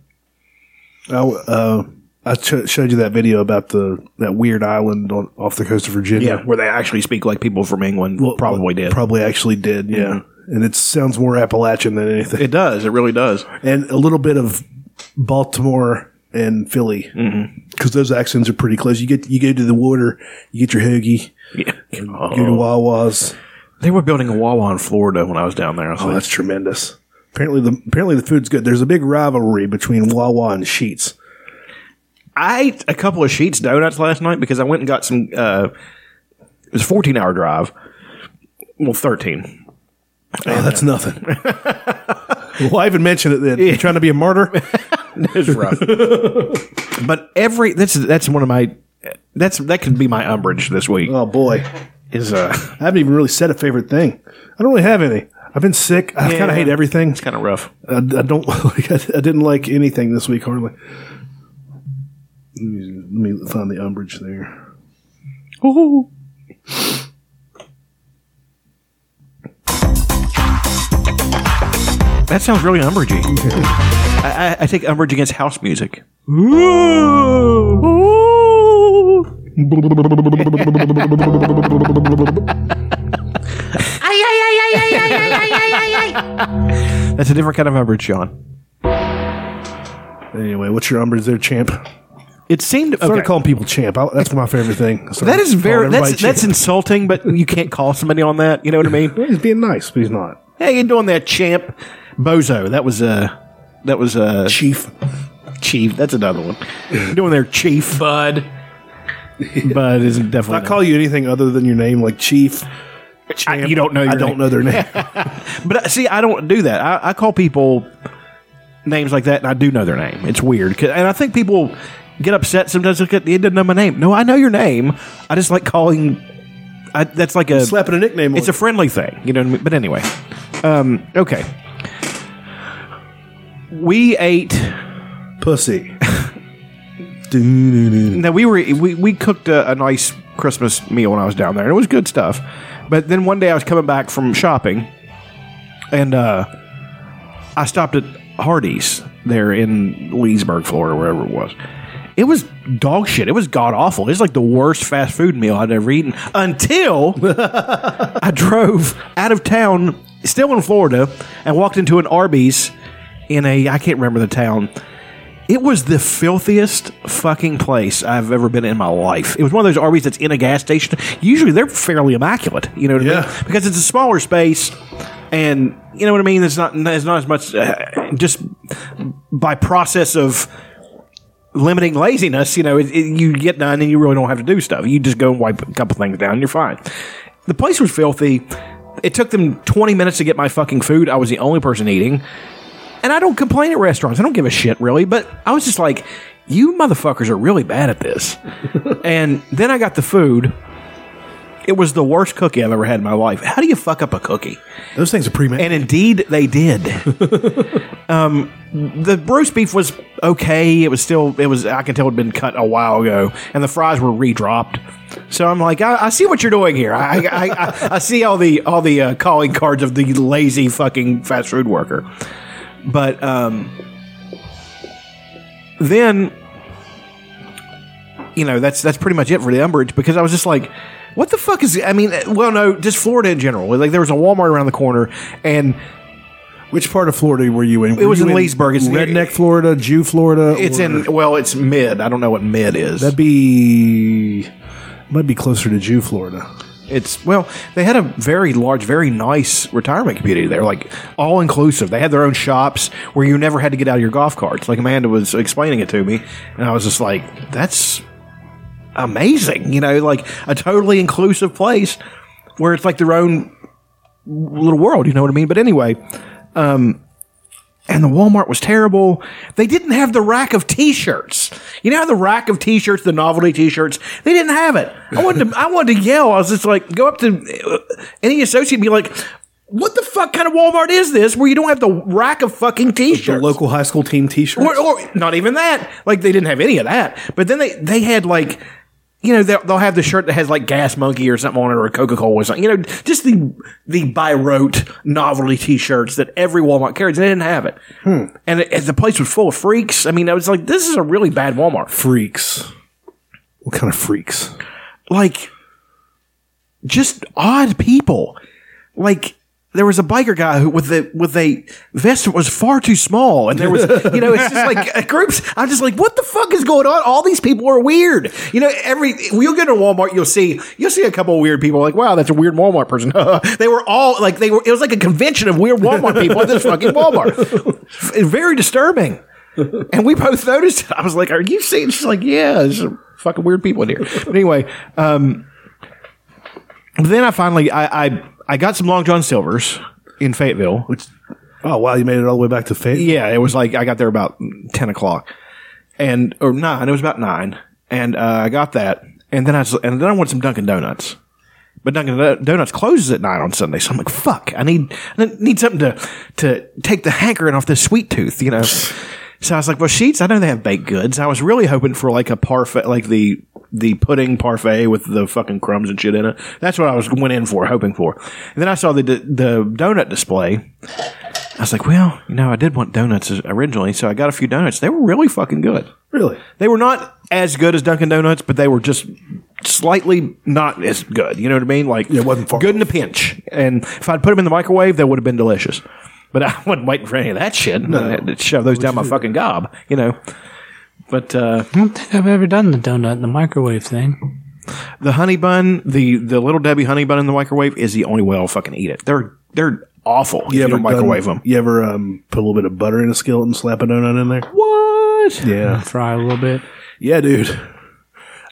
Speaker 1: I w- uh, I ch- showed you that video about the that weird island on, off the coast of Virginia.
Speaker 3: where they actually speak like people from England probably did. Mm-hmm.
Speaker 1: Probably actually did. Yeah. And it sounds more Appalachian than anything.
Speaker 3: it does. It really does.
Speaker 1: and a little bit of Baltimore and Philly because
Speaker 3: Mm-hmm.
Speaker 1: those accents are pretty close. You get you go to the water, you get your hoagie,
Speaker 3: Yeah.
Speaker 1: you go to Wawa's.
Speaker 3: They were building a Wawa in Florida when I was down there. I was
Speaker 1: Oh,
Speaker 3: like,
Speaker 1: that's tremendous. Apparently the apparently the food's good. There's a big rivalry between Wawa and Sheets.
Speaker 3: I ate a couple of sheets donuts last night because I went and got some. Uh, it was a fourteen hour drive. Well, thirteen.
Speaker 1: Oh, that's nothing. well, I even mentioned it then. You trying to be a martyr?
Speaker 3: It was rough. but every that's that's one of my that's that could be my umbrage this week
Speaker 1: Oh boy,
Speaker 3: is uh
Speaker 1: I haven't even really said a favorite thing. I don't really have any. I've been sick. I kind of hate everything.
Speaker 3: kind of rough.
Speaker 1: I, I don't. Like, I, I didn't like anything this week hardly. Let me, let me find the umbrage there.
Speaker 3: That sounds really umbragey. I, I, I take umbrage against house music. That's a different kind of umbrage, John.
Speaker 1: Anyway, what's your umbrage there, champ?
Speaker 3: It seemed
Speaker 1: Started
Speaker 3: okay.
Speaker 1: calling people champ. I, that's my favorite thing. I started
Speaker 3: That is
Speaker 1: calling
Speaker 3: very
Speaker 1: everybody
Speaker 3: that's that's
Speaker 1: champ.
Speaker 3: insulting, but you can't call somebody on that. You know what I mean?
Speaker 1: he's being nice, but he's not
Speaker 3: hey, you doing that, champ? Bozo. That was uh that was uh
Speaker 1: chief.
Speaker 3: chief. That's another one. You doing there, chief?
Speaker 2: Bud.
Speaker 3: But it's
Speaker 1: I
Speaker 3: definitely.
Speaker 1: call you anything other than your name, like chief.
Speaker 3: I, you don't know.
Speaker 1: I
Speaker 3: your
Speaker 1: don't
Speaker 3: name.
Speaker 1: know their name.
Speaker 3: But uh, see, I don't do that. I, I call people names like that, and I do know their name. It's weird, 'Cause- and I think people get upset sometimes. Look at, they didn't know my name. No, I know your name. I just like calling. I, that's like a
Speaker 1: Slapping a nickname.
Speaker 3: It's
Speaker 1: on
Speaker 3: a friendly thing, you know. What I mean? But anyway, um, okay. We ate.
Speaker 1: a pussy.
Speaker 3: Now we were we, we cooked a, a nice Christmas meal when I was down there, and it was good stuff. But then one day I was coming back from shopping, and uh, I stopped at Hardee's there in Leesburg, Florida, wherever it was. It was dog shit. It was god awful. It's like the worst fast food meal I'd ever eaten until I drove out of town, still in Florida, and walked into an Arby's in a I can't remember the town. It was the filthiest fucking place I've ever been in my life. It was one of those Arby's that's in a gas station. Usually they're fairly immaculate, you know what I
Speaker 1: Yeah.
Speaker 3: mean? Because it's a smaller space, and you know what I mean. It's not it's not as much uh, just by process of limiting laziness, you know, it, it- you get done and you really don't have to do stuff. You just go and wipe a couple things down and you're fine. The place was filthy. It took them 20 minutes to get my fucking food. I was the only person eating. And I don't complain at restaurants. I don't give a shit really. But I was just like, you motherfuckers are really bad at this. and then I got the food. It was the worst cookie I've ever had in my life. How do you fuck up a cookie?
Speaker 1: Those things are pre-made.
Speaker 3: And indeed, they did. um, the roast beef was okay. It was still, it was, I can tell it had been cut a while ago. And the fries were redropped. So I'm like, I, I see what you're doing here. I, I, I, I see all the, all the uh, calling cards of the lazy fucking fast food worker. But um, then, you know, that's that's pretty much it for the umbrage because I was just like, what the fuck is? I mean, well, no, just Florida in general. Like there was a Walmart around the corner, and
Speaker 1: Which part of Florida were you in? Were
Speaker 3: was
Speaker 1: you
Speaker 3: in Leesburg. It's near-
Speaker 1: redneck Florida, Jew Florida.
Speaker 3: it's
Speaker 1: or-
Speaker 3: in well, it's mid. I don't know what mid is.
Speaker 1: That'd be might be closer to Jew Florida.
Speaker 3: it's well, they had a very large, very nice retirement community there, like all inclusive. They had their own shops where you never had to get out of your golf carts. Like Amanda was explaining it to me, and I was just like, that's amazing, you know, like a totally inclusive place where it's like their own little world, you know what I mean? But anyway, um, and the Walmart was terrible. They didn't have the rack of T-shirts. You know how the rack of T-shirts, the novelty T-shirts, they didn't have it. I wanted to, I wanted to yell. I was just like, go up to uh, any associate, and be like, "What the fuck kind of Walmart is this? Where you don't have the rack of fucking T-shirts?"
Speaker 1: The local high school team T-shirt.
Speaker 3: or, or not even that. Like they didn't have any of that. But then they they had like. You know they'll, they'll have the shirt that has like Gas Monkey or something on it, or Coca Cola or something. You know, just the the by rote novelty T shirts that every Walmart carries. and They didn't have it, and it, and the place was full of freaks. I mean, I was like, this is a really bad Walmart.
Speaker 1: freaks. What kind of freaks?
Speaker 3: Like, just odd people. Like there was a biker guy who with the with a vest that was far too small, and there was you know it's just like uh, groups. I'm just like, what the fuck is going on? All these people are weird. You know, every you'll get to Walmart, you'll see you'll see a couple of weird people. Like, wow, that's a weird Walmart person. they were all like they were. It was like a convention of weird Walmart people at this fucking Walmart. F- Very disturbing. And we both noticed. it. I was like, "Are you seeing?" She's like, "Yeah, there's some fucking weird people in here." But anyway, um, but then I finally I, I I got some Long John Silvers in Fayetteville. Which
Speaker 1: Oh wow, you made it all the way back to Fate.
Speaker 3: yeah, it was like I got there about ten o'clock, and or nine. It was about nine, and uh, I got that, and then I s- and then I wanted some Dunkin' Donuts. But Dunkin' Do- Donuts closes at nine on Sunday, so I'm like, "Fuck! I need I need something to to take the hankering off this sweet tooth," you know. so I was like, "Well, sheets. I know they have baked goods. I was really hoping for like a parfait, like the the pudding parfait with the fucking crumbs and shit in it. That's what I was went in for, hoping for. And then I saw the the donut display, I was like, well, you know, I did want donuts originally, so I got a few donuts. They were really fucking good.
Speaker 1: Really?
Speaker 3: They were not as good as Dunkin' Donuts, but they were just slightly not as good. You know what I mean? Like,
Speaker 1: it wasn't far
Speaker 3: good in a pinch. And if I'd put them in the microwave, they would have been delicious. But I wasn't waiting for any of that shit. I had to shove those down my fucking gob, you know. But uh,
Speaker 2: I don't think I've ever done the donut in the microwave thing.
Speaker 3: the honey bun, the the little Debbie honey bun in the microwave is the only way I'll fucking eat it. They're they're awful. if You, don't
Speaker 1: done-
Speaker 3: microwave them.
Speaker 1: You ever um, put a little bit of butter in a skillet and slap a donut in there?
Speaker 3: What?
Speaker 1: Yeah,
Speaker 2: Fry a little bit,
Speaker 1: yeah, dude.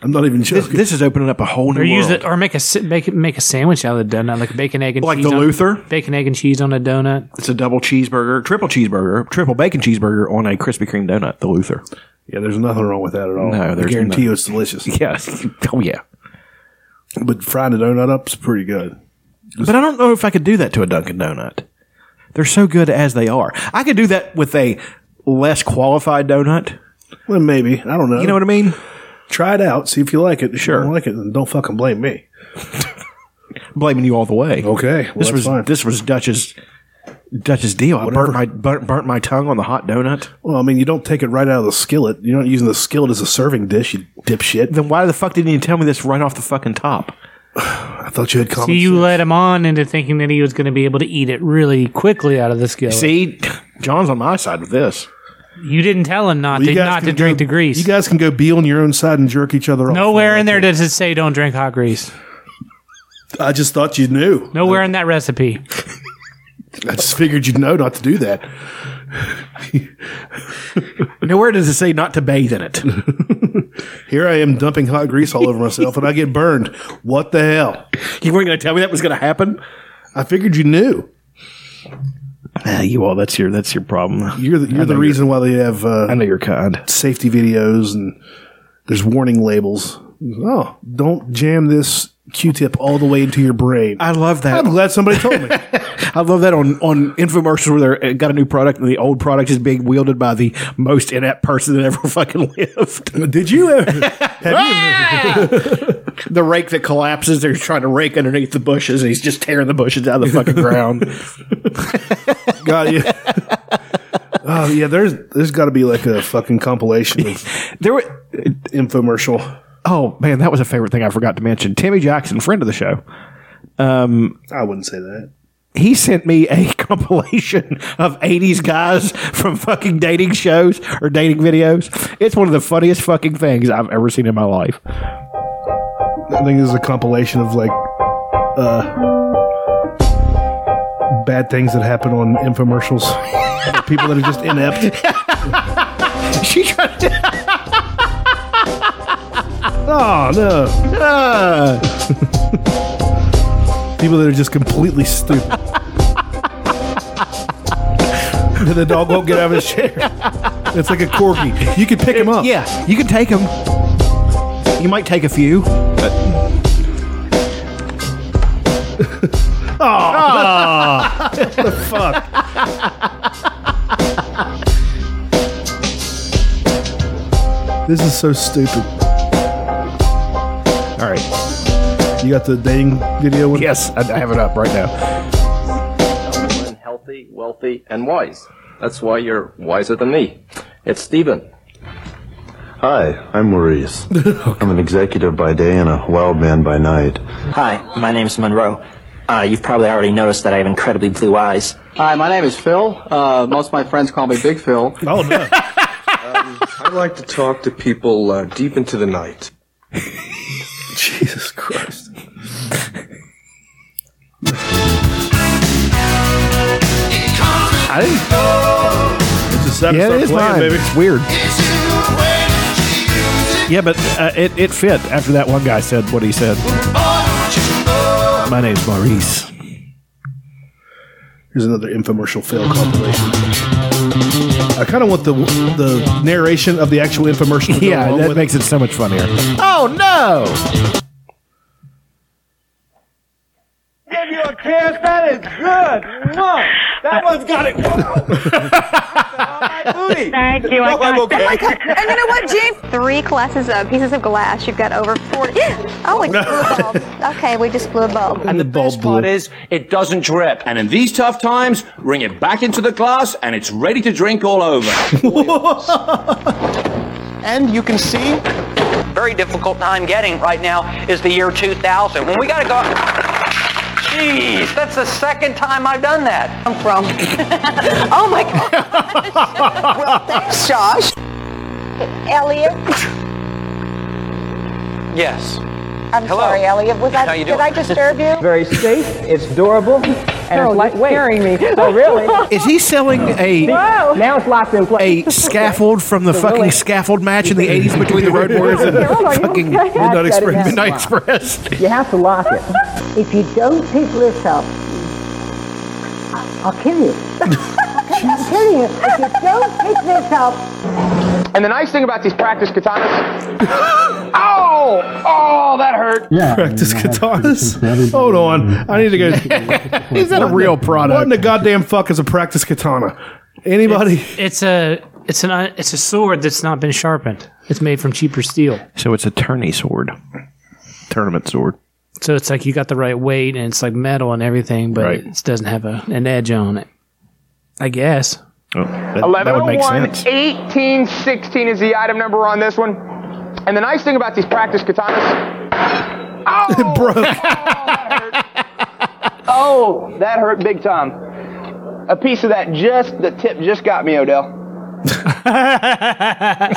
Speaker 1: I'm not even
Speaker 3: This,
Speaker 1: joking.
Speaker 3: this is opening up a whole new
Speaker 2: or use
Speaker 3: world.
Speaker 2: it, or make a si- make make a sandwich out of the donut, like a bacon egg and
Speaker 3: Like
Speaker 2: cheese
Speaker 3: the
Speaker 2: on-
Speaker 3: Luther?
Speaker 2: bacon egg and cheese on a donut.
Speaker 3: It's a double cheeseburger, triple cheeseburger, triple bacon cheeseburger on a Krispy Kreme donut, the Luther.
Speaker 1: yeah, there's nothing wrong with that at all.
Speaker 3: No,
Speaker 1: I
Speaker 3: there's
Speaker 1: guarantee
Speaker 3: not.
Speaker 1: you it's delicious.
Speaker 3: Yes. Oh, yeah.
Speaker 1: But frying a donut up's pretty good.
Speaker 3: But I don't know if I could do that to a Dunkin' Donut. They're so good as they are. I could do that with a less qualified donut.
Speaker 1: Well, maybe I don't know.
Speaker 3: You know what I mean?
Speaker 1: Try it out, see if you like it. If you
Speaker 3: Sure.
Speaker 1: don't like it, then don't fucking blame me.
Speaker 3: Blaming you all the way.
Speaker 1: Okay, well,
Speaker 3: this
Speaker 1: Oh, that's
Speaker 3: was
Speaker 1: fine.
Speaker 3: this was Dutch's Dutch's deal. I burnt my burnt, burnt my tongue on the hot donut.
Speaker 1: Well, I mean, you don't take it right out of the skillet. You're not using the skillet as a serving dish, you dipshit.
Speaker 3: Then why the fuck didn't you tell me this right off the fucking top?
Speaker 1: I thought you had common
Speaker 2: So you
Speaker 1: sense.
Speaker 2: led him on into thinking that he was going to be able to eat it really quickly out of the skillet.
Speaker 3: See, John's on my side with this.
Speaker 2: you didn't tell him not to
Speaker 1: You guys
Speaker 2: not to
Speaker 1: can
Speaker 2: drink
Speaker 1: go-
Speaker 2: the grease.
Speaker 1: You guys can go be on your own side and jerk each other off.
Speaker 2: Nowhere in there does it say don't drink hot grease.
Speaker 1: I just thought you knew.
Speaker 2: Nowhere in that recipe.
Speaker 1: I just figured you'd know not to do that.
Speaker 3: Nowhere does it say not to bathe in it.
Speaker 1: Here I am dumping hot grease all over myself and I get burned. What the hell?
Speaker 3: you weren't going to tell me that was going to happen.
Speaker 1: I figured you knew.
Speaker 3: Ah, you all, that's your that's your problem.
Speaker 1: You're the, you're the reason why they have
Speaker 3: I
Speaker 1: uh,
Speaker 3: know you're kind.
Speaker 1: safety videos and there's warning labels. Oh, don't jam this Q-tip all the way into your brain.
Speaker 3: I love that.
Speaker 1: I'm glad somebody told me.
Speaker 3: I love that on on infomercials where they got a new product and the old product is being wielded by the most inept person that ever fucking lived.
Speaker 1: Did you? Ever,
Speaker 3: the rake that collapses, they're trying to rake underneath the bushes, and he's just tearing the bushes out of the fucking ground.
Speaker 1: got you. Oh yeah, there's there's got to be like a fucking compilation of
Speaker 3: There were,
Speaker 1: infomercial.
Speaker 3: oh man, that was a favorite thing I forgot to mention. Timmy Jackson, friend of the show, um,
Speaker 1: I wouldn't say that.
Speaker 3: he sent me a compilation of 80s guys from fucking dating shows or dating videos. It's one of the funniest fucking things I've ever seen in my life.
Speaker 1: I think there's a compilation of like uh, bad things that happen on infomercials. People that are just inept.
Speaker 3: She tried to.
Speaker 1: Oh no!
Speaker 3: Ah.
Speaker 1: People that are just completely stupid. the dog won't get out of his chair. It's like a corgi. You can pick him up.
Speaker 3: yeah, you can take them. You might take a few.
Speaker 1: This is so stupid.
Speaker 3: All right.
Speaker 1: You got the dating video one.
Speaker 3: Yes, I I have it up right now.
Speaker 9: and healthy, wealthy, and wise. That's why you're wiser than me. It's Stephen.
Speaker 4: Hi, I'm Maurice. I'm an executive by day and a wild man by night.
Speaker 9: Hi, my name's Monroe. Uh, you've probably already noticed that I have incredibly blue eyes. Hi, my name is Phil. Uh, most of my friends call me Big Phil.
Speaker 1: Oh no!
Speaker 4: I like to talk to people uh, deep into the night.
Speaker 1: Jesus Christ!
Speaker 3: I didn't,
Speaker 1: Just have to
Speaker 3: yeah,
Speaker 1: start
Speaker 3: it is
Speaker 1: playing,
Speaker 3: mine.
Speaker 1: baby.
Speaker 3: It's weird. Yeah, but uh, it, it fit after that one guy said what he said. My name's Maurice.
Speaker 1: Here's another infomercial fail compilation. I kind of want the the narration of the actual infomercial. To go
Speaker 3: Yeah,
Speaker 1: along
Speaker 3: that
Speaker 1: with
Speaker 3: makes it so much funnier. Oh no!
Speaker 5: Give you a kiss. That is good. Mwah. That one's got it. Thank you. I am okay.
Speaker 7: And you know what, Gene? Three classes of pieces of glass. You've got over 40. oh, it blew a bulb. Okay, we just blew a bulb.
Speaker 9: And the best part is, it doesn't drip. And in these tough times, bring it back into the glass, and it's ready to drink all over.
Speaker 8: And you can see, very difficult time getting right now is the year 2000. When we got to go. Jeez, that's the second time I've done that. I'm from.
Speaker 7: Oh, my God. well, thanks, Josh. Elliot.
Speaker 8: Yes.
Speaker 7: I'm
Speaker 8: Hello.
Speaker 7: sorry, Elliot. Was I,
Speaker 8: How you
Speaker 7: did I
Speaker 8: doing?
Speaker 7: disturb you?
Speaker 8: Very safe. It's durable. And it's lightweight. Carrying me. Oh, really?
Speaker 3: Is he selling a
Speaker 8: Now it's locked in place.
Speaker 3: a scaffold from the fucking scaffold match in the eighties between the Road Warriors and fucking
Speaker 1: Midnight Express.
Speaker 3: Midnight Express?
Speaker 8: You have to lock it.
Speaker 7: If you don't pick this up, I'll kill you. I'll kill you if you don't pick this up.
Speaker 8: And the nice thing about these practice katanas. oh! Oh, that hurt.
Speaker 1: practice katanas. Hold on, I need to go. is that
Speaker 3: a real product?
Speaker 1: What in the goddamn fuck is a practice katana? Anybody?
Speaker 2: It's a it's an it's a sword that's not been sharpened. It's made from cheaper steel,
Speaker 3: So it's a tourney sword, tournament sword.
Speaker 2: so it's like you got the right weight and it's like metal and everything, but
Speaker 3: Right.
Speaker 2: it doesn't have a, an edge on it. I guess.
Speaker 3: Oh, that, that would make sense.
Speaker 8: 1816 is the item number on this one. And the nice thing about these practice katanas. Oh!
Speaker 1: Broke.
Speaker 8: oh, that hurt big time. A piece of that just, the tip just got me, Odell.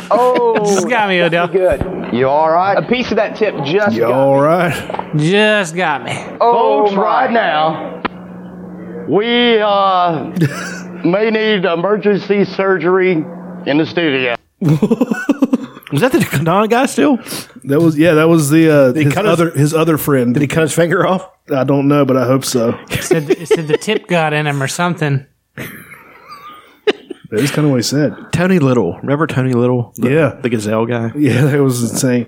Speaker 8: oh,
Speaker 2: Just got me, Odell.
Speaker 8: good. You all right? A piece of that tip just
Speaker 1: You
Speaker 8: got
Speaker 1: all right?
Speaker 2: Just got me.
Speaker 8: Oh, right now.
Speaker 9: We uh, may need emergency surgery in the studio.
Speaker 3: Was that the Kanan guy still?
Speaker 1: That was yeah. That was the uh,
Speaker 3: he
Speaker 1: his
Speaker 3: cut his-
Speaker 1: other his other friend.
Speaker 3: Did he cut his finger off?
Speaker 1: I don't know, but I hope so.
Speaker 2: Said, it said the tip got in him or something.
Speaker 1: That is kind of what he said.
Speaker 3: Tony Little. Remember Tony Little? The,
Speaker 1: Yeah.
Speaker 3: The gazelle guy?
Speaker 1: Yeah, that was insane.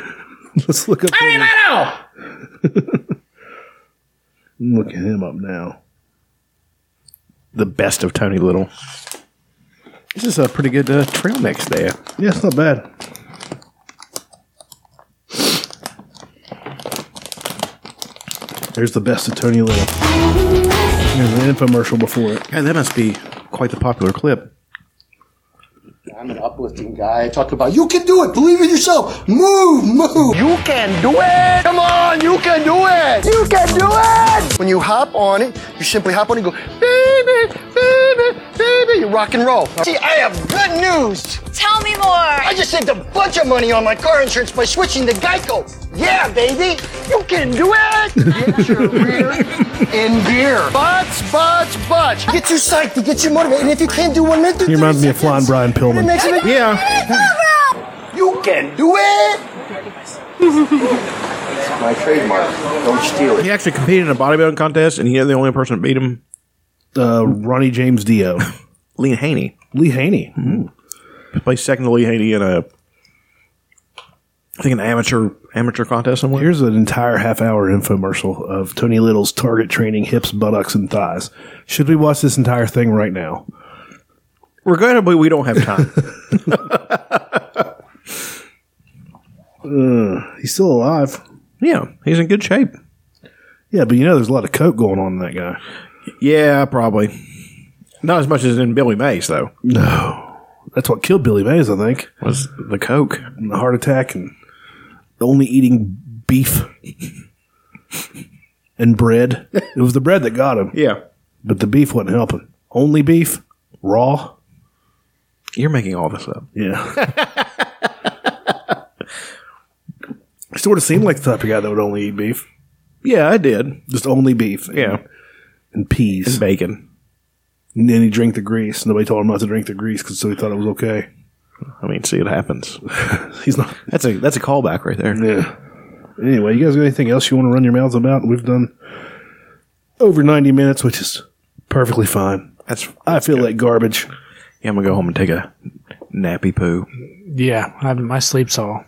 Speaker 1: Let's look up. Tony
Speaker 3: Little!
Speaker 1: I'm looking him up now.
Speaker 3: The best of Tony Little. This is a pretty good uh, trail mix there.
Speaker 1: Yeah, it's not bad. There's the best of Tony Little. There's an infomercial before it.
Speaker 3: And that must be quite the popular clip.
Speaker 11: I'm an uplifting guy. I talk about you can do it. Believe in yourself. Move, move. You can do it. Come on, you can do it. You can do it. When you hop on it, you simply hop on it and go, baby, baby, baby. You rock and roll. See, I have good news. Tell me more. I just saved a bunch of money on my car insurance by switching to Geico. Yeah, baby, you can do it. Get your rear in gear. Butts, butts, butts. Get you psyched to get you motivated. And if you can't do one minute, do
Speaker 1: He reminds me of Flying Brian Pillman.
Speaker 11: yeah. You can do it.
Speaker 9: My trademark. Don't steal
Speaker 3: He actually competed in a bodybuilding contest, and you know the only person that beat him?
Speaker 1: Uh, Ronnie James Dio.
Speaker 3: Lee Haney.
Speaker 1: Lee Haney.
Speaker 3: Placed second to Lee Haney in a, I think, an amateur amateur contest somewhere.
Speaker 1: Here's an entire half hour infomercial of Tony Little's target training hips, buttocks, and thighs. Should we watch this entire thing right now?
Speaker 3: Regrettably, we don't have time.
Speaker 1: Uh, he's still alive.
Speaker 3: Yeah, he's in good shape.
Speaker 1: Yeah, but you know there's a lot of coke going on in that guy.
Speaker 3: yeah, probably. Not as much as in Billy Mays, though.
Speaker 1: No. That's what killed Billy Mays, I think.
Speaker 3: Was the coke?
Speaker 1: And the heart attack and only eating beef and bread. It was the bread that got him,
Speaker 3: Yeah.
Speaker 1: but the beef wasn't helping. Only beef, raw.
Speaker 3: You're making all this up.
Speaker 1: Yeah. sort of seemed like the type of guy that would only eat beef.
Speaker 3: Yeah, I did.
Speaker 1: Just only beef.
Speaker 3: Yeah.
Speaker 1: And peas.
Speaker 3: And bacon.
Speaker 1: And then he drank the grease. Nobody told him not to drink the grease because so he thought it was okay.
Speaker 3: I mean, see, it happens.
Speaker 1: He's not.
Speaker 3: That's a that's a callback right there.
Speaker 1: Yeah. Anyway, you guys got anything else you want to run your mouths about? We've done over 90 minutes, which is perfectly fine.
Speaker 3: That's
Speaker 1: I feel like garbage.
Speaker 3: yeah. I'm gonna go home and take a nappy poo.
Speaker 2: Yeah, I, my sleep's all.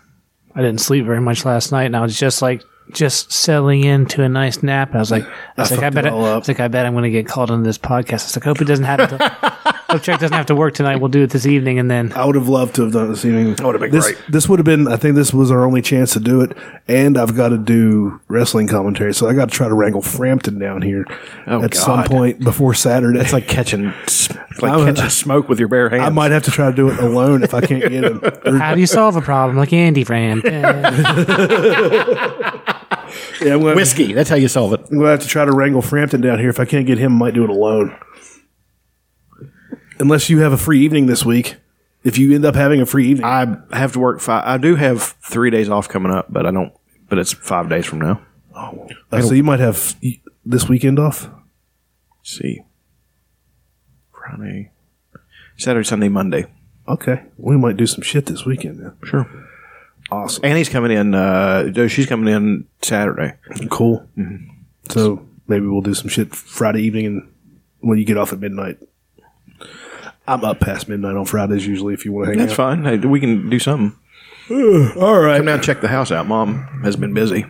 Speaker 2: I didn't sleep very much last night, and I was just like just settling into a nice nap. And I was like, I was like, I
Speaker 1: fucked
Speaker 2: bet,
Speaker 1: it
Speaker 2: I,
Speaker 1: all up.
Speaker 2: was like, I bet I'm going to get called on this podcast. I was like, hope it doesn't happen. To, hope Chuck doesn't have to work tonight. We'll do it this evening, and then
Speaker 1: I would have loved to have done this evening. That
Speaker 3: would have been
Speaker 1: this,
Speaker 3: great.
Speaker 1: This would have been, I think this was our only chance to do it. And I've got to do wrestling commentary. So I got to try to wrangle Frampton down here
Speaker 3: Oh,
Speaker 1: at some
Speaker 3: God.
Speaker 1: point before Saturday.
Speaker 3: It's like catching s- like
Speaker 1: I'm-
Speaker 3: catching smoke with your bare hands.
Speaker 1: I might have to try to do it alone if I can't get him.
Speaker 2: how do you solve a problem like Andy Fran? Eh.
Speaker 1: Yeah, I'm going to
Speaker 3: whiskey. That's how you solve it.
Speaker 1: I'm gonna have to try to wrangle Frampton down here. If I can't get him, I might do it alone. Unless you have a free evening this week. If you end up having a free evening,
Speaker 3: I have to work five. I do have three days off coming up, but I don't. But it's five days from now.
Speaker 1: Uh, so you might have this weekend off.
Speaker 3: Let's see, Friday, Saturday, Sunday, Monday.
Speaker 1: Okay, we might do some shit this weekend. Then.
Speaker 3: Sure.
Speaker 1: Awesome,
Speaker 3: Annie's coming in. Uh, no, she's coming in Saturday. Mm-hmm.
Speaker 1: cool. So maybe we'll do some shit Friday evening, and when you get off at midnight, I'm up past midnight on Fridays usually. If you want to hang
Speaker 3: That's
Speaker 1: out,
Speaker 3: fine. Hey, we can do something.
Speaker 1: all right.
Speaker 3: Come down and check the house out. Mom has been busy.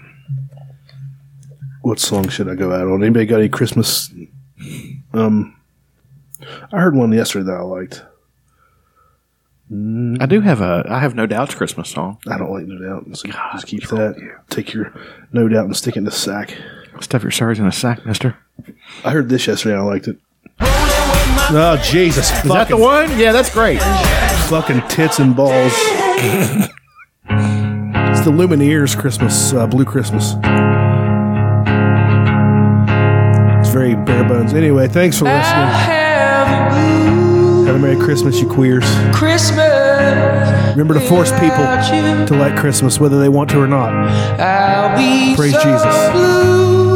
Speaker 1: what song should I go out on? Anybody got any Christmas? Um, I heard one yesterday that I liked.
Speaker 3: I do have a I have no doubts Christmas song.
Speaker 1: I don't like No Doubt, so just keep that. Take your No Doubt and stick it in the sack.
Speaker 3: Stuff your sorrows in a sack, Mister.
Speaker 1: I heard this yesterday. and I liked it. Oh Jesus! Is
Speaker 3: That the one? Yeah, that's great.
Speaker 1: Fucking tits and balls. it's the Lumineers Christmas, uh, Blue Christmas. It's very bare bones. Anyway, thanks for listening. Have a Merry Christmas, you queers.
Speaker 4: Christmas.
Speaker 1: Remember to force people
Speaker 4: without you.
Speaker 1: to like Christmas, whether they want to or not.
Speaker 4: I'll be
Speaker 1: Praise
Speaker 4: so
Speaker 1: Jesus.
Speaker 4: blue. oh,